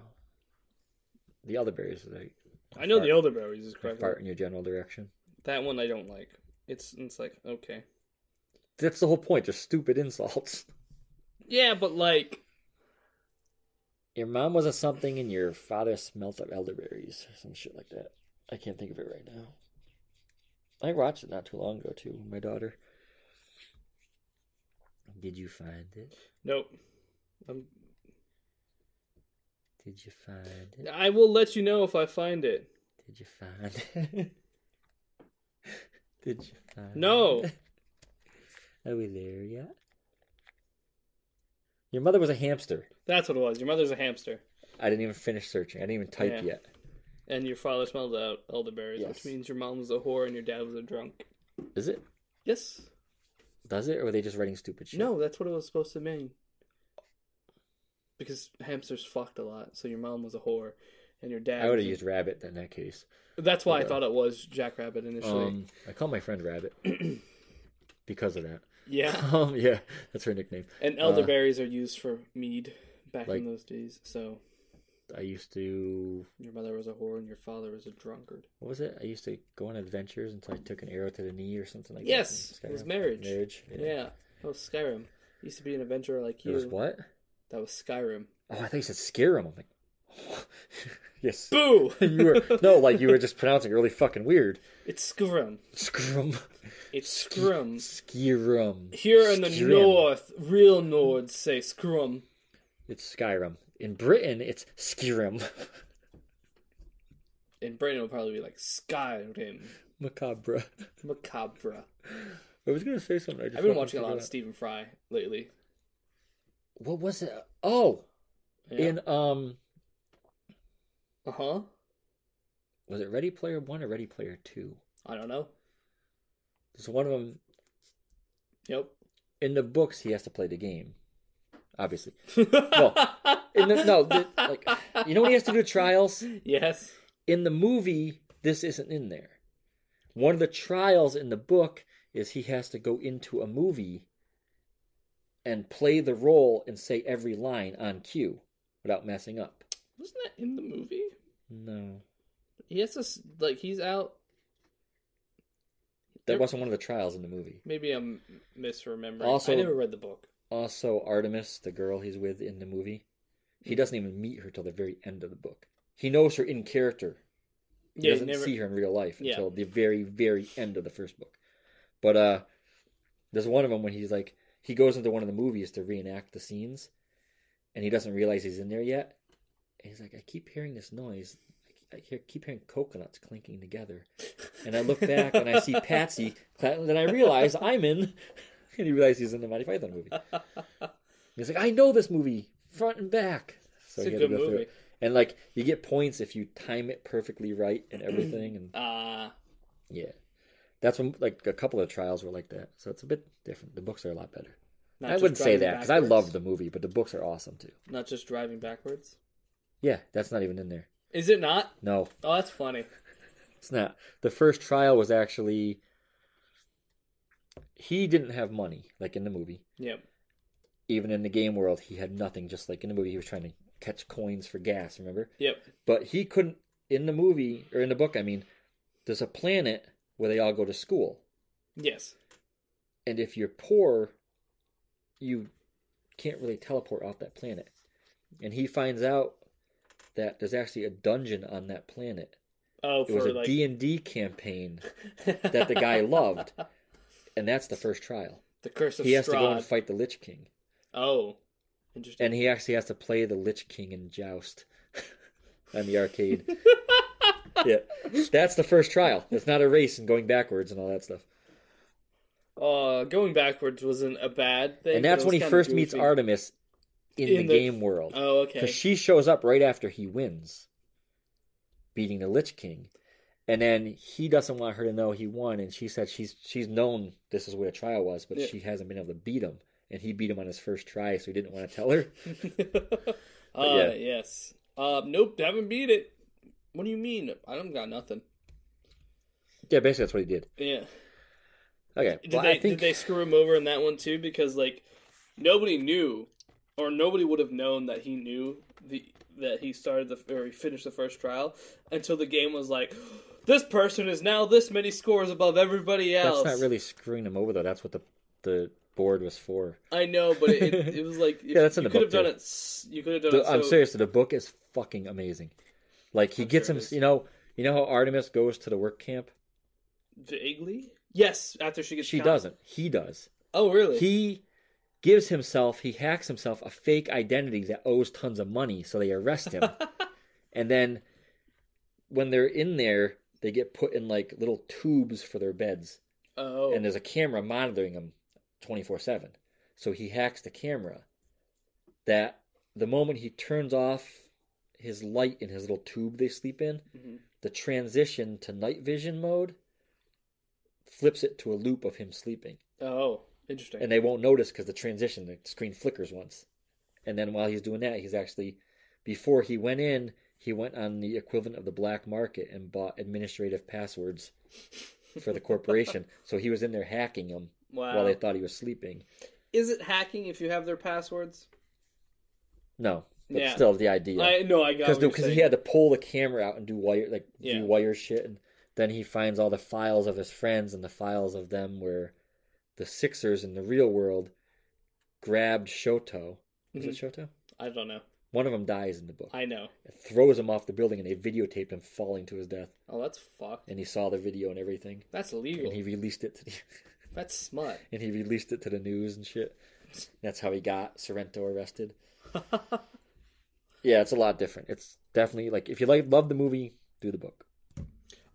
Speaker 2: The elderberries is like.
Speaker 1: I know
Speaker 2: fart-
Speaker 1: the elderberries is
Speaker 2: they
Speaker 1: correct.
Speaker 2: Fart in your general direction.
Speaker 1: That one I don't like. It's it's like okay.
Speaker 2: That's the whole point. They're stupid insults.
Speaker 1: Yeah, but like
Speaker 2: Your mom was a something, and your father smelt of elderberries or some shit like that. I can't think of it right now. I watched it not too long ago too. with My daughter. Did you find it?
Speaker 1: nope. I'm,
Speaker 2: Did you find it?
Speaker 1: I will let you know if I find it.
Speaker 2: Did you find it? Did you find
Speaker 1: No.
Speaker 2: it? Are we there yet? Your mother was a hamster.
Speaker 1: That's what it was. Your mother's a hamster,
Speaker 2: I didn't even finish searching. I didn't even type
Speaker 1: Yeah.
Speaker 2: yet.
Speaker 1: and your father smelled out elderberries,
Speaker 2: Yes.
Speaker 1: which means your mom was a whore and your dad was a drunk.
Speaker 2: Is it?
Speaker 1: Yes.
Speaker 2: Does it? Or are they just writing stupid shit?
Speaker 1: No, that's what it was supposed to mean. Because hamsters fucked a lot, so your mom was a whore, and your dad.
Speaker 2: I would
Speaker 1: was
Speaker 2: have
Speaker 1: a-
Speaker 2: used rabbit in that case.
Speaker 1: That's why I
Speaker 2: Yeah.
Speaker 1: thought it was Jackrabbit initially.
Speaker 2: Um, I call my friend Rabbit because of that.
Speaker 1: yeah,
Speaker 2: Um, yeah, that's her nickname.
Speaker 1: and elderberries are used for mead back
Speaker 2: uh, like-
Speaker 1: in those days. So
Speaker 2: I used to.
Speaker 1: your mother was a whore and your father was a drunkard.
Speaker 2: What was it? I used to go on adventures until I took an arrow to the knee or something like
Speaker 1: Yes,
Speaker 2: that. in
Speaker 1: it was
Speaker 2: Skyrim.
Speaker 1: marriage.
Speaker 2: Marriage.
Speaker 1: Yeah, that was Skyrim. Used to be an adventurer like you.
Speaker 2: It was what?
Speaker 1: That was Skyrim.
Speaker 2: Oh, I thought you said scare him. I'm like, yes.
Speaker 1: Boo!
Speaker 2: you were no, like you were just pronouncing it really fucking weird.
Speaker 1: it's Skyrim.
Speaker 2: Scrum,
Speaker 1: It's Scrum.
Speaker 2: Skyrim.
Speaker 1: Here in the
Speaker 2: Skyrim.
Speaker 1: north, real Nords say Scrum.
Speaker 2: it's Skyrim. In Britain, it's Skyrim.
Speaker 1: In Britain, it'll probably be like Skyrim,
Speaker 2: Macabre.
Speaker 1: Macabre.
Speaker 2: I was gonna say something. I just
Speaker 1: I've been
Speaker 2: fucking
Speaker 1: watching a lot of
Speaker 2: forgot.
Speaker 1: Stephen Fry lately.
Speaker 2: What was it? Oh,
Speaker 1: Yeah.
Speaker 2: in um,
Speaker 1: Uh huh.
Speaker 2: was it Ready Player One or Ready Player Two?
Speaker 1: I don't know.
Speaker 2: There's one of them
Speaker 1: Yep.
Speaker 2: in the books. He has to play the game, obviously. In the, no, the- like you know when he has to do trials.
Speaker 1: yes.
Speaker 2: in the movie This isn't in there. One of the trials in the book is he has to go into a movie and play the role and say every line on cue without messing up.
Speaker 1: Wasn't that in the movie?
Speaker 2: No.
Speaker 1: He has to s- like he's out.
Speaker 2: That wasn't one of the trials in the movie.
Speaker 1: Maybe I'm misremembering.
Speaker 2: Also-
Speaker 1: I never read the book.
Speaker 2: Also, Artemis, the girl he's with in the movie, he doesn't even meet her till the very end of the book. He knows her in character. He
Speaker 1: Yeah, he
Speaker 2: doesn't
Speaker 1: never.
Speaker 2: see her in real life
Speaker 1: Yeah.
Speaker 2: until the very, very end of the first book. But uh there's one of them when he's like he goes into one of the movies to reenact the scenes, and he doesn't realize he's in there yet. And he's like, I keep hearing this noise. I hear, keep hearing coconuts clinking together, and I look back and I see Patsy. cla- Then I realize I'm in. And he realizes he's in the Monty Python movie. He's like, I know this movie front and back. So
Speaker 1: It's
Speaker 2: he
Speaker 1: a
Speaker 2: had to
Speaker 1: good
Speaker 2: go through
Speaker 1: movie.
Speaker 2: it. And like, you get points if you time it perfectly right and everything. And
Speaker 1: Ah,
Speaker 2: yeah, that's when like a couple of trials were like that. So it's a bit different. The books are a lot better.
Speaker 1: not
Speaker 2: I
Speaker 1: just
Speaker 2: wouldn't say
Speaker 1: driving
Speaker 2: that because I love
Speaker 1: backwards.
Speaker 2: the movie, but the books are awesome too.
Speaker 1: Not just driving backwards.
Speaker 2: Yeah, that's not even in there.
Speaker 1: Is it not?
Speaker 2: No,
Speaker 1: Oh, that's funny.
Speaker 2: It's not. The first trial was actually he didn't have money, like in the movie.
Speaker 1: Yep.
Speaker 2: Even in the game world, he had nothing. Just like in the movie, he was trying to catch coins for gas. Remember?
Speaker 1: Yep.
Speaker 2: But he couldn't. In the movie or in the book, I mean, there's a planet where they all go to school,
Speaker 1: Yes.
Speaker 2: and if you're poor, you can't really teleport off that planet. And he finds out that there's actually a dungeon on that planet.
Speaker 1: Oh,
Speaker 2: It was
Speaker 1: for
Speaker 2: a
Speaker 1: like
Speaker 2: and D campaign that the guy loved, and that's the first trial.
Speaker 1: the Curse of
Speaker 2: He has to go
Speaker 1: Strahd.
Speaker 2: and fight the Lich King,
Speaker 1: Oh, interesting.
Speaker 2: and he actually has to play the Lich King in Joust on the arcade. yeah, that's the first trial. It's not a race and going backwards and all that stuff.
Speaker 1: Uh, going backwards wasn't a bad thing.
Speaker 2: and
Speaker 1: but
Speaker 2: that's
Speaker 1: it was
Speaker 2: when he
Speaker 1: kinda
Speaker 2: first meets
Speaker 1: goofy.
Speaker 2: Artemis in,
Speaker 1: In
Speaker 2: the,
Speaker 1: the-
Speaker 2: game world because
Speaker 1: Oh, okay.
Speaker 2: she shows up right after he wins, beating the Lich King. And then he doesn't want her to know he won, and she said she's she's known this is where the trial was, but
Speaker 1: Yeah.
Speaker 2: she hasn't been able to beat him, and he beat him on his first try, so he didn't want to tell her.
Speaker 1: uh,
Speaker 2: yeah.
Speaker 1: yes. Uh, nope, haven't beat it. What do you mean? I don't got nothing.
Speaker 2: Yeah, basically that's what he did.
Speaker 1: Yeah.
Speaker 2: Okay,
Speaker 1: Did
Speaker 2: well,
Speaker 1: they
Speaker 2: I
Speaker 1: did
Speaker 2: think
Speaker 1: they screw him over in that one too? Because like nobody knew, or nobody would have known that he knew the that he started the or he finished the first trial until the game was like, this person is now this many scores above everybody
Speaker 2: that's
Speaker 1: else.
Speaker 2: not really screwing him over though. That's what the the board was for.
Speaker 1: I know, but it, it, it was like if-
Speaker 2: Yeah, that's in
Speaker 1: you
Speaker 2: the
Speaker 1: could have
Speaker 2: book,
Speaker 1: done it.
Speaker 2: too.
Speaker 1: s- You could have done
Speaker 2: The-
Speaker 1: it. So,
Speaker 2: I'm serious. The book is fucking amazing. Like he
Speaker 1: I'm
Speaker 2: gets
Speaker 1: sure it
Speaker 2: him.
Speaker 1: is.
Speaker 2: You know, you know how Artemis goes to the work camp.
Speaker 1: Vaguely, yes. After she gets
Speaker 2: She
Speaker 1: caught.
Speaker 2: doesn't. He does.
Speaker 1: Oh, really?
Speaker 2: He gives himself. He hacks himself a fake identity that owes tons of money, so they arrest him. and then when they're in there, they get put in like little tubes for their beds.
Speaker 1: oh,
Speaker 2: and there's a camera monitoring him 24/7. So he hacks the camera that the moment he turns off his light in his little tube they sleep in,
Speaker 1: Mhm.
Speaker 2: the transition to night vision mode flips it to a loop of him sleeping.
Speaker 1: oh, interesting.
Speaker 2: And they won't notice cuz the transition the screen flickers once. And then while he's doing that, he's actually before he went in, he went on the equivalent of the black market and bought administrative passwords for the corporation. so he was in there hacking them
Speaker 1: wow.
Speaker 2: while they thought he was sleeping.
Speaker 1: Is it hacking if you have their passwords?
Speaker 2: No, but
Speaker 1: Yeah.
Speaker 2: still the idea
Speaker 1: I know. I got
Speaker 2: because
Speaker 1: what you're
Speaker 2: because he
Speaker 1: saying.
Speaker 2: had to pull the camera out and do wire like
Speaker 1: Yeah.
Speaker 2: do wire shit, and then he finds all the files of his friends and the files of them where the Sixers in the real world grabbed Shoto. Was it
Speaker 1: Mm-hmm.
Speaker 2: Shoto?
Speaker 1: I don't know.
Speaker 2: One of them dies in the book.
Speaker 1: I know.
Speaker 2: Throws him off the building, and they videotaped him falling to his death.
Speaker 1: Oh, that's fucked.
Speaker 2: And he saw the video and everything,
Speaker 1: That's illegal.
Speaker 2: and he released it to the
Speaker 1: That's smut.
Speaker 2: and he released it to the news and shit. That's how he got Sorrento arrested. yeah, it's a lot different. It's definitely like if you like love the movie, do the book.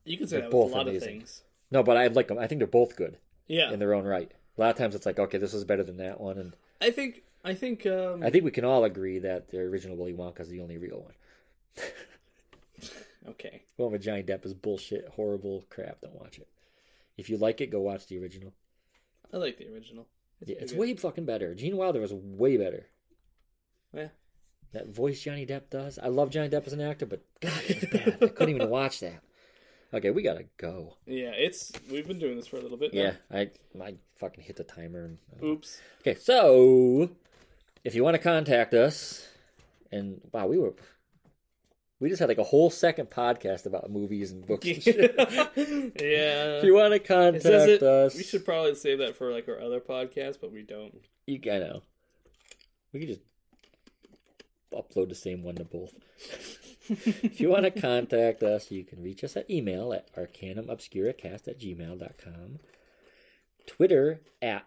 Speaker 1: You can say
Speaker 2: They're
Speaker 1: that with
Speaker 2: both
Speaker 1: a lot
Speaker 2: amazing.
Speaker 1: of things.
Speaker 2: No, but I like them. I think they're both good
Speaker 1: Yeah,
Speaker 2: in their own right. A lot of times it's like, okay, this is better than that one, and
Speaker 1: I think. I think. Um,
Speaker 2: I think we can all agree that the original Willy Wonka is the only real one.
Speaker 1: okay.
Speaker 2: The one with Johnny Depp is bullshit, horrible crap. Don't watch it. If you like it, go watch the original.
Speaker 1: I like the original.
Speaker 2: Yeah, it's
Speaker 1: pretty
Speaker 2: way fucking better. Gene Wilder was way better.
Speaker 1: good. Yeah.
Speaker 2: That voice Johnny Depp does. I love Johnny Depp as an actor, but God, it was bad. I couldn't even watch that. Okay, we gotta go.
Speaker 1: Yeah, it's we've been doing this for a little bit. now.
Speaker 2: Yeah, I I fucking hit the timer. And, uh,
Speaker 1: Oops.
Speaker 2: Okay, so if you want to contact us, and wow, we were we just had like a whole second podcast about movies and books. And shit.
Speaker 1: yeah.
Speaker 2: if you want to
Speaker 1: It
Speaker 2: contact
Speaker 1: says it.
Speaker 2: us,
Speaker 1: We should probably save that for like our other podcast, but we don't.
Speaker 2: You I know. We could just upload the same one to both. if you want to contact us, you can reach us at email at arcanumobscuracast at gmail.com, Twitter at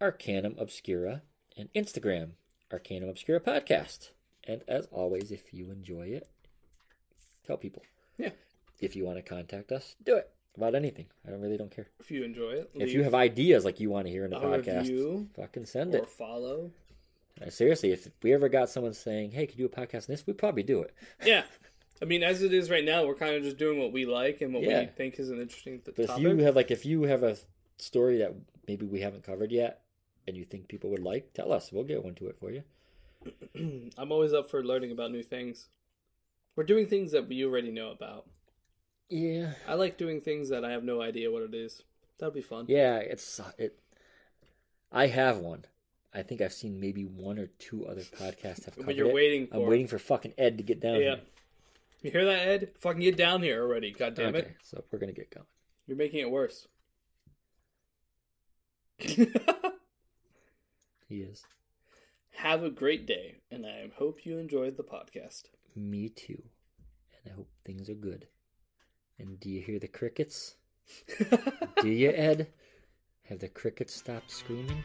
Speaker 2: Arcanum Obscura, and Instagram, Arcanum Obscura Podcast. And as always, if you enjoy it, tell people.
Speaker 1: Yeah.
Speaker 2: If you want to contact us, do it about anything. I don't really don't care.
Speaker 1: If you enjoy it,
Speaker 2: If you have ideas like you want to hear in the
Speaker 1: a
Speaker 2: podcast,
Speaker 1: review
Speaker 2: fucking send
Speaker 1: or
Speaker 2: it.
Speaker 1: follow.
Speaker 2: Uh, Seriously, if we ever got someone saying, "Hey, could you do a podcast on this?" We'd probably do it.
Speaker 1: Yeah. I mean, as it is right now, we're kind of just doing what we like and what we
Speaker 2: Yeah.
Speaker 1: think is an interesting th-
Speaker 2: But
Speaker 1: topic.
Speaker 2: if you have like, if you have a story that maybe we haven't covered yet, and you think people would like, tell us. We'll get one to it for you.
Speaker 1: I'm always up for learning about new things. We're doing things that you already know about.
Speaker 2: Yeah,
Speaker 1: I like doing things that I have no idea what it is. That'd be fun.
Speaker 2: yeah. It's it. I have one. I think I've seen maybe one or two other podcasts have covered
Speaker 1: What you're
Speaker 2: it.
Speaker 1: waiting for.
Speaker 2: I'm waiting for fucking Ed to get down
Speaker 1: Yeah.
Speaker 2: here.
Speaker 1: You hear that, Ed? Fucking get down here already. God damn
Speaker 2: okay,
Speaker 1: it.
Speaker 2: so we're gonna get going.
Speaker 1: You're making it worse.
Speaker 2: He is.
Speaker 1: have a great day, and I hope you enjoyed the podcast.
Speaker 2: Me too. And I hope things are good. And do you hear the crickets? Do you, Ed? Have the crickets stopped screaming?